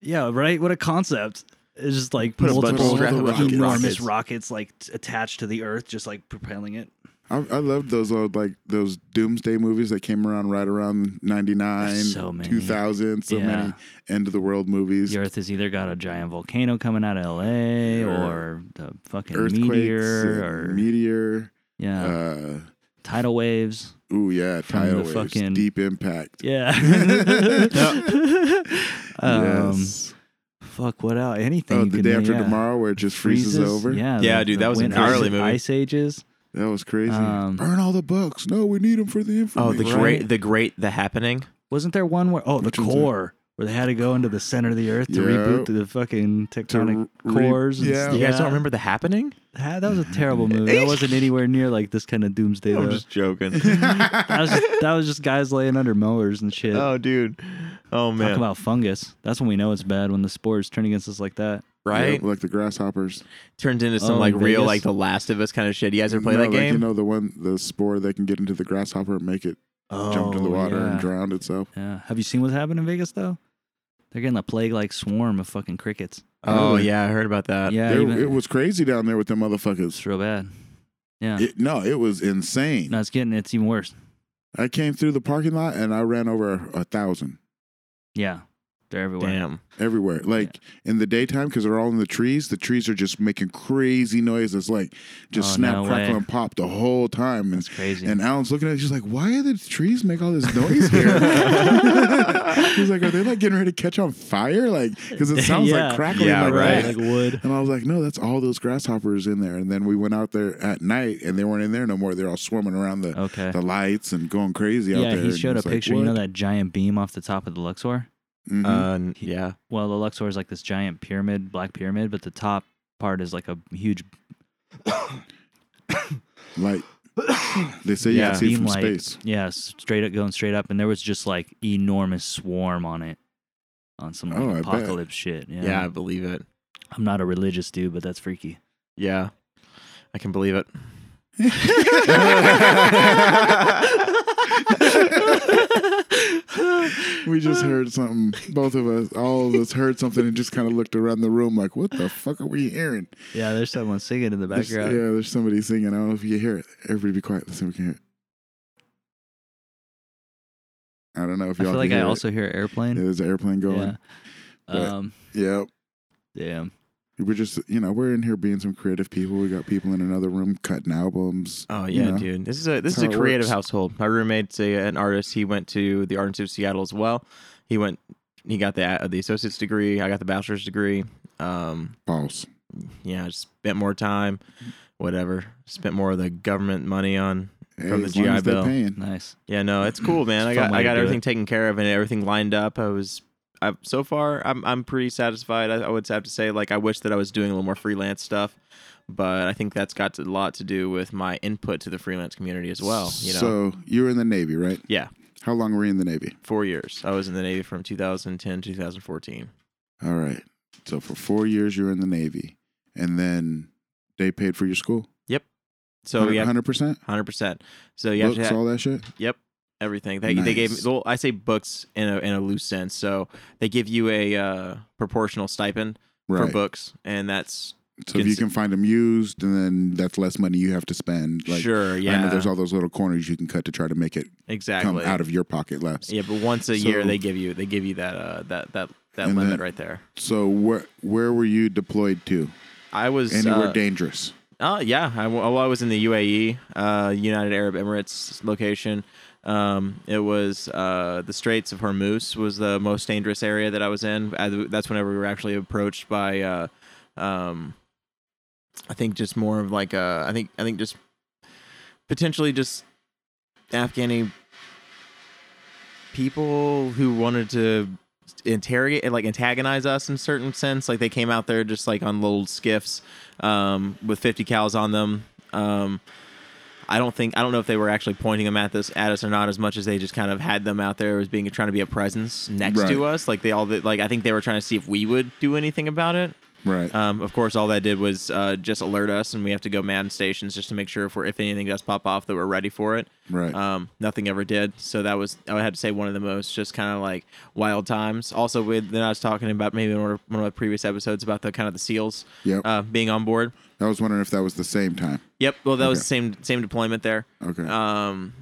C: Yeah, right. What a concept! It's just like
D: Put a bunch
C: multiple
A: of strap-
C: enormous
D: rockets.
C: rockets. like t- attached to the Earth, just like propelling it.
A: I, I loved those old like those doomsday movies that came around right around ninety nine,
C: There's so many.
A: two thousand, so
C: Yeah.
A: many end of the world movies.
C: The Earth has either got a giant volcano coming out of L.A.
A: Or
C: or the fucking
A: Earthquakes,
C: meteor
A: uh,
C: or
A: meteor.
C: yeah,
A: Uh,
C: tidal waves.
A: Ooh yeah,
C: From the
A: tidal waves,
C: fucking-
A: deep impact.
C: Yeah. um,
A: yes.
C: Fuck. What else? Anything?
A: Oh,
C: you
A: the
C: can
A: day
C: name,
A: after
C: yeah.
A: tomorrow, where it just freezes, over.
C: Yeah,
D: Yeah, dude, that was a
C: winter-
D: gnarly movie.
C: Ice ages.
A: that was crazy.
C: Um,
A: Burn all the books. No, we need them for the
D: Oh,
A: information.
D: the great, the great, the happening.
C: Wasn't there one where? Oh, the
A: Which one's that?
C: core. Where they had to go into the center of the earth to
A: Yeah.
C: reboot the fucking tectonic
A: re-
C: cores. and
A: yeah.
C: stuff.
D: You guys don't remember the happening?
C: Ah, That was a terrible movie. That wasn't anywhere near like this kind of doomsday. Though.
D: joking.
C: that, was just, that was just guys laying under mowers and shit.
D: oh, dude. Oh
C: Talk
D: man.
C: about fungus. That's when we know it's bad when the spores turn against us like that.
D: right?
A: Yep, like the grasshoppers.
D: Turns into some
C: Oh,
D: like real
C: Vegas?
D: like The Last of Us kind of shit. You guys ever play
A: no,
D: that
A: Like, you
D: game?
A: know the one, the spore that can get into the grasshopper and make it
C: Oh,
A: jump to the water
C: yeah.
A: and drown itself.
C: Yeah. Have you seen what's happened in Vegas though? They're getting a plague-like swarm of fucking crickets.
D: oh
A: Really?
D: yeah, I heard about that.
C: yeah,
A: Uh, There-
C: even,
A: it was crazy down there with the motherfuckers.
C: it's real bad. Yeah.
A: It, no, it was insane.
C: no, it's getting it's even worse.
A: I came through the parking lot and I ran over a thousand
C: Yeah. They're everywhere.
D: Damn.
A: everywhere. Like in the daytime, because they're all in the trees, the trees are just making crazy noises, like just
C: Oh,
A: snap,
C: no
A: crackle,
C: way.
A: and pop the whole time. And,
C: That's crazy.
A: and Alan's looking at it, she's like, Why do the trees make all this noise here? He's like, Are they like getting ready to catch on fire? Like, because it sounds
C: Yeah.
A: like crackling.
D: Yeah,
A: like
D: right.
A: that.
C: Like wood.
A: And I was like, no, that's all those grasshoppers in there. And then we went out there at night and they weren't in there no more. They're all swarming around the,
C: Okay.
A: the lights and going crazy out
C: Yeah,
A: there.
C: he showed a picture. you know that giant beam off the top of the Luxor?
A: hmm
D: Uh, n- yeah.
C: Well, the Luxor is like this giant pyramid, black pyramid, but the top part is like a huge
A: like, they say you
D: Yeah.
A: can see it
C: beam
A: from
C: light.
A: space.
C: Yeah, s- straight up going straight up, and there was just like enormous swarm on it, on some like,
A: Oh, I bet.
C: apocalypse shit. Yeah.
D: yeah. I believe it.
C: I'm not a religious dude, but that's freaky.
D: Yeah. I can believe it.
A: We just heard something. Both of us, all of us heard something and just kind of looked around the room like, what the fuck are we hearing?
C: Yeah, there's someone singing in the
A: There's- yeah,
C: background.
A: there's somebody singing. I don't know if you can hear it. Everybody be quiet. Let's see if we can hear it. I don't know if
C: I
A: y'all
C: feel
A: can
C: like
A: hear
C: I
A: it.
C: also hear
A: Yeah,
C: airplane.
A: there's an airplane going. but-
C: Um.
A: Yep.
C: Damn.
A: We're just, you know, we're in here being some creative people. We got people in another room cutting albums.
D: Oh
A: You
D: yeah,
A: know,
D: dude. This is a this
A: how
D: is a
A: it
D: creative
A: works.
D: household. My roommate's a, an artist. He went to the Art Institute of Seattle as well. He went. He got the uh, the associate's degree. I got the bachelor's degree. Um,
A: False.
D: yeah, I just spent more time, whatever. Spent more of the government money on.
A: Hey,
D: From the
A: as long
D: GI
A: as they're
D: Bill.
A: paying.
C: Nice.
D: Yeah, no, it's cool, man. I
C: It's a fun
D: got
C: way
D: I
C: to
D: got
C: do it.
D: everything taken care of and everything lined up. I was. I, so far, I'm I'm pretty satisfied. I, I would have to say, like, I wish that I was doing a little more freelance stuff, but I think that's got to- a lot to do with my input to the freelance community as well. You know,
A: So you were in the Navy, right?
D: yeah.
A: How long were you in the Navy?
D: four years. I was in the Navy from 2010 to 2014.
A: All right. So for four years, you were in the Navy. And then they paid for your school?
D: So yeah,
A: 100%?
D: 100 percent. So you have
A: Books,
D: to have,
A: all that shit?
D: yep, everything. They, they gave
A: Nice.
D: well, I say books in a in a loose sense. So they give you a uh, proportional stipend
A: Right.
D: for books, and that's
A: So if you
D: Cons-
A: can find them used, and then that's less money you have to spend. Like,
D: sure,
A: I know
D: yeah,
A: there's all those little corners you can cut to try to make it
D: exactly.
A: come out of your pocket less.
D: yeah, but once a year
A: So-
D: they give you they give you that uh, that that that
A: And
D: limit
A: then-
D: right there.
A: So where where were you deployed to?
D: I was
A: Anywhere
D: uh,
A: dangerous?
D: Oh yeah, I, well, I was in the UAE, uh, United Arab Emirates location. Um, it was uh, the Straits of Hormuz was the most dangerous area that I was in. I, that's whenever we were actually approached by, uh, um, I think just more of like uh, I think I think just potentially just Afghani people who wanted to interrogate like antagonize us in certain sense like they came out there just like on little skiffs um, with 50 cows on them um, i don't think i don't know if they were actually pointing them at this at us or not as much as they just kind of had them out there as being trying to be a presence next to
A: Right.
D: us like they all like i think they were trying to see if we would do anything about it
A: Right.
D: um, of course, all that did was uh, just alert us, and we have to go man stations just to make sure if we're, if anything does pop off that we're ready for it.
A: Right.
D: Um, nothing ever did, so that was I had to say one of the most just kind of like wild times. Also, with then I was talking about maybe in one of one of my previous episodes about the kind of the seals
A: Yep.
D: uh, being on board.
A: I was wondering if that was the same time.
D: Yep. Well, that was
A: Okay.
D: the same same deployment there.
A: Okay.
D: Um,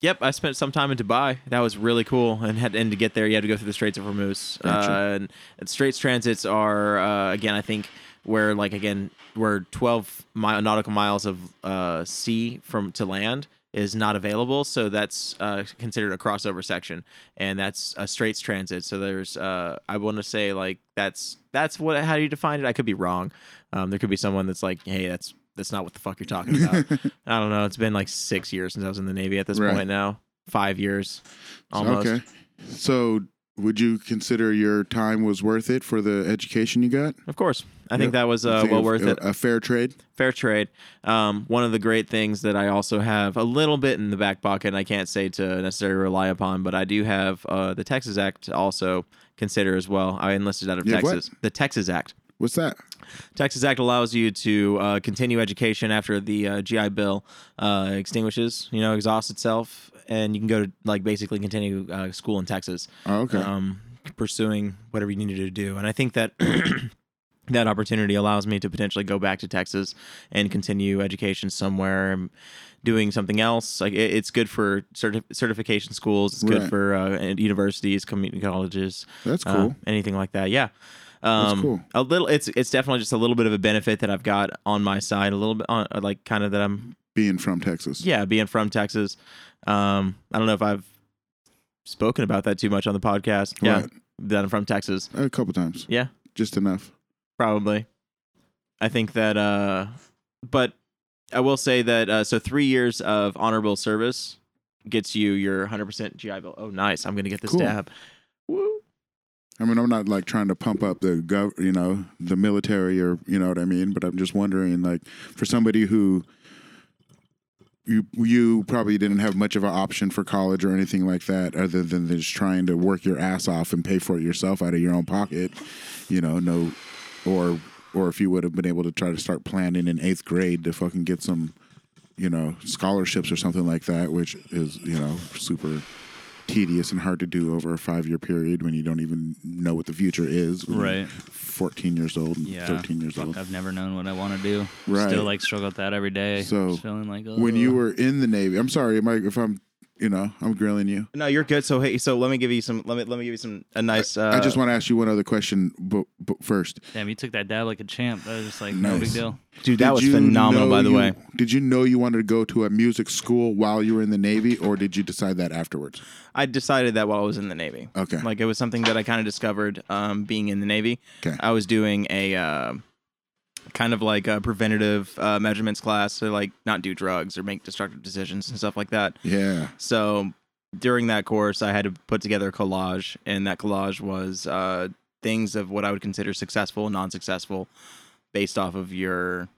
D: yep. I spent some time in Dubai. That was really cool, and had and to get there, you had to go through the Straits of Hormuz.
A: Gotcha.
D: Uh, and, and Straits transits are uh, again, I think, where like again, where twelve mi- nautical miles of uh, sea from to land is not available, so that's uh, considered a crossover section, and that's a Straits transit. So there's, uh, I want to say like that's that's what how do you define it? I could be wrong. Um, there could be someone that's like, hey, that's that's not what the fuck you're talking about. I don't know. It's been like six years since I was in the Navy at this
A: Right.
D: point now. Five years almost.
A: Okay. So would you consider your time was worth it for the education you got?
D: Of course. I
A: Yep.
D: think that was uh,
A: Think
D: well
A: of-
D: worth it.
A: A fair trade.
D: Fair trade. Um, one of the great things that I also have a little bit in the back pocket, and I can't say to necessarily rely upon, but I do have uh, the Texas Act to also consider as well. I enlisted out of
A: You have what?
D: Texas. The Texas Act.
A: What's that?
D: Texas Act allows you to uh, continue education after the uh, GI Bill uh, extinguishes, you know, exhausts itself, and you can go to like basically continue uh, school in Texas.
A: Oh, okay.
D: um, pursuing whatever you needed to do. And I think that that opportunity allows me to potentially go back to Texas and continue education somewhere, um, doing something else. Like it, it's good for certi- certification schools. It's good
A: Right.
D: for uh, and universities, community colleges.
A: That's
D: uh,
A: cool.
D: anything like that. Yeah. Um,
A: cool.
D: A little. It's it's definitely just a little bit of a benefit that I've got on my side. A little bit on like kind of that I'm
A: being from Texas.
D: yeah being from Texas. Um, I don't know if I've spoken about that too much on the podcast. Yeah,
A: Right.
D: that I'm from Texas.
A: A couple times.
D: Yeah.
A: Just enough.
D: Probably. I think that, uh, but I will say that, uh, so three years of honorable service gets you your 100% GI Bill. Oh, nice. I'm going to get this
A: Cool.
D: dab. Woo.
A: I mean, I'm not like trying to pump up the gov, you know, the military or you know what I mean. But I'm just wondering, like, for somebody who you you probably didn't have much of an option for college or anything like that, other than just trying to work your ass off and pay for it yourself out of your own pocket, you know, no, or or if you would have been able to try to start planning in eighth grade to fucking get some, you know, scholarships or something like that, which is you know super tedious and hard to do over a five year period when you don't even know what the future is. when you're
C: Right.
A: 14 years old and
C: Yeah.
A: 13 years old.
C: Fuck, I've never known what I want to do.
A: Right.
C: Still like struggle with that every day.
A: So,
C: Just feeling like
A: When you
C: "Ugh."
A: were in the Navy, I'm sorry, am I, if I'm, you know, I'm grilling you.
D: No, you're good. So, hey, so let me give you some, let me, let me give you some, a nice, uh,
A: I just want to ask you one other question but, but first.
C: damn, you took that dab like a champ. That was just like no
A: Nice.
C: big deal.
D: dude, that
A: Did
D: was
A: you
D: phenomenal,
A: know
D: by the
A: you-
D: way.
A: Did you know you wanted to go to a music school while you were in the Navy, or did you decide that afterwards?
D: I decided that while I was in the Navy.
A: Okay.
D: Like it was something that I kind of discovered um, being in the Navy.
A: Okay.
D: I was doing a uh, kind of like a preventative uh, measurements class to like not do drugs or make destructive decisions and stuff like that.
A: Yeah.
D: So during that course, I had to put together a collage, and that collage was uh, things of what I would consider successful and non-successful, based off of your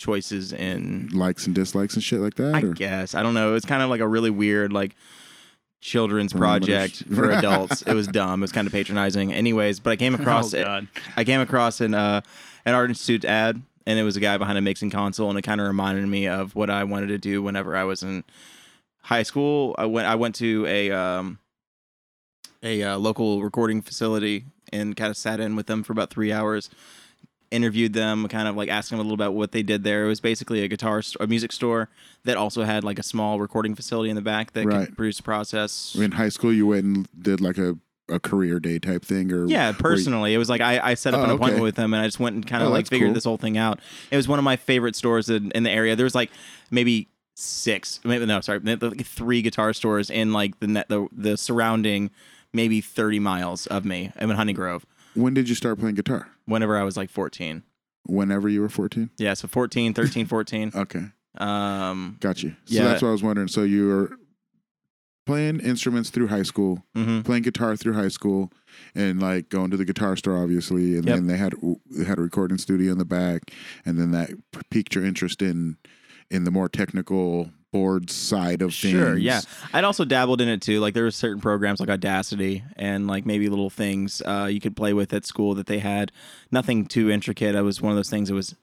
D: choices in
A: Likes and dislikes and shit like that?
D: I
A: or?
D: guess. I don't know. It was kind of like a really weird, like, children's
A: Parameters.
D: project for adults. it was dumb. It was kind of patronizing. Anyways, but I came across
C: oh,
D: it.
C: God.
D: I came across an uh, an art institute ad, and it was a guy behind a mixing console, and it kind of reminded me of what I wanted to do whenever I was in high school. I went I went to a um, a uh, local recording facility and kind of sat in with them for about three hours. Interviewed them, kind of like asked them a little about what they did there. It was basically a guitar, st- a music store that also had like a small recording facility in the back that
A: Right.
D: could produce process.
A: In high school, you went and did like a, a career day type thing, or
D: Yeah, personally, it was like I, I set up
A: Oh,
D: an
A: okay.
D: appointment with him, and I just went and kind of
A: Oh,
D: like
A: that's
D: figured
A: cool.
D: this whole thing out. It was one of my favorite stores in, in the area. There was like maybe six, maybe no, sorry, maybe like three guitar stores in like the net, the, the surrounding maybe thirty miles of me. I'm in Honey Grove.
A: When did you start playing guitar?
D: Whenever I was like 14.
A: Whenever you were 14?
D: Yeah, so 14, 13, 14.
A: Okay.
D: Um,
A: Got you. So
D: Yeah.
A: that's what I was wondering. So you were playing instruments through high school,
D: mhm.
A: playing guitar through high school, and like going to the guitar store, obviously. And
D: Yep.
A: then they had they had a recording studio in the back, and then that piqued your interest in in the more technical board side of things.
D: Sure, yeah. I'd also dabbled in it too. Like there were certain programs like Audacity and like maybe little things uh, you could play with at school that they had. Nothing too intricate. It was one of those things that was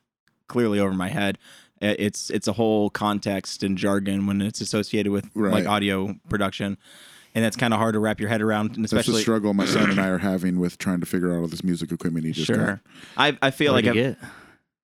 D: clearly over my head. Uh, It's it's a whole context and jargon when it's associated with
A: Right.
D: like audio production, and that's kind of hard to wrap your head around, and
A: That's the
D: especially.
A: struggle my son and I are having with trying to figure out all this music equipment he just got.
D: Sure, I, I feel
C: Where'd
D: like
C: you
D: I've,
C: get?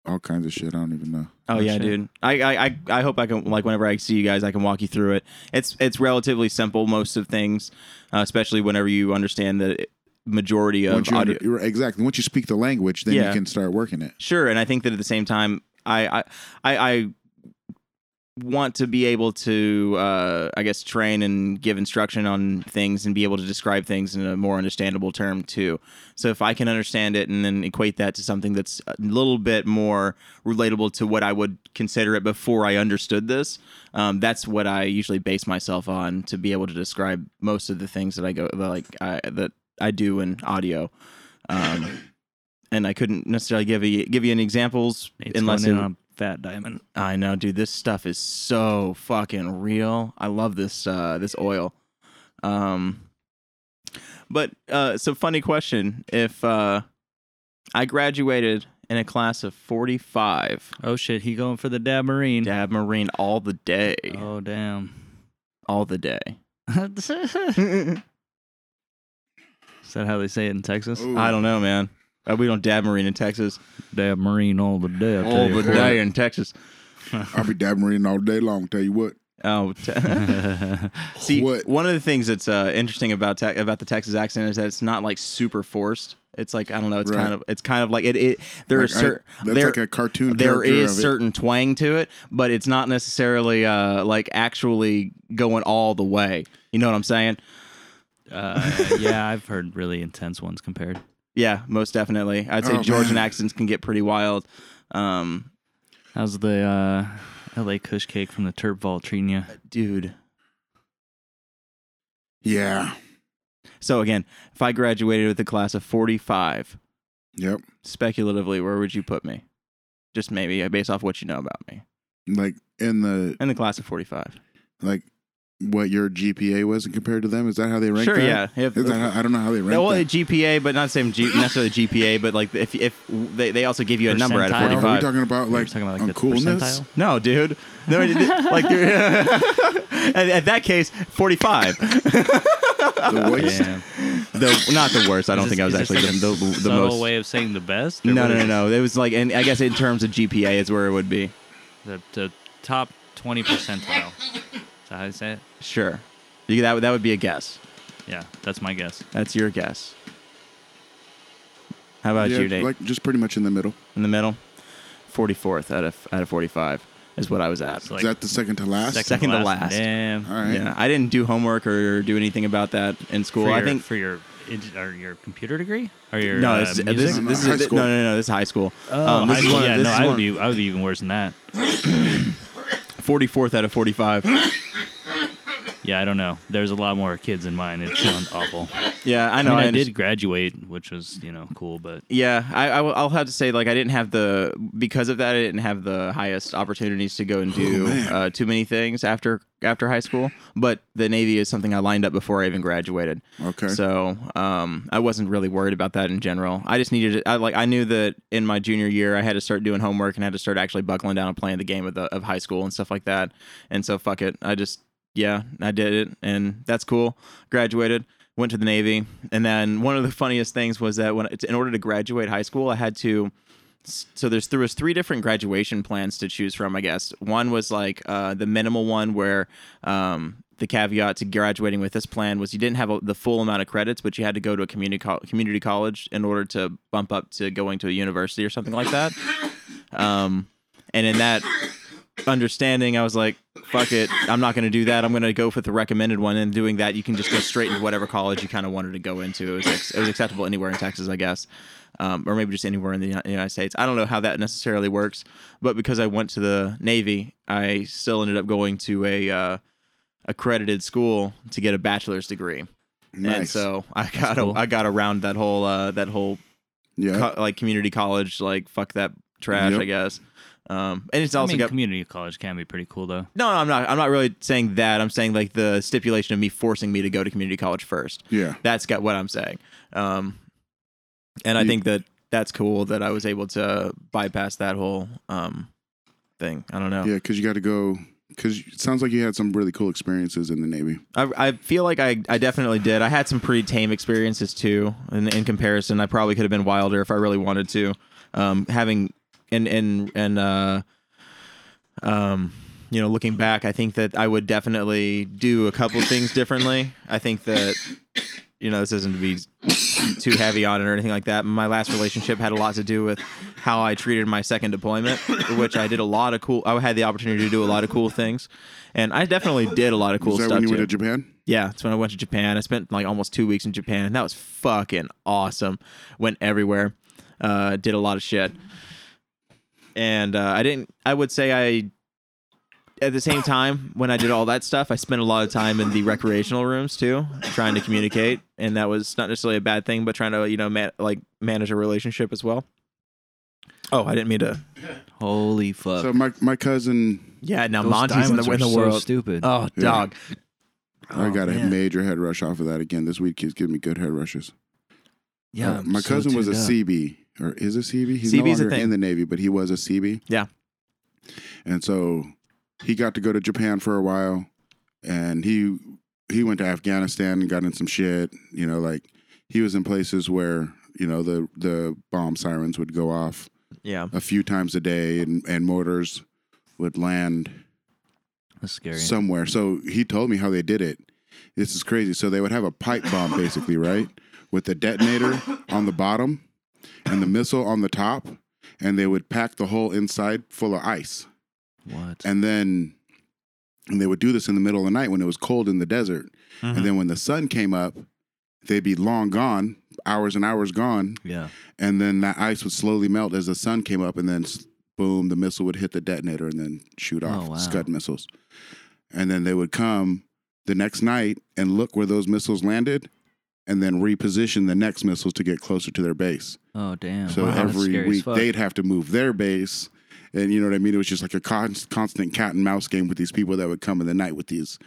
A: All kinds of shit. I don't even know.
D: Oh
C: Oh,
D: yeah,
C: shit.
D: dude. I, I I- I hope I can like whenever I see you guys, I can walk you through it. It's it's relatively simple most of things, uh, especially whenever you understand the majority of
A: Once you
D: audio.
A: under, you're- exactly once you speak the language, then you
D: Yeah.
A: can start working it.
D: sure, and I think that at the same time, I I I, I want to be able to uh, I guess train and give instruction on things and be able to describe things in a more understandable term too. So if I can understand it and then equate that to something that's a little bit more relatable to what I would consider it before I understood this, um, that's what I usually base myself on to be able to describe most of the things that I go that, like I, that I do in audio. Um, and I couldn't necessarily give you give you any examples
C: Nate's
D: unless
C: going
D: it-
C: in on a fat diamond.
D: I know, dude. This stuff is so fucking real. I love this uh, this oil. Um, but uh, so funny question. If uh, I graduated in a class of forty five,
C: Oh shit, he going for the dab marine.
D: dab marine all the day,
C: Oh damn.
D: all the day.
C: Is that how they say it in Texas?
A: Ooh. Oh.
D: I don't know, man. Uh, we don't dab marine in Texas.
C: Dab marine all the day. I tell
D: All
C: you
D: the
C: what.
D: day in Texas.
A: I'll be dabbing marine all day long. Tell you what.
D: Oh, te- see,
A: What?
D: one of the things that's uh, interesting about te- about the Texas accent is that it's not like super forced. It's like I don't know. It's
A: Right.
D: kind of it's kind of like it. it there are
A: Like, I-
D: certain
A: that's
D: there,
A: like a cartoon
D: There
A: character
D: is
A: of it.
D: certain twang to it, but it's not necessarily uh, like actually going all the way. You know what I'm saying?
C: Uh, yeah, I've heard really intense ones compared.
D: Yeah, most definitely. I'd say
A: Oh,
D: Georgian
A: man.
D: accents can get pretty wild. Um,
C: How's the uh, L.A. Kush cake from the Turp Vault treating you?
D: dude.
A: Yeah.
D: So again, if I graduated with a class of 45,
A: Yep.
D: speculatively, where would you put me? Just maybe uh, based off what you know about me.
A: Like in the
D: In the class of 45.
A: like what your GPA was compared to them. Is that how they rank?
D: sure,
A: that?
D: yeah. If,
A: Is that how, I don't know how they rank.
D: well,
A: that.
D: GPA, but not the same G, necessarily GPA, but like if if they, they also give you a number out
C: Percentile?
D: of
A: Are
D: 45.
A: we talking about
C: We're
A: like,
C: talking about like
A: on
C: the
A: coolness?
C: percentile.
D: No, dude. No, it- it- like you're- at, at that case, forty-five.
A: The waist?
C: Yeah.
D: the, not the worst. I don't
C: Is
D: think I was
C: this- is this
D: actually
C: like
D: the,
C: a
D: the, the
C: subtle
D: most.
C: way of saying the best. or
D: No,
C: what
D: no, no,
C: is
D: no. It was like, and I guess in terms of GPA is where it would be.
C: The, the top twenty percentile. Is that how you say it?
D: Sure, you, that would- that would be a guess.
C: Yeah, that's my guess.
D: That's your guess. How about you,
A: Yeah,
D: Nate?
A: like just pretty much in the middle.
D: in the middle, forty-fourth out of out of forty-five is what I was at.
C: It's like
A: is that the second to last?
C: second,
D: second
C: to
D: to
C: last.
D: last.
C: Damn.
A: All right.
D: Yeah, I didn't do homework or do anything about that in school.
C: For
D: I
C: your-
D: think
C: for your eng- or your computer degree or your
D: no,
C: uh,
D: this,
C: music?
D: this,
A: No, no,
D: this
A: high
D: is
A: school.
D: no, no, no. This is high school. Um,
C: Oh,
D: this
C: I
D: is
C: see.
D: one of-
C: yeah,
D: this
C: no,
D: is
C: I
D: one-
C: would be I would be even worse than that.
D: 44th out of 45.
C: Yeah, I don't know. There's a lot more kids in mine. It sounds awful.
D: yeah, I
C: I mean,
D: know.
C: I,
D: under-
C: did graduate, which was you know cool, but
D: Yeah, I, I will- I'll have to say like I didn't have the because of that I didn't have the highest opportunities to go and do
A: Oh, man.
D: uh, too many things after after high school. But the Navy is something I lined up before I even graduated.
A: Okay.
D: So um, I wasn't really worried about that in general. I just needed I like I knew that in my junior year I had to start doing homework and had to start actually buckling down and playing the game of the of high school and stuff like that. And so fuck it, I just yeah I did it and that's cool. Graduated, went to the Navy, and then one of the funniest things was that when in order to graduate high school I had to so there's there was three different graduation plans to choose from i guess one was like uh, the minimal one where um, the caveat to graduating with this plan was you didn't have a, the full amount of credits but you had to go to a community, co- community college in order to bump up to going to a university or something like that um, and in that understanding i was like fuck it i'm not going to do that i'm going to go for the recommended one and doing that you can just go straight into whatever college you kind of wanted to go into it was, ex- it was acceptable anywhere in texas i guess um, or maybe just anywhere in the Uni- united states i don't know how that necessarily works but because i went to the navy i still ended up going to a uh, accredited school to get a bachelor's degree and
A: Nice.
D: so i got a,
C: cool.
D: I got around that whole uh, that whole
A: yeah.
D: co- like community college, like fuck that trash,
A: Yep.
D: I guess. Um, and it's
C: I
D: also
C: mean,
D: got
C: community college can be pretty cool though.
D: no, no, I'm not. I'm not really saying that. I'm saying like the stipulation of me forcing me to go to community college first.
A: yeah.
D: That's got what I'm saying. Um, and I
A: You-
D: think that that's cool that I was able to bypass that whole um thing. I don't know.
A: Yeah. Because you got to go. Because it sounds like you had some really cool experiences in the Navy.
D: I, I feel like I, I definitely did. I had some pretty tame experiences too. In, in comparison, I probably could have been wilder if I really wanted to. Um, having and and and uh, um, you know, looking back, I think that I would definitely do a couple things differently. I think that you know, this isn't to be too heavy on it or anything like that. My last relationship had a lot to do with how I treated my second deployment, which I did a lot of cool. I had the opportunity to do a lot of cool things, and I definitely did a lot of cool
A: Is that
D: stuff.
A: when you
D: too.
A: went to Japan?
D: Yeah, that's when I went to Japan. I spent like almost two weeks in Japan, and that was fucking awesome. Went everywhere, uh, did a lot of shit, and uh, I didn't. I would say I, at the same time when I did all that stuff, I spent a lot of time in the recreational rooms too, trying to communicate, and that was not necessarily a bad thing, but trying to you know man- like manage a relationship as well. Oh, I didn't mean to.
C: Holy fuck!
A: So my my cousin,
D: Yeah, now Monty's in the, in the world.
C: stupid.
D: oh,
A: Yeah.
D: dog.
A: I
E: Oh,
A: got a
E: man.
A: major head rush off of that again this week. He's giving me good head rushes.
E: Yeah,
A: Uh,
E: I'm
A: my
E: so
A: cousin was a
E: tuned up.
A: CB or is a CB. He's no
D: CB 's a
A: longer
D: thing.
A: in the Navy, but he was a CB.
D: Yeah.
A: And so he got to go to Japan for a while, and he he went to Afghanistan and got in some shit. You know, like he was in places where You know, the the bomb sirens would go off
D: Yeah.
A: a few times a day, and and mortars would land
C: That's scary.
A: somewhere. So he told me how they did it. This is crazy. So they would have a pipe bomb, basically, right, with the detonator on the bottom and the missile on the top, and they would pack the whole inside full of ice.
C: what?
A: And then and they would do this in the middle of the night when it was cold in the desert.
C: Mm-hmm.
A: And then when the sun came up, they'd be long gone, hours and hours gone.
C: yeah.
A: And then that ice would slowly melt as the sun came up. And then, s- boom, the missile would hit the detonator and then shoot
C: Oh,
A: off
C: wow.
A: Scud missiles. And then they would come the next night and look where those missiles landed and then reposition the next missiles to get closer to their base.
C: Oh damn.
A: So
C: Wow, that's
A: every
C: scary as
A: week
C: fuck.
A: they'd have to move their base. And you know what I mean? It was just like a con- constant cat and mouse game with these people that would come in the night with these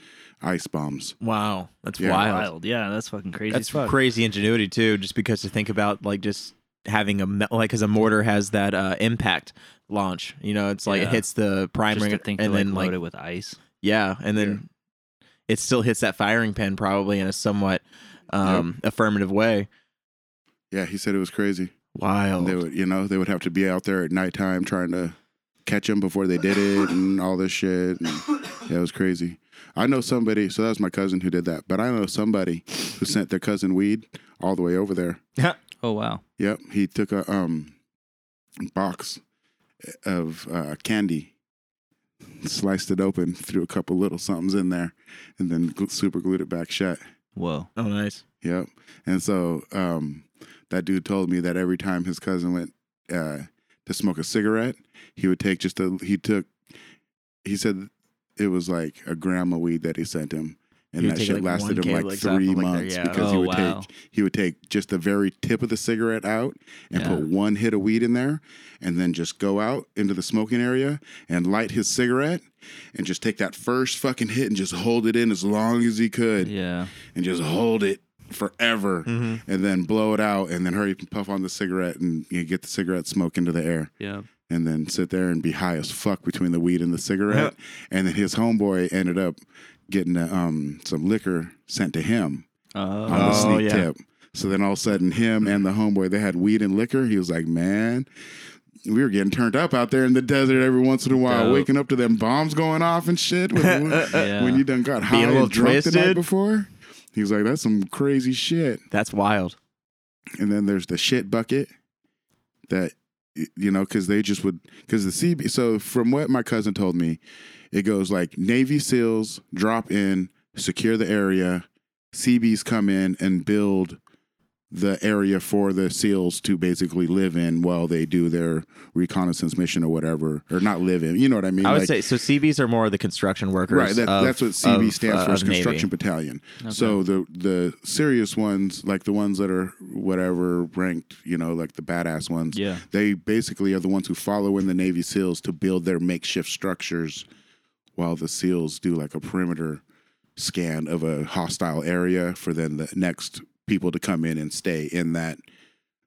A: ice bombs.
D: Wow. That's
A: Yeah.
D: wild.
C: wild. Yeah, that's fucking crazy.
D: That's
C: as fuck.
D: crazy ingenuity too. Just because to think about like just having a me- like because a mortar has that uh, impact launch. You know, it's like it
C: Yeah.
D: hits the primer
C: Just to think to
D: and
C: like
D: then
C: load
D: like
C: it with ice.
D: yeah, and then it still hits that firing pin probably in a somewhat um, affirmative way.
A: Yeah, he said it was crazy.
D: Wild.
A: They would, you know, they would have to be out there at nighttime trying to catch them before they did it and all this shit. And, yeah, it was crazy. I know somebody. So that was my cousin who did that. But I know somebody who sent their cousin weed all the way over there.
C: Oh wow.
A: Yep, he took a um box of uh, candy, sliced it open, threw a couple little somethings in there, and then glu- super glued it back shut.
C: Whoa.
D: Oh, nice.
A: Yep. And so um, that dude told me that every time his cousin went uh, to smoke a cigarette, he would take just a, he took, he said it was like a gram of weed that he sent him. And
D: He would
A: that
D: take,
A: shit
D: like, one
A: lasted him
D: cable,
A: like
D: like,
A: three
D: something like that,
A: months
D: yeah.
A: because he
C: Oh,
A: would
C: wow.
A: take he would take just the very tip of the cigarette out and
C: Yeah.
A: put one hit of weed in there, and then just go out into the smoking area and light his cigarette, and just take that first fucking hit and just hold it in as long as he could
C: Yeah.
A: and just hold it forever and then blow it out and then hurry up and puff on the cigarette and you know, get the cigarette smoke into the air
C: Yeah.
A: and then sit there and be high as fuck between the weed and the cigarette and then his homeboy ended up getting uh, um, some liquor sent to him
C: Oh.
A: on the
D: Oh,
A: sneak
D: yeah.
A: tip so then all of a sudden him and the homeboy they had weed and liquor he was like man we were getting turned up out there in the desert every once in a while,
C: Dope.
A: waking up to them bombs going off and shit. when-
C: yeah.
A: when you done got high
D: Being a little
A: and drunk the night
D: twisted.
A: before. He was like, "That's some crazy shit."
D: That's wild.
A: And then there's the shit bucket that y- you know because they just would because the CB. So from what my cousin told me, it goes like Navy SEALs drop in, secure the area, CBs come in and build the area for the SEALs to basically live in while they do their reconnaissance mission or whatever, or not live in. You know what I mean?
D: I would
A: Like-
D: say so. CBs are more of the construction workers.
A: Right, that,
D: of-
A: that's what CB
D: of,
A: stands
D: uh,
A: for, is
D: of Navy.
A: Construction Battalion. So the the serious ones, like the ones that are whatever ranked, you know, like the badass ones,
C: Yeah.
A: they basically are the ones who follow in the Navy SEALs to build their makeshift structures, while the SEALs do like a perimeter scan of a hostile area for then the next people to come in and stay in that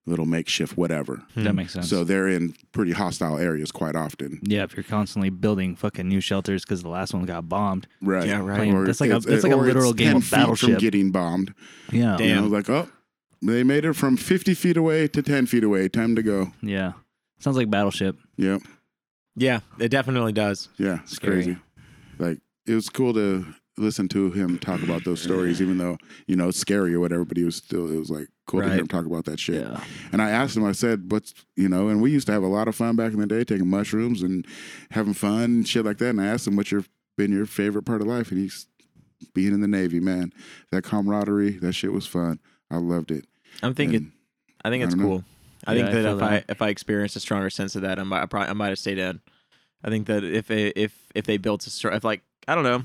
A: little makeshift whatever.
C: That makes sense.
A: Hmm. So they're in pretty hostile areas quite often.
C: yeah, if you're constantly building fucking new shelters because the last one got bombed.
A: Right.
D: Yeah, right.
C: Playing- that's like a-
A: it's-
C: that's like a
A: or it's
C: literal game
A: 10
C: of
A: feet from
C: Battleship.
A: getting bombed.
C: Yeah.
D: Damn.
A: You know, like, oh, they made it from 50 feet away to 10 feet away. Time to go.
C: Yeah. Sounds like Battleship.
A: Yeah.
D: Yeah, it definitely does.
A: Yeah. It's
C: Scary.
A: crazy. Like, it was cool to listen to him talk about those stories, even though, you know, it's scary or whatever, but he was still, it was like cool to hear
D: Right.
A: him talk about that shit. And I asked him, I said, what's, you know, and we used to have a lot of fun back in the day taking mushrooms and having fun and shit like that. And I asked him, what's your, been your favorite part of life? And he's being in the Navy, man. That camaraderie, that shit was fun. I loved it.
D: I'm thinking.
A: And-
D: I think
A: I
D: it's
A: don't know.
D: cool. I
C: Yeah,
D: think
C: I
D: that
C: feel
D: if I
C: that.
D: if I experienced a stronger sense of that, I might I, probably, I might have stayed in. I think that if it, if if they built a str- if like I don't know,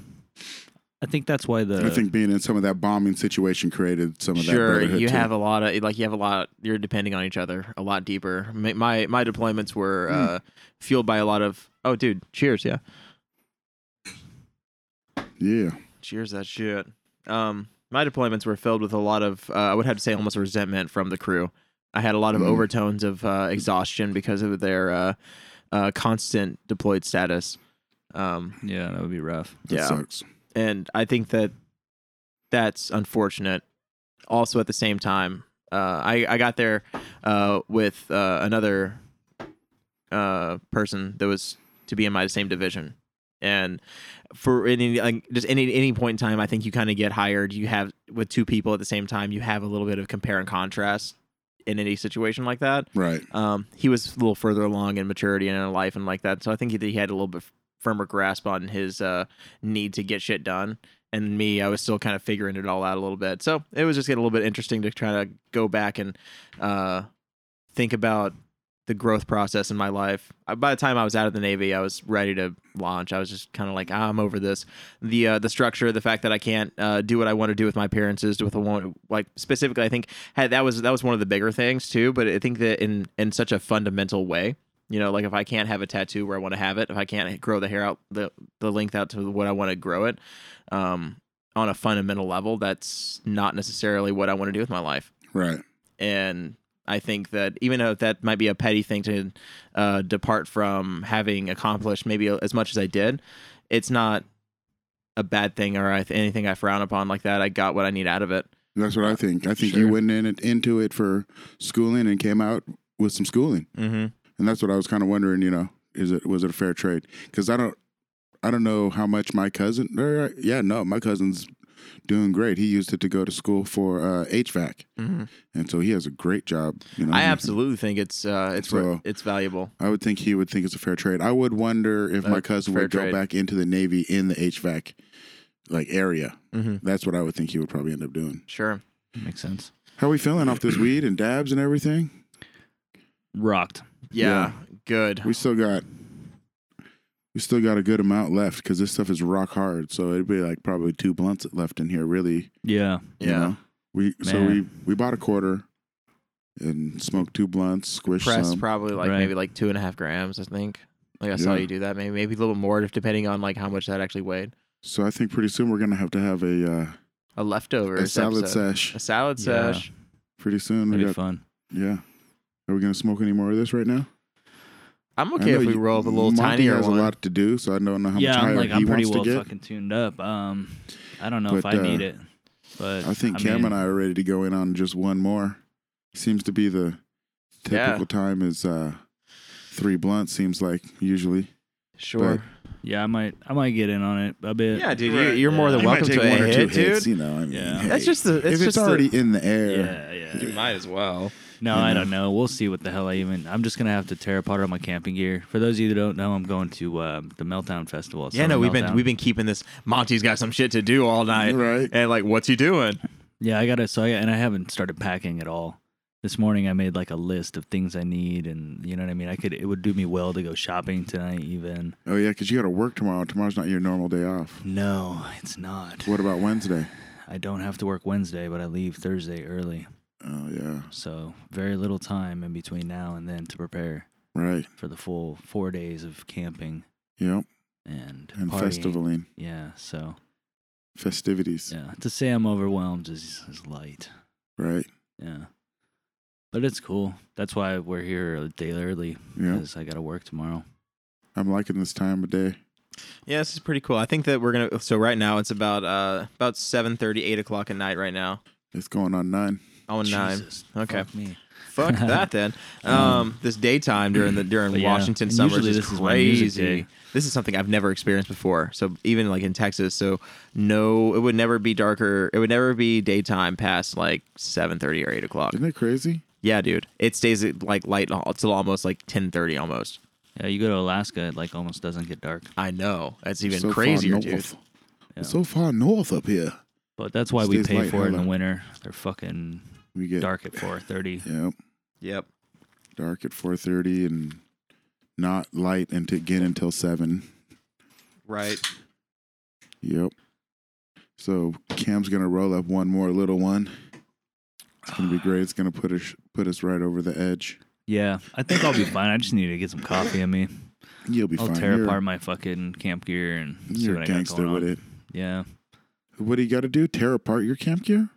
C: I think that's why the
A: I think being in some of that bombing situation created some of that.
D: uh, sure
A: brotherhood,
D: you
A: too.
D: have a lot of like you have a lot you're depending on each other a lot deeper. My my, my deployments were
A: Hmm.
D: uh, fueled by a lot of oh dude, cheers yeah,
A: yeah,
D: cheers that shit. Um, my deployments were filled with a lot of uh, I would have to say almost resentment from the crew. I had a lot of
A: Mm.
D: overtones of uh, exhaustion because of their uh, uh, constant deployed status. Um,
C: Yeah, that would be rough.
A: that
D: Yeah.
A: sucks.
D: and I think that that's unfortunate. Also, at the same time, uh, I I got there uh, with uh, another uh, person that was to be in my same division, and for any like just any any point in time, I think you kind of get hired. You have with two people at the same time, you have a little bit of compare and contrast in any situation like that.
A: Right.
D: Um, he was a little further along in maturity and in life and like that. So I think he, he had a little bit firmer grasp on his uh, need to get shit done. And me, I was still kind of figuring it all out a little bit. So it was just getting a little bit interesting to try to go back and uh, think about the growth process in my life. Uh, By the time I was out of the Navy, I was ready to launch. I was just kind of like, ah, I'm over this. The uh, the structure, the fact that I can't uh, do what I want to do with my appearances, with the one like specifically, I think had, that was that was one of the bigger things too. But I think that in in such a fundamental way, you know, like if I can't have a tattoo where I want to have it, if I can't grow the hair out the the length out to what I want to grow it, um, on a fundamental level, that's not necessarily what I want to do with my life
A: Right.
D: and I think that even though that might be a petty thing to uh, depart from having accomplished maybe as much as I did, it's not a bad thing or I th- anything I frown upon like that. I got what I need out of it.
A: That's what I think. I think you
D: Uh, Sure.
A: went in it, into it for schooling and came out with some schooling,
D: Mm-hmm.
A: and that's what I was kind of wondering. You know, is it was it a fair trade? Because I don't, I don't know how much my cousin. Or, yeah, no, my cousin's doing great. He used it to go to school for uh, HVAC,
D: Mhm.
A: and so he has a great job. You know,
D: I absolutely think it's uh, it's wor-
A: Mm-hmm. So-
D: it's valuable.
A: I would think he would think it's a fair trade. I would wonder if my
D: Uh,
A: cousin
D: fair
A: would
D: trade.
A: go back into the Navy in the HVAC like area.
D: Mhm.
A: That's what I would think he would probably end up doing.
D: Sure.
C: Makes sense.
A: How are we feeling off this weed and dabs and everything?
C: Rocked.
D: Yeah. Good.
A: We still got we still got a good amount left because this stuff is rock hard. So it'd be like probably two blunts left in here, really.
C: Yeah.
A: you
D: Yeah.
A: know? We so
C: Man.
A: we we bought a quarter and smoked two blunts, squished
D: Press
A: some.
D: probably like
C: Right.
D: maybe like two and a half grams. I think. Like I saw
A: Yeah.
D: you do that. Maybe maybe a little more if- depending on like how much that actually weighed.
A: so I think pretty soon we're gonna have to have a uh,
D: A leftover.
A: a salad
D: episode.
A: sesh.
D: A salad
C: Yeah.
D: sesh.
A: Pretty soon.
C: That'd
A: We
C: be
A: got,
C: fun.
A: yeah. Are we gonna smoke any more of this right now?
D: I'm
A: I
D: okay
A: know
D: if we
A: you-
D: roll up a little
A: Monty
D: tinier
A: has
D: one.
A: a lot to do, so I don't know how
C: yeah,
A: much higher
C: I'm like
A: he
C: I'm pretty
A: wants
C: well
A: to get.
C: fucking tuned up. Um, I don't know if
A: But,
C: I
A: uh,
C: need it, but
A: I think Cam
C: mean,
A: and I are ready to go in on just one more. Seems to be the
D: Yeah.
A: typical time is uh, three blunts. Seems like usually.
D: Sure.
C: Yeah, I might I might get in on it a bit.
D: yeah, dude,
C: Right.
D: you, are more
C: Yeah.
D: than
C: You might
D: welcome to a hit, dude.
A: hits, you know. I mean,
C: Yeah.
A: hey,
D: That's just the.
A: if
D: It's
A: it's
D: just
A: already
D: The,
A: in the air.
C: Yeah, yeah.
D: might as well.
C: No,
A: You
C: I
A: know.
C: don't know. We'll see what the hell I even. I'm just gonna have to tear apart all my camping gear. For those of you that don't know, I'm going to uh, the Meltdown Festival. at
D: Yeah, no,
C: Southern
D: we've been
C: Meltdown.
D: we've been keeping this. Monty's got some shit to do all night,
A: Right.
D: and like, what's he doing?
C: Yeah, I gotta. So I and I haven't started packing at all. This morning I made like a list of things I need, and you know what I mean. I could. It would do me well to go shopping tonight, even.
A: Oh yeah, because you got to work tomorrow. Tomorrow's not your normal day off.
C: No, it's not.
A: What about Wednesday?
C: I don't have to work Wednesday, but I leave Thursday early,
A: Oh yeah,
C: so very little time in between now and then to prepare
A: right.
C: for the full four days of camping
A: Yep.
C: and
A: And
C: partying.
A: festivaling,
C: Yeah, so
A: festivities.
C: yeah, to say I'm overwhelmed is is light.
A: Right.
C: Yeah. But it's cool. That's why we're here a day early
A: Yeah.
C: because I got to work tomorrow.
A: I'm liking this time of day.
D: Yeah, this is pretty cool. I think that we're gonna. So right now it's about uh about seven thirty, eight o'clock at night right now.
A: It's going on nine.
D: Oh nine.
C: Jesus,
D: Okay.
C: fuck me.
D: Fuck that then. Um, this daytime during the during
C: But yeah,
D: Washington
C: and
D: summers
C: usually
D: is
C: this is my
D: crazy.
C: music day.
D: this is something I've never experienced before. So even like in Texas, so no, it would never be darker. It would never be daytime past like seven thirty or eight o'clock.
A: Isn't it crazy?
D: Yeah, dude, it stays at like light al- till almost like ten thirty almost.
C: Yeah, you go to Alaska, it like almost doesn't get dark.
D: I know that's even
A: So far
D: crazier,
A: north.
D: dude.
C: Yeah.
A: So far north up here.
C: But that's why we
A: Stays
C: pay
A: light,
C: for it in the
A: hella.
C: winter. They're fucking
A: We get
C: dark at 4:30.
A: Yep.
D: Yep.
A: Dark at four thirty and not light until again until seven.
D: Right.
A: Yep. So Cam's gonna roll up one more little one. It's gonna be great. It's gonna put us put us right over the edge.
C: Yeah, I think I'll be fine. I just need to get some coffee in me.
A: You'll be
C: I'll
A: fine.
C: tear
A: you're,
C: apart my fucking camp gear and see
A: you're
C: what
A: a
C: I got
A: gangster
C: going on.
A: with it.
C: Yeah.
A: What do you got to do? Tear apart your camp gear?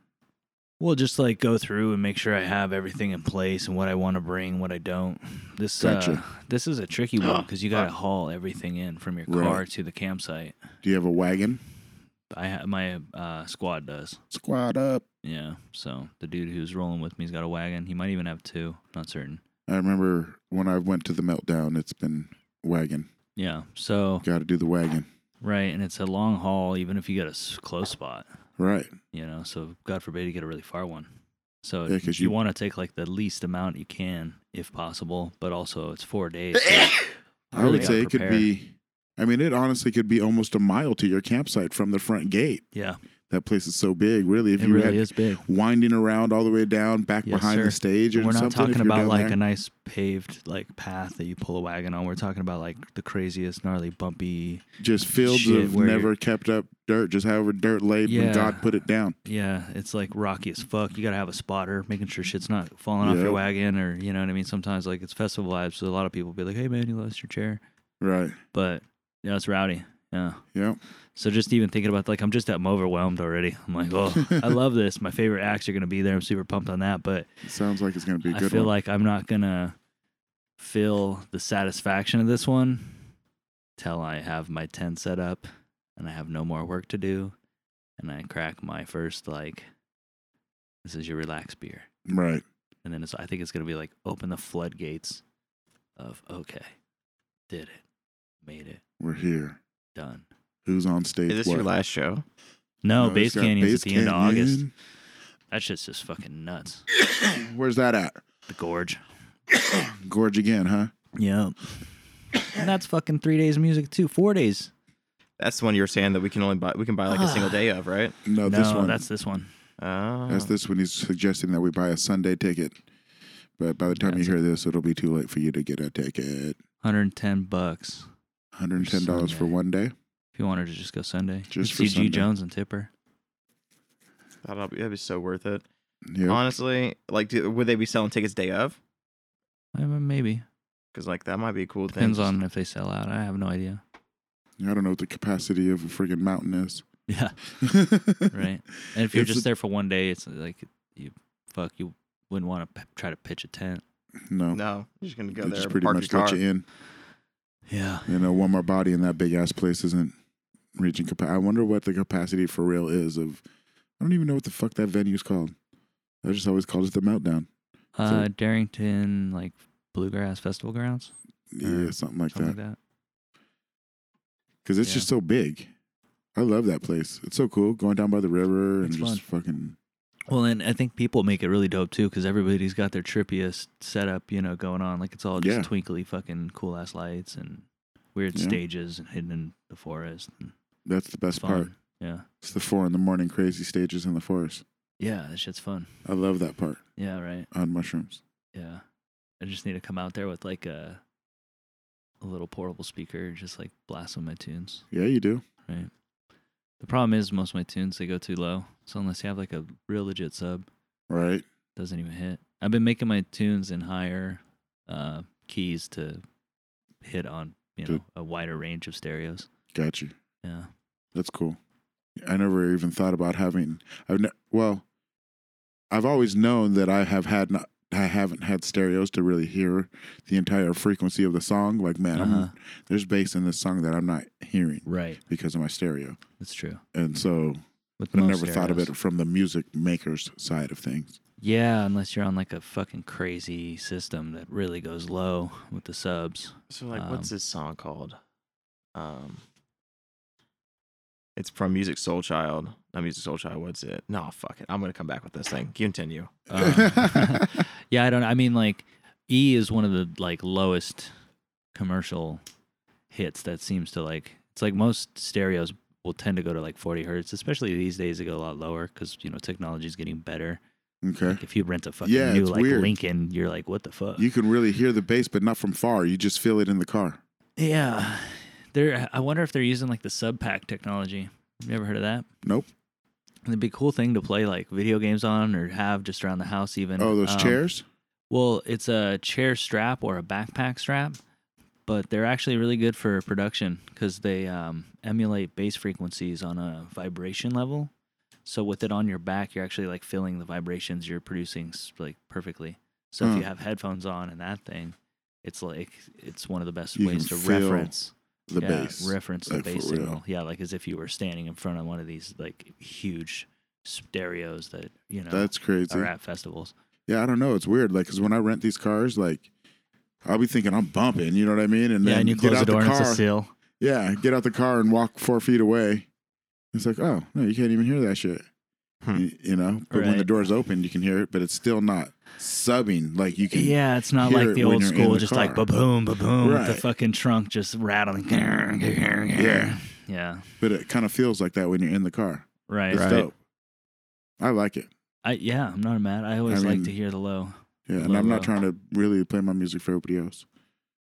C: Well, just like go through and make sure I have everything in place and what I want to bring, what I don't. This uh,
A: Gotcha.
C: this is a tricky one because you got to haul everything in from your
A: Right.
C: car to the campsite.
A: Do you have a wagon?
C: I ha- my uh, squad does.
A: Squad up.
C: Yeah. So the dude who's rolling with me's got a wagon. He might even have two. Not certain.
A: I remember when I went to the meltdown, it's been wagon.
C: Yeah. So
A: Got to do the wagon.
C: right, and it's a long haul, even if you get a s- close spot.
A: Right.
C: You know. So God forbid you get a really far one. So
A: Yeah, 'cause
C: you,
A: you-
C: want to take like the least amount you can, if possible. But also, it's four days. so you
A: I
C: really
A: would
C: gotta
A: say it could
C: prepare.
A: be, I mean, it honestly could be almost a mile to your campsite from the front gate.
C: Yeah.
A: That place is so big, really. If
C: It
A: you
C: really
A: had
C: is big.
A: winding around all the way down, back
C: Yes,
A: behind
C: sir.
A: the stage, or
C: We're
A: something.
C: not
A: if
C: talking
A: you're
C: about
A: down
C: like
A: there.
C: a nice paved like path that you pull a wagon on. We're talking about like the craziest, gnarly, bumpy.
A: just fields
C: shit
A: of
C: where you're-
A: never kept up dirt, just however dirt laid when
C: Yeah.
A: God put it down.
C: Yeah, it's like rocky as fuck. You gotta have a spotter, making sure shit's not falling off
A: Yeah.
C: your wagon, or you know what I mean. Sometimes like it's festival vibes, so a lot of people be like, "Hey man, you lost your chair,"
A: Right.
C: but yeah, it's rowdy. Yeah.
A: Yep.
C: So just even thinking about like I'm just I'm overwhelmed already. I'm like, oh, I love this. My favorite acts are gonna be there. I'm super pumped on that, but
A: It sounds like it's going to be a
C: I
A: good
C: feel
A: one.
C: like I'm not gonna feel the satisfaction of this one till I have my tent set up and I have no more work to do, and I crack my first like, this is your relaxed beer,
A: right.
C: and then it's I think it's gonna be like open the floodgates of okay, did it, made it,
A: We're here.
C: done.
A: Who's on stage?
D: Is this
A: what?
D: your last show?
C: No,
A: it's
C: Base
A: got
C: Canyon's
A: Base
C: at the end of August.
A: Canyon.
C: That shit's just fucking nuts.
A: Where's that at?
C: The gorge.
A: Gorge again, huh?
C: Yeah. And that's fucking three days of music too. Four days.
D: That's the one you were saying that we can only buy. We can buy like a single day of, right?
A: No,
C: no,
A: Oh, this one.
C: that's this one.
D: Oh,
C: Um,
A: That's this one. He's suggesting that we buy a Sunday ticket. But by the time
C: That's
A: you hear this, it'll be too late for you to get a ticket.
C: 110 bucks.
A: $110 for
C: Sunday.
A: one day.
C: If you wanted to just go Sunday. With
A: Just for
C: CG
A: Sunday.
C: Jones and Tipper.
D: that'd be, that'd be so worth it.
A: Yeah.
D: Honestly, like, do, would they be selling tickets day of?
C: I mean, maybe.
D: Because like that might be a cool thing.
C: Depends on if they sell out. I have no idea.
A: I don't know what the capacity of a friggin' mountain is.
C: Yeah. Right. And if you're
A: It's
C: just
A: a-
C: there for one day, it's like you fuck you wouldn't want to p- try to pitch a tent.
A: No.
D: No, you're just gonna go
A: they
D: there.
A: just
D: and
A: pretty
D: park
A: much
D: your
A: let
D: car.
A: you in.
C: Yeah.
A: You know, one more body in that big ass place isn't reaching capacity. I wonder what the capacity for real is of. I don't even know what the fuck that venue's called. I just always called it the Meltdown.
C: Uh Darrington like Bluegrass Festival grounds,
A: Yeah, something like
C: something like
A: that.
C: that.
A: Because it's
C: Yeah.
A: just so big. I love that place. It's so cool going down by the river and
C: It's
A: just fucking.
C: Well, and I think people make it really dope too because everybody's got their trippiest setup, you know, going on. Like it's all just
A: Yeah.
C: twinkly, fucking cool ass lights and weird
A: Yeah.
C: stages and hidden in the forest. And
A: That's the best
C: fun.
A: part.
C: Yeah.
A: It's the four in the morning crazy stages in the forest.
C: Yeah, that shit's fun.
A: I love that part
C: Yeah, right.
A: on mushrooms.
C: Yeah. I just need to come out there with like a a little portable speaker, just like blast on my tunes.
A: Yeah, you do.
C: The problem is most of my tunes they go too low. So unless you have like a real legit sub,
A: Right.
C: doesn't even hit. I've been making my tunes in higher uh keys to hit on, you know,
A: Good.
C: a wider range of stereos.
A: Got you.
C: Yeah.
A: That's cool. I never even thought about having. I've ne- well, I've always known that I have had not. I haven't had stereos to really hear the entire frequency of the song. Like, man,
C: Uh-huh.
A: I'm, there's bass in this song that I'm not hearing
C: Right.
A: because of my stereo.
C: That's true.
A: And so,
C: With
A: but I
C: most
A: never thought of
C: stereos.
A: it from the music maker's side of things.
C: Yeah, unless you're on like a fucking crazy system that really goes low with the subs.
D: So like,
C: Um,
D: what's this song called? Um, it's from Music Soul Child. Not Music Soul Child. What's it? No, fuck it. I'm gonna come back with this thing. Continue.
F: Uh,
C: Um, Yeah, I don't. I mean, like E is one of the like lowest commercial hits that seems to like. It's like most stereos will tend to go to like 40 hertz, especially these days. They go a lot lower because you know technology is getting better.
A: okay.
C: Like if you rent a fucking
A: Yeah,
C: new
A: it's
C: like
A: weird.
C: Lincoln, you're like, what the fuck?
A: You can really hear the bass, but not from far. You just feel it in the car.
C: yeah, they're. I wonder if they're using like the sub pack technology. You ever heard of that?
A: Nope.
C: It'd be a cool thing to play like video games on or have just around the house, even.
A: Oh, those
C: Um,
A: chairs.
C: Well, it's a chair strap or a backpack strap, but they're actually really good for production because they um, emulate bass frequencies on a vibration level. So with it on your back, you're actually like feeling the vibrations you're producing s- like perfectly. So if
A: Hmm.
C: you have headphones on and that thing, it's like it's one of the best
A: You
C: ways to
A: can feel
C: reference
A: The
C: yeah,
A: bass.
C: reference the
A: like, for
C: bass
A: real.
C: signal. Yeah, like as if you were standing in front of one of these like huge stereos that you know
A: That's crazy.
C: are at festivals.
A: Yeah, I don't know. It's weird. Like, cause when I rent these cars, like, I'll be thinking I'm bumping. You know what I mean? And
F: yeah,
A: then
F: and you close
A: get
F: the
A: out
F: door and
A: car.
F: it's a seal.
A: Yeah, get out the car and walk four feet away. It's like, oh no, you can't even hear that shit.
F: Hmm.
A: You, you know, but when the
C: Right.
A: door's open, you can hear it, but it's still not subbing. Like you can.
F: Yeah, it's not
A: hear
F: like
A: it
F: the
A: when
F: old
A: you're in
F: school,
A: the
F: just like
A: car.
F: ba boom, ba boom, with the
A: Right.
F: fucking trunk just rattling.
A: Yeah,
C: Yeah,
A: but it kind of feels like that when you're in the car.
C: right.
A: It's dope. I like it.
C: I yeah, I'm not mad. I always
A: I
C: like
A: mean-
C: to hear the low.
A: Yeah, and
C: Low,
A: I'm not
C: low.
A: trying to really play my music for everybody else.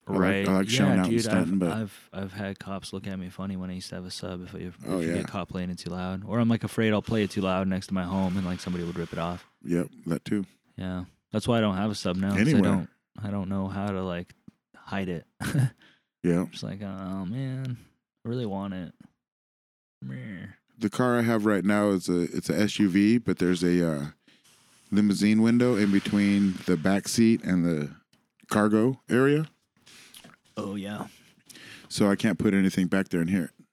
A: I like-
C: Right.
A: I like
C: yeah,
A: showing out and
C: dude,
A: stunting,
C: I've,
A: but-
C: I've I've had cops look at me funny when I used to have a sub if, if,
A: Oh,
C: if you
A: yeah.
C: get caught playing it too loud, or I'm like afraid I'll play it too loud next to my home and like somebody would rip it off.
A: Yep, that too.
C: Yeah, that's why I don't have a sub now. 'cause I
A: Anywhere.
C: don't I don't know how to like hide it.
A: Yeah.
C: just like oh man, I really want it. Meh.
A: The car I have right now is a it's a SUV, but there's a uh, limousine window in between the back seat and the cargo area,
C: Oh yeah.
A: so I can't put anything back there and hear it.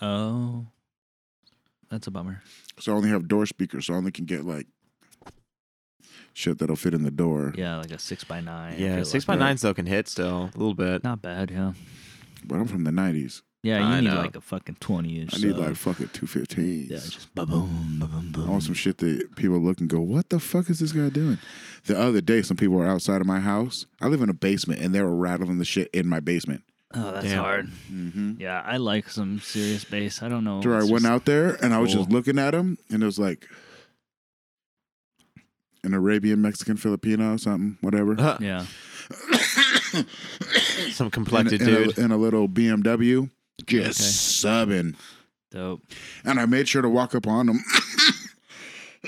C: Oh, that's a bummer.
A: So I only have door speakers, so I only can get like shit that'll fit in the door.
C: Yeah, like a six by nine. I feel
D: Yeah,
C: like.
D: six by nines though can hit still a little bit.
C: Not bad. Yeah.
A: But I'm from the '90s.
C: Yeah, you
D: I
C: need
D: know.
C: like a fucking twenty inch.
A: I need
C: sub.
A: like fucking two fifteens.
C: Yeah, just ba boom, ba boom,
A: I
C: boom.
A: want some shit that people look and go, "What the fuck is this guy doing?" The other day, some people were outside of my house. I live in a basement, and they were rattling the shit in my basement.
C: Oh, that's
D: Damn.
C: hard.
A: Mm-hmm.
C: Yeah, I like some serious bass. I don't know.
A: So I
C: it's
A: went
C: just-
A: out there, and I was just
C: cool.
A: looking at him, and it was like an Arabian, Mexican, Filipino, something, whatever,
D: Huh,
C: Yeah.
D: Some
A: and,
D: complected
A: and, uh, a,
D: dude.
A: and a little BMW, just subbing.
C: Dope.
A: And I made sure to walk up on him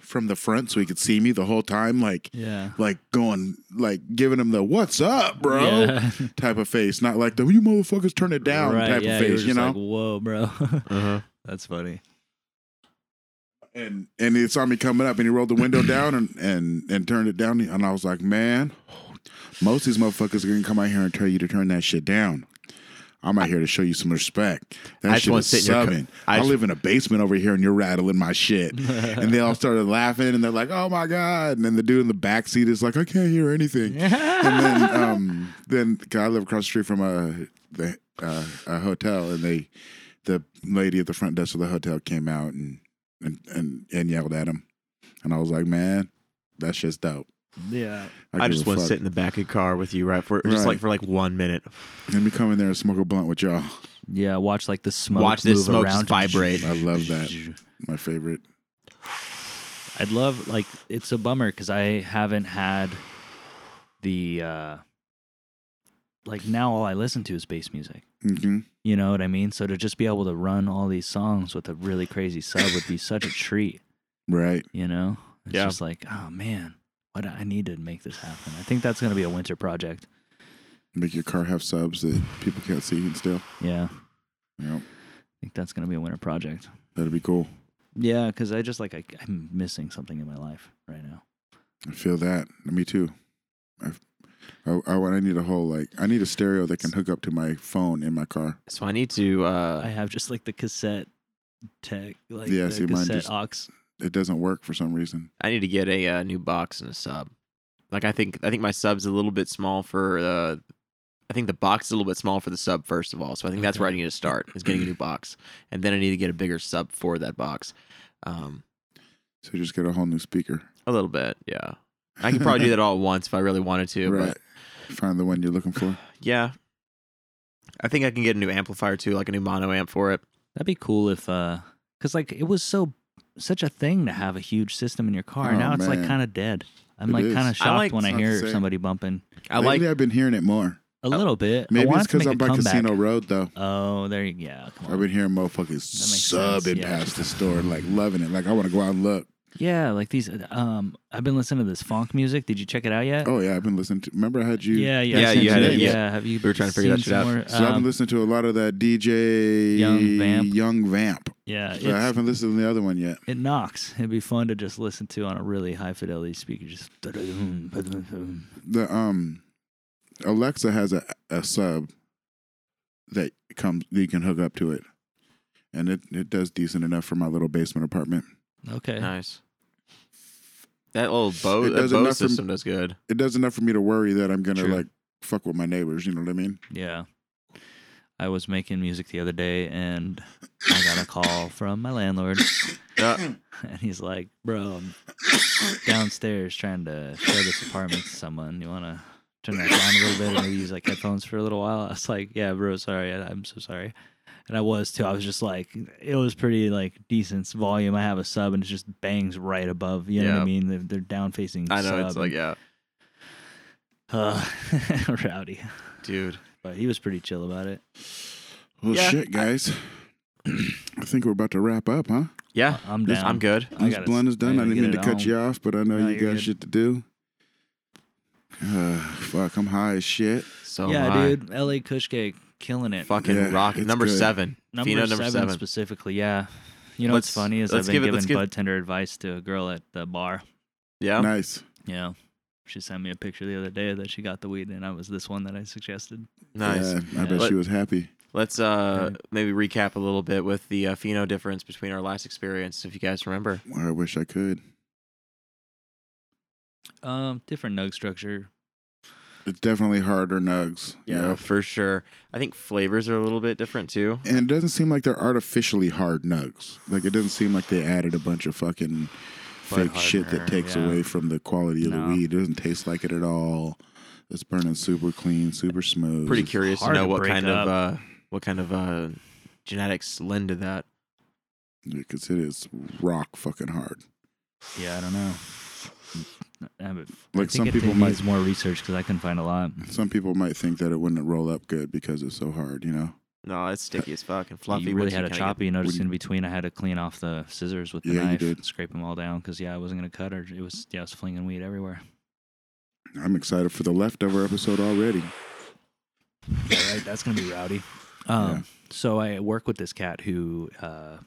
A: from the front so he could see me the whole time, like.
C: Yeah.
A: like going like giving him the what's up bro
C: Yeah.
A: type of face not like the you motherfuckers turn it down
C: right,
A: type
C: yeah,
A: of
C: you were
A: face you
C: just
A: know
C: Like, Whoa, bro.
A: uh,
D: Uh-huh.
C: that's funny.
A: and and he saw me coming up and he rolled the window down and and and turned it down and i was like man most of these motherfuckers are gonna come out here and tell you to turn that shit down I'm out here to show you some respect. That
D: I just
A: shit
D: wanna
A: is
D: sit in your co-
A: subbing.
D: I
A: I,
D: just-
A: live in a basement over here, and you're rattling my shit. and they all started laughing, and they're like, "Oh my god!" And then the dude in the back seat is like, "I can't hear anything." and then um then 'cause I live across the street from a the uh, a hotel and they the lady at the front desk of the hotel came out and and and, and yelled at him and I was like man that's just dope
C: Yeah.
D: I
A: give
D: just
A: a
D: want to
A: fuck.
D: sit in the back of the car with you, right? For just
A: Right.
D: like for like one minute.
A: let me come in there and smoke a blunt with y'all
C: Yeah. Watch like the smoke.
D: Watch this
C: move
D: smoke
C: around.
D: just vibrate.
A: I love that my favorite
C: I'd love like it's a bummer because I haven't had the uh like now all I listen to is bass music.
A: hmm
C: You know what I mean? So to just be able to run all these songs with a really crazy sub would be such a treat,
A: right
C: you know? It's
D: Yeah.
C: just like, oh man, what I need to make this happen. I think that's gonna be a winter project.
A: make your car have subs that people can't see and still
C: Yeah.
A: Yep.
C: I think that's gonna be a winter project.
A: that'd be cool
C: Yeah, because I just like I, I'm missing something in my life right now.
A: I feel that me too I I, I want- I need a whole like I need a stereo that can hook up to my phone in my car
D: So I need to
C: I
D: uh
C: have just like the cassette tech, like
A: Yeah,
C: the
A: see, mine
C: cassette
A: just-
C: aux.
A: it doesn't work for some reason
D: I need to get a uh, new box and a sub. Like I think I think my sub's a little bit small for uh I think the box is a little bit small for the sub first of all. So I think that's where I need to start is getting a new box. And then I need to get a bigger sub for that box. Um
A: So just get a whole new speaker.
D: a little bit, yeah. I could probably do that all at once if I really wanted to,
A: right.
D: but
A: Find the one you're looking for.
D: Yeah. I think I can get a new amplifier too, like a new mono amp for it.
C: That'd be cool if, uh, cause like it was so such a thing to have a huge system in your car.
A: Oh,
C: now it's like
A: man.
C: kind of dead. I'm
A: It
C: like
A: is.
C: kind
A: I
C: of shocked
D: like-
C: when I
A: It's not the
C: hear
A: same.
C: somebody bumping
D: I
A: Lately,
D: like
A: I've been hearing it more.
C: a little bit.
A: Maybe
C: I
A: it's
C: because
A: because I'm by Casino Road though.
C: Oh, there you yeah, come
A: I've
C: on.
A: been hearing motherfuckers
C: makes
A: subbing
C: sense, yeah.
A: past the store, like loving it. Like I want to go out and look.
C: Yeah, like these. Um, I've been listening to this funk music. Did you check it out yet?
A: Oh yeah, I've been listening to. Remember I had you?
C: yeah, yeah, I
D: Yeah,
C: sent
D: you had
A: it,
C: Yeah.
A: yeah.
C: have you?
D: We were trying to figure that
C: seen
D: shit out.
C: some more?
A: So I've
C: Um,
A: been listening to a lot of that DJ
C: Young Vamp.
A: Young Vamp.
C: yeah,
A: So I
C: it's-
A: haven't listened to the other one yet.
C: it knocks. It'd be fun to just listen to on a really high fidelity speaker. Just ba-da-doom, ba-da-doom.
A: The um, Alexa has a, a sub that comes that you can hook up to it, and it, it does decent enough for my little basement apartment.
C: Okay.
D: Nice. That old bow,
A: It
D: that
A: does
D: bow
A: enough for m-
D: system does good.
A: It does enough for me to worry that I'm gonna
D: True.
A: like fuck with my neighbors. You know what I mean?
C: Yeah. I was making music the other day and I got a call from my landlord
D: Yeah.
C: and he's like, Bro, I'm downstairs trying to show this apartment to someone. You wanna turn that down a little bit and maybe use like headphones for a little while? I was like, Yeah, bro, sorry, I, I'm so sorry. And I was too. I was just like, it was pretty like decent volume. I have a sub and it just bangs right above. You know what
D: Yeah.
C: I mean? They're, they're down facing.
D: I know. It's
C: sub
D: like,
C: and,
D: yeah,
C: uh, rowdy.
D: dude.
C: But he was pretty chill about it.
A: Well,
D: Yeah.
A: shit, guys. I think we're about to wrap up, huh?
D: Yeah.
C: I'm
A: This-
C: down.
D: Eh, I'm good.
C: I
A: This
C: gotta-
A: blunt is done. I
C: gotta
A: didn't
C: get
A: mean to
C: it
A: cut
C: on.
A: you off, but I know
C: No,
A: you
C: you're
A: got
C: good.
A: shit to do. Uh, fuck, I'm high as shit.
D: So
C: yeah,
D: am I.
C: dude. LA Kush Cake killing it.
D: Fucking
A: Yeah,
D: rocket.
A: it's
D: Number
A: good.
D: seven.
C: number,
D: Fino
C: seven
D: number seven.
C: specifically. Yeah. You know
D: Let's-
C: what's funny is
D: let's
C: I've been
D: give it- let's
C: giving
D: give-
C: bud tender advice to a girl at the bar. Oh.
D: yeah.
A: Nice.
C: Yeah. She sent me a picture the other day that she got the weed and I was this one that I suggested.
D: Nice.
A: Yeah, I
C: Yeah.
A: bet
D: Let-
A: she was happy.
D: Let's uh maybe recap a little bit with the uh, pheno difference between our last experience, if you guys remember.
A: Well, I wish I could.
C: Um, different nug structure.
A: It's definitely harder nugs.
D: Yeah, for sure. I think flavors are a little bit different too.
A: And it doesn't seem like they're artificially hard nugs. Like it doesn't seem like they added a bunch of fucking
C: But
A: fake shit that
C: harder,
A: takes
C: yeah.
A: away from the quality of
C: No.
A: the weed. It doesn't taste like it at all. It's burning super clean, super smooth.
D: Pretty curious to
C: hard
D: know
C: to
D: what
C: break
D: kind
C: up.
D: of uh what kind of uh genetics lend to that.
A: because it is rock fucking hard.
C: Yeah, I don't know. I have it- I
A: Like,
C: think
A: some
C: it
A: people might-
C: needs more research because I couldn't find a lot.
A: Some people might think that it wouldn't roll up good because it's so hard. You know.
D: No, it's sticky as fuck and fluffy.
C: you really
D: once
C: had a
D: kinda
C: choppy. You noticed
A: when-
C: in between, I had to clean off the scissors with the
A: Yeah, you
C: knife,
A: did.
C: scrape them all down because yeah, I wasn't gonna cut her. It was yeah, I was flinging weed everywhere.
A: I'm excited for the leftover episode already.
C: yeah, right. That's gonna be rowdy. Um,
A: Yeah.
C: So I work with this cat who uh,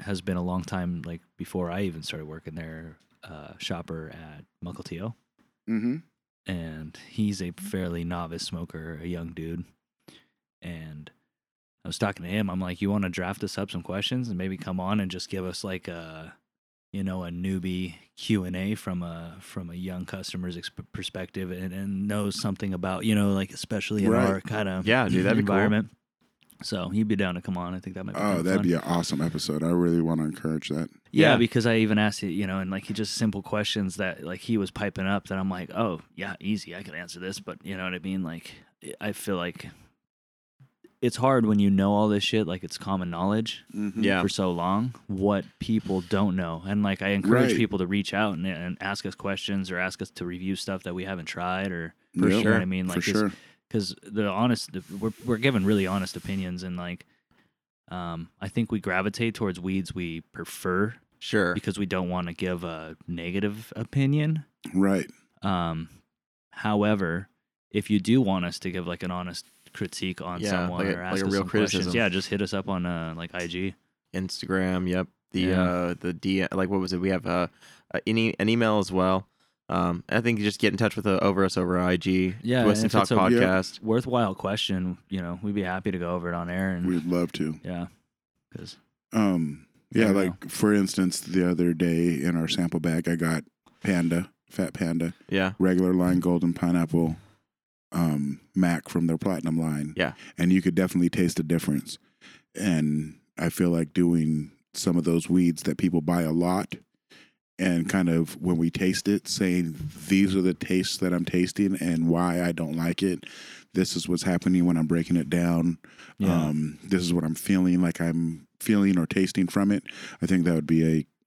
C: has been a long time, like before I even started working there, uh, shopper at Mukilteo,
A: Mm-hmm.
C: and he's a fairly novice smoker, a young dude. And I was talking to him. I'm like, you want to draft us up some questions and maybe come on and just give us like a, you know, a newbie Q and A from a from a young customer's exp- perspective and, and knows something about you know like especially in
A: Right.
C: our kind of
D: Yeah, dude, that'd be cool.
C: environment. So he'd be down to come on. I think that might. Be
A: Oh, that'd be an awesome episode. I really want to encourage that.
C: yeah,
D: Yeah.
C: because I even asked it, you know, and like he just simple questions that like he was piping up that I'm like, oh yeah, easy, I could answer this, but you know what I mean? Like I feel like it's hard when you know all this shit, like it's common knowledge
A: Mm-hmm.
D: Yeah.
C: for so long, what people don't know. And like I encourage
A: Right.
C: people to reach out and, and ask us questions or ask us to review stuff that we haven't tried or
A: For
C: you know
A: sure.
C: what I mean? Like
A: for
C: it's-
A: sure.
C: because the honest we're we're given really honest opinions and like um I think we gravitate towards weeds we prefer
D: Sure.
C: because we don't want to give a negative opinion.
A: Right.
C: Um however, if you do want us to give like an honest critique on
D: Yeah,
C: someone
D: like a-
C: or
D: like
C: ask
D: a
C: us
D: real
C: some questions,
D: criticism.
C: yeah, just hit us up on uh like IG.
D: Instagram. Yep. The
C: Yeah.
D: uh the D like what was it? We have uh, uh any an email as well. Um, I think you just get in touch with uh, over us over IG.
C: Yeah,
D: Twist and
C: if
D: Talk
C: it's a-
A: yeah.
D: podcast.
C: Worthwhile question, you know, we'd be happy to go over it on air and
A: We'd love to.
C: yeah. Cuz
A: Um, yeah,
C: Never
A: like for instance, the other day in our sample bag, I got panda, fat panda,
D: Yeah.
A: regular line, golden pineapple, um, Mac from their platinum line.
D: Yeah.
A: and you could definitely taste the difference. And I feel like doing some of those weeds that people buy a lot, and kind of when we taste it, saying these are the tastes that I'm tasting and why I don't like it. This is what's happening when I'm breaking it down.
C: yeah.
A: Um, this is what I'm feeling like I'm feeling or tasting from it. I think that would be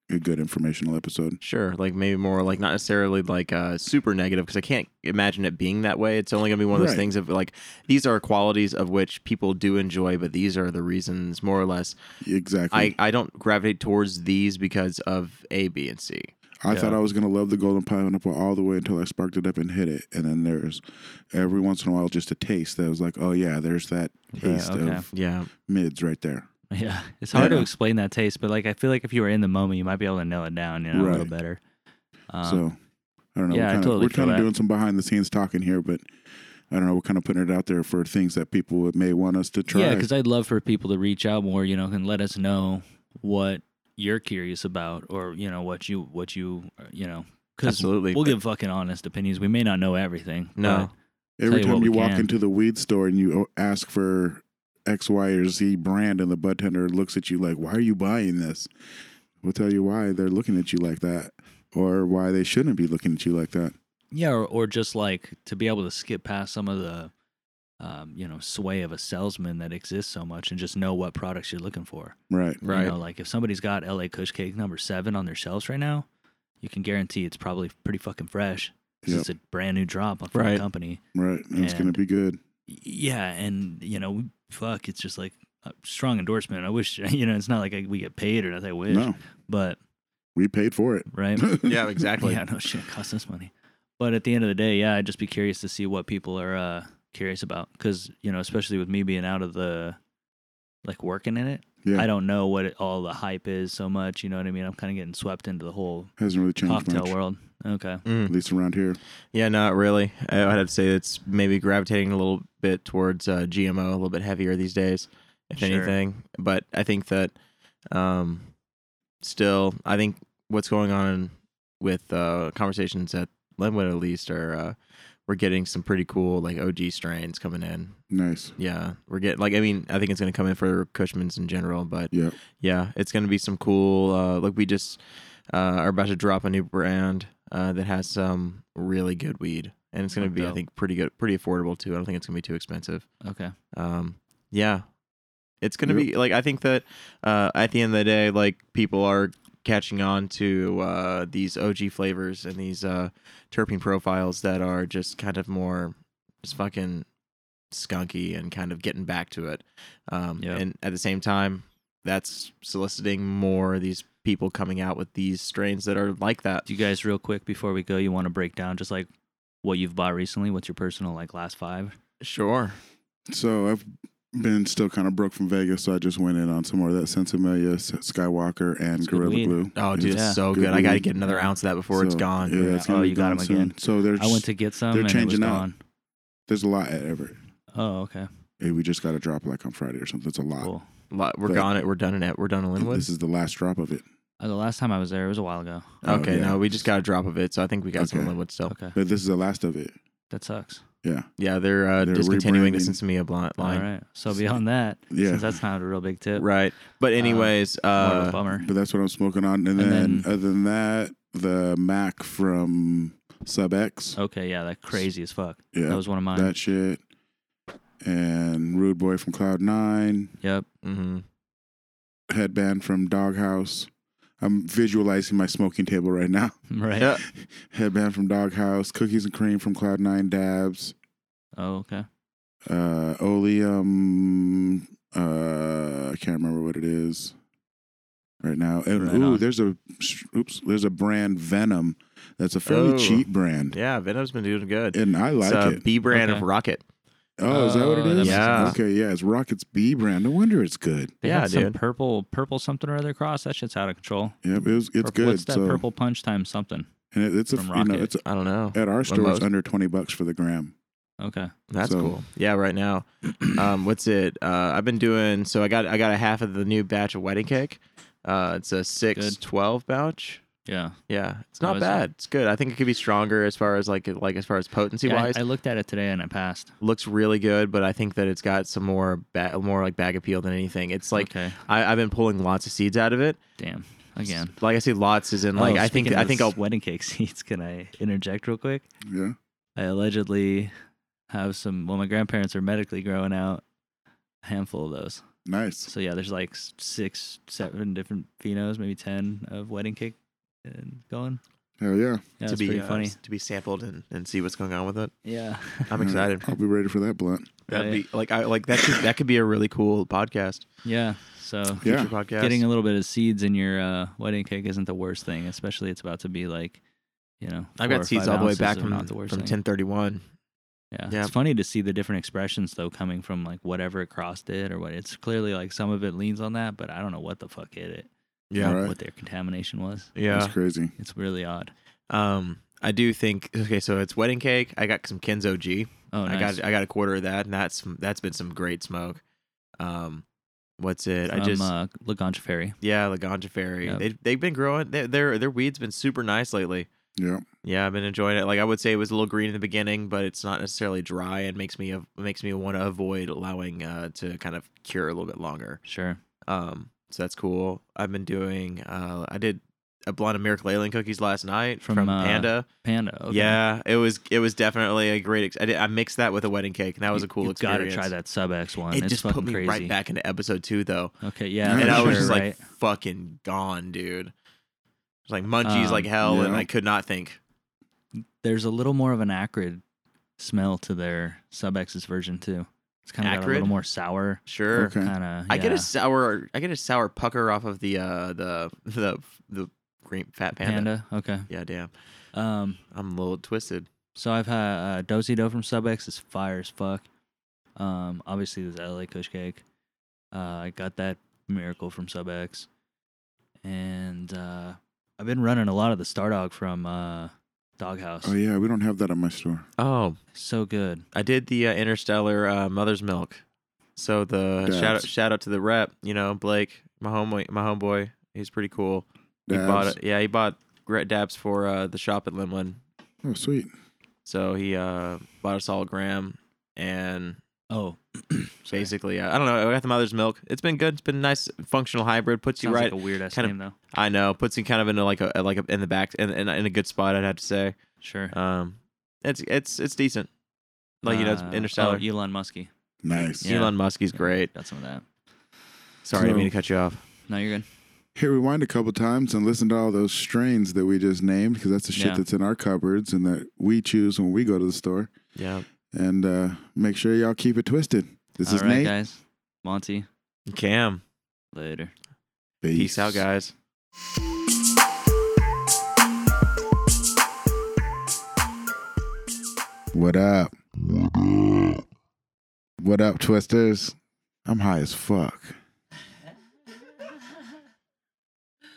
A: a, a good informational episode.
D: Sure. Like maybe more like not necessarily like uh super negative because I can't imagine it being that way. It's only gonna be one of those
A: Right.
D: things of like these are qualities of which people do enjoy, but these are the reasons more or less.
A: Exactly.
D: I I don't gravitate towards these because of A, B, and C.
A: I thought
C: Yeah.
A: I was gonna love the golden pineapple all the way until I sparked it up and hit it, and then there's every once in a while just a taste that was like, oh yeah, there's that taste
C: okay.
A: of
D: Yeah.
A: mids right there.
C: Yeah, it's hard
A: Yeah.
C: to explain that taste, but like I feel like if you were in the moment, you might be able to nail it down, you know, a little
A: Right.
C: better. Um,
A: so I don't know.
C: yeah, I
A: we're kind of
C: totally
A: we're
C: feel
A: kinda
C: that.
A: doing some behind the scenes talking here, but I don't know. We're kind of putting it out there for things that people would- may want us to try.
C: Yeah, because I'd love for people to reach out more, you know, and let us know what you're curious about, or you know what you what you uh, you know. 'cause
D: Absolutely.
C: we'll give fucking honest opinions. We may not know everything.
D: No.
C: Tell
A: Every
C: you
A: time
C: what
A: you
C: we
A: walk
C: can.
A: into the weed store and you o- ask for X, Y, or Z brand, and the bud tender looks at you like, "Why are you buying this?" We'll tell you why they're looking at you like that, or why they shouldn't be looking at you like that.
C: but- yeah, or, or just like to be able to skip past some of the. Um, you know, sway of a salesman that exists so much, and just know what products you're looking for.
A: Right.
D: Right.
C: You know, like if somebody's got LA Kush Cake number seven on their shelves right now, you can guarantee it's probably pretty fucking fresh. 'cause
A: Yep.
C: It's a brand new drop from
D: Right.
C: the company.
A: Right. And it's gonna
C: And-
A: be good.
C: Yeah, and you know, fuck, it's just like a strong endorsement. I wish you know, it's not like I, we get paid or nothing. I wish,
A: No,
C: but
A: we paid for it.
C: right?
D: Yeah, exactly.
C: yeah, no shit, it costs us money. But at the end of the day, yeah, I'd just be curious to see what people are uh, curious about because you know, especially with me being out of the like working in it,
A: Yeah.
C: I don't know what it, all the hype is so much. You know what I mean? I'm kind of getting swept into the whole
A: Hasn't really changed
C: cocktail
A: much,
C: world. Okay.
D: Mm.
A: at least around here.
D: Yeah, not really. I- I'd have to say it's maybe gravitating a little bit towards uh, GMO, a little bit heavier these days, if
C: Sure.
D: anything. But I think that um, still, I think what's going on with uh, conversations at Linwood, at least, are uh, we're getting some pretty cool like OG strains coming in.
A: Nice.
D: Yeah, we're getting like I mean I think it's gonna come in for Cushman's in general, but
A: Yep.
D: yeah, it's gonna be some cool. Uh, like we just uh, are about to drop a new brand uh, that has some really good weed, and it's gonna
C: Oh,
D: be I
C: dope.
D: think pretty good, pretty affordable too. I don't think it's gonna be too expensive.
C: Okay.
D: Um, yeah, it's gonna
A: Yep.
D: be like I think that uh, at the end of the day, like people are catching on to uh, these OG flavors and these uh, terpene profiles that are just kind of more just fucking skunky and kind of getting back to it. Um,
C: Yeah.
D: And at the same time, that's soliciting more of these people coming out with these strains that are like that.
C: Do you guys, real quick, before we go, you want to break down just like what you've bought recently? What's your personal like last five?
D: Sure.
A: So I've been still kind of broke from Vegas, so I just went in on some more of that Sensimilia, S- Skywalker, and
C: It's good
A: Gorilla
C: weed.
A: Glue.
D: Oh, dude,
C: Yeah.
D: it's so
A: Good
D: good. I got to
A: weed.
D: get another ounce of that before it's
A: So,
D: gone.
A: Yeah, it's gonna
C: Oh,
A: be
C: you got
A: gone
C: 'em
A: soon.
C: again.
A: So there's
C: I went to get some.
A: they're
C: and
A: changing
C: it was
A: up.
C: gone.
A: there's a lot at Everett.
C: Oh, okay.
A: Hey, we just got a drop like on Friday or something. It's a lot.
C: Cool.
D: Lo- We're
A: But-
D: gone. It. We're done in it. We're done in Linwood.
A: This is the last drop of it.
C: Uh, the last time I was there, it was a while ago.
A: Oh,
D: Okay,
A: yeah.
D: no, we just got a drop of it, so I think we got some
A: Okay.
D: Linwood still.
C: Okay.
A: But this is the last of it.
C: That sucks.
A: Yeah.
D: Yeah, they're, uh,
A: They're
D: discontinuing the
A: rebranding.
D: Sensimia blunt line.
C: All right. So beyond that,
A: Yeah.
C: since that's not a real big tip,
D: Right. But anyways, uh,
C: more of a bummer.
A: But that's what I'm smoking on. And, then,
C: then-
A: other than that, the Mac from Sub X.
C: Okay, yeah, that crazy as fuck.
A: yeah.
C: Oh, That was one of mine.
A: that shit. And Rude Boy from Cloud Nine.
C: yep.
D: mhm.
A: Headband from Doghouse. I'm visualizing my smoking table right now.
C: Right.
D: Yeah.
A: Headband from Doghouse. Cookies and cream from Cloud Nine Dabs.
C: Oh, okay.
A: uh oleum uh i can't remember what it is right now and
C: Right
A: ooh
C: on.
A: there's a oops there's a brand venom that's a fairly
D: Oh.
A: cheap brand
D: Yeah, Venom's been doing good.
A: and i like
D: it's a
A: it
D: B brand of
C: Okay.
D: Rocket.
A: oh is that what it
C: Oh, that
A: is
C: makes
D: Yeah. sense.
A: okay yeah it's rocket's b brand no wonder it's good
C: They
D: Yeah,
C: had some
D: dude.
C: purple, purple something or other cross. That shit's out of control.
A: yep it was, it's
C: Purple-
A: good
C: What's that
A: so
C: purple punch time something?
A: and it, it's a
C: from
A: you know
C: Rocket?
A: it's a,
D: I don't know.
A: at our store it's
D: most?
A: under 20 bucks for the gram
C: Okay.
D: That's
A: So-
D: cool. Yeah, right now. Um, what's it? Uh, I've been doing so I got I got a half of the new batch of wedding cake. Uh, it's a six
C: Good.
D: twelve pouch.
C: Yeah.
D: Yeah, it's
C: How
D: not
C: is it?
D: bad. It's good. I think it could be stronger as far as like like as far as potency
C: Yeah, I-
D: wise.
C: I, looked at it today and I passed.
D: Looks really good, but I think that it's got some more ba- more like bag appeal than anything. It's like
C: okay.
D: I, I've been pulling lots of seeds out of it.
C: Damn. Again.
D: Like I say, lots is in like
C: Oh,
D: I think
C: speaking
D: I
C: of
D: think I'll
C: wedding cake seeds. Can I interject real quick?
A: yeah
C: I allegedly have some. Well, my grandparents are medically growing out a handful of those.
A: nice
C: So yeah, there's like s- six, seven different phenos, maybe ten of wedding cake and going.
A: hell yeah
C: Yeah,
D: to
C: it's
D: be
C: pretty
D: uh,
C: funny.
D: to be sampled and, and see what's going on with it.
C: Yeah.
D: I'm
A: All right,
D: excited.
A: i'll be ready for that blunt
D: That'd
C: Right.
D: be like I like that. Could, that could be a really cool podcast.
C: yeah. So
A: yeah
D: Future podcast.
C: getting a little bit of seeds in your uh, wedding cake isn't the worst thing, especially it's about to be like, you know,
D: I've
C: four or
D: got seeds
C: five
D: all the way
C: ounces
D: back
C: of
D: from
C: not the worst
D: from
C: thing.
D: 1031.
C: Yeah.
D: Yeah.
C: It's funny to see the different expressions though coming from like whatever it crossed it or what it's clearly like some of it leans on that, but I don't know what the fuck hit it.
A: Yeah. Right.
C: What their contamination was.
A: that's crazy
C: It's really odd.
D: Um, I do think okay. So it's wedding cake. I got some Kenzo G.
C: Oh,
D: I
C: nice.
D: got I got a quarter of that, and that's that's been some great smoke. Um, what's it? I
C: From,
D: just
C: uh, Laganja Ferry.
D: yeah, Laganja Ferry.
C: Yep.
D: They they've been growing. Their their their weed's been super nice lately.
A: Yeah.
D: Yeah, I've been enjoying it. Like I would say, it was a little green in the beginning, but it's not necessarily dry, and makes me makes me want to avoid allowing uh, to kind of cure a little bit longer.
C: Sure.
D: Um, so that's cool. I've been doing. Uh, I did a blonde American Leyland cookies last night
C: From,
D: from,
C: uh,
D: Panda.
C: Panda. Okay.
D: Yeah, it was it was definitely a great. Ex- I, did, I mixed that with a wedding cake, and that was a cool
C: you
D: experience.
C: Gotta try that Sub X one.
D: It
C: it's
D: just
C: fucking
D: put me
C: crazy.
D: right back into episode two, though,
C: Okay. Yeah.
A: Yeah,
D: and I
C: sure,
D: was just like
C: right?
D: fucking gone, dude. It was like munchies
C: Um,
D: like hell, and
A: yeah.
D: I could not think.
C: there's a little more of an acrid smell to their Sub X's version too. It's kind of got a
D: Acrid?
C: little more sour.
D: Sure,
A: Okay.
C: Kind of.
D: I get a sour. I get a sour pucker off of the uh the the the green fat panda.
C: panda. Okay.
D: Yeah, damn.
C: Um.
D: I'm a little twisted.
C: So I've had uh, Dozy Doe from Sub X is fire as fuck. Um. Obviously, there's LA Kush Cake. Uh, I got that miracle from Sub X, and uh, I've been running a lot of the Star Dog from uh, Doghouse.
A: Oh yeah, we don't have that at my store.
D: Oh,
C: So good.
D: I did the uh, Interstellar uh, Mother's Milk. So the
A: Dabs.
D: shout out, shout out to the rep, you know, Blake, my homeboy, my homeboy. He's pretty cool. He bought
A: Dabs.
D: it. Yeah, he bought Gret Dabs for uh, the shop at Limlin.
A: Oh sweet.
D: So he uh, bought us all a gram and
C: Oh. Sorry.
D: basically, uh, I don't know. I got the Mother's Milk. It's been good. It's been a nice functional hybrid. Puts
C: Sounds
D: you right.
C: like a weird ass
D: kinda-
C: name though.
D: I know. Puts you kind of into like a like a, in the back and in, in, a good spot. I'd have to say.
C: Sure.
D: Um, it's it's it's decent. Like you know, it's
C: Uh,
D: Interstellar.
C: Oh, Elon Muskie.
A: Nice.
C: Yeah.
D: Elon Musk, he's great.
C: Got some of that.
D: Sorry, I didn't mean to cut you off.
C: No, you're good.
A: Hit rewind a couple times and listen to all those strains that we just named because that's the shit
C: Yeah.
A: that's in our cupboards and that we choose when we go to the store.
D: Yeah.
A: And uh, make sure y'all keep it twisted. This
C: All
A: is
C: right,
A: Nate.
C: guys. Monty,
D: Cam.
C: later.
D: Peace out, guys.
A: What up? What up, Twisters? I'm high as fuck.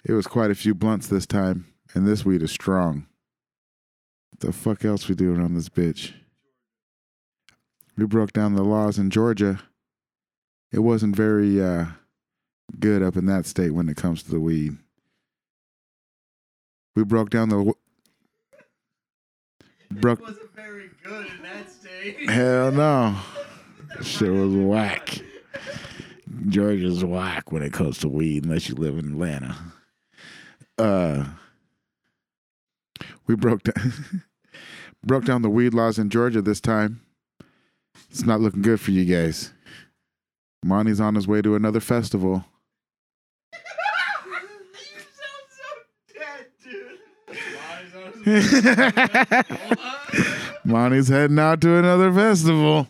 A: It was quite a few blunts this time, and this weed is strong. The fuck else we do around this bitch? We broke down the laws in Georgia. It wasn't very uh, good up in that state when it comes to the weed. We broke down the w- broke
D: wasn't very good in that stage.
A: Hell no. Shit was whack. Georgia's whack when it comes to weed, unless you live in Atlanta. Uh, we broke down broke down the weed laws in Georgia this time. It's not looking good for you guys. Monty's on his way to another festival. Monty's heading out to another festival.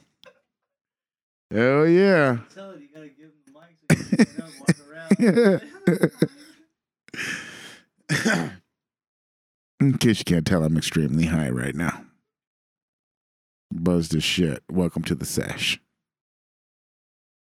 A: Hell yeah. In case you can't tell, I'm extremely high right now. Buzzed as shit. Welcome to the sesh.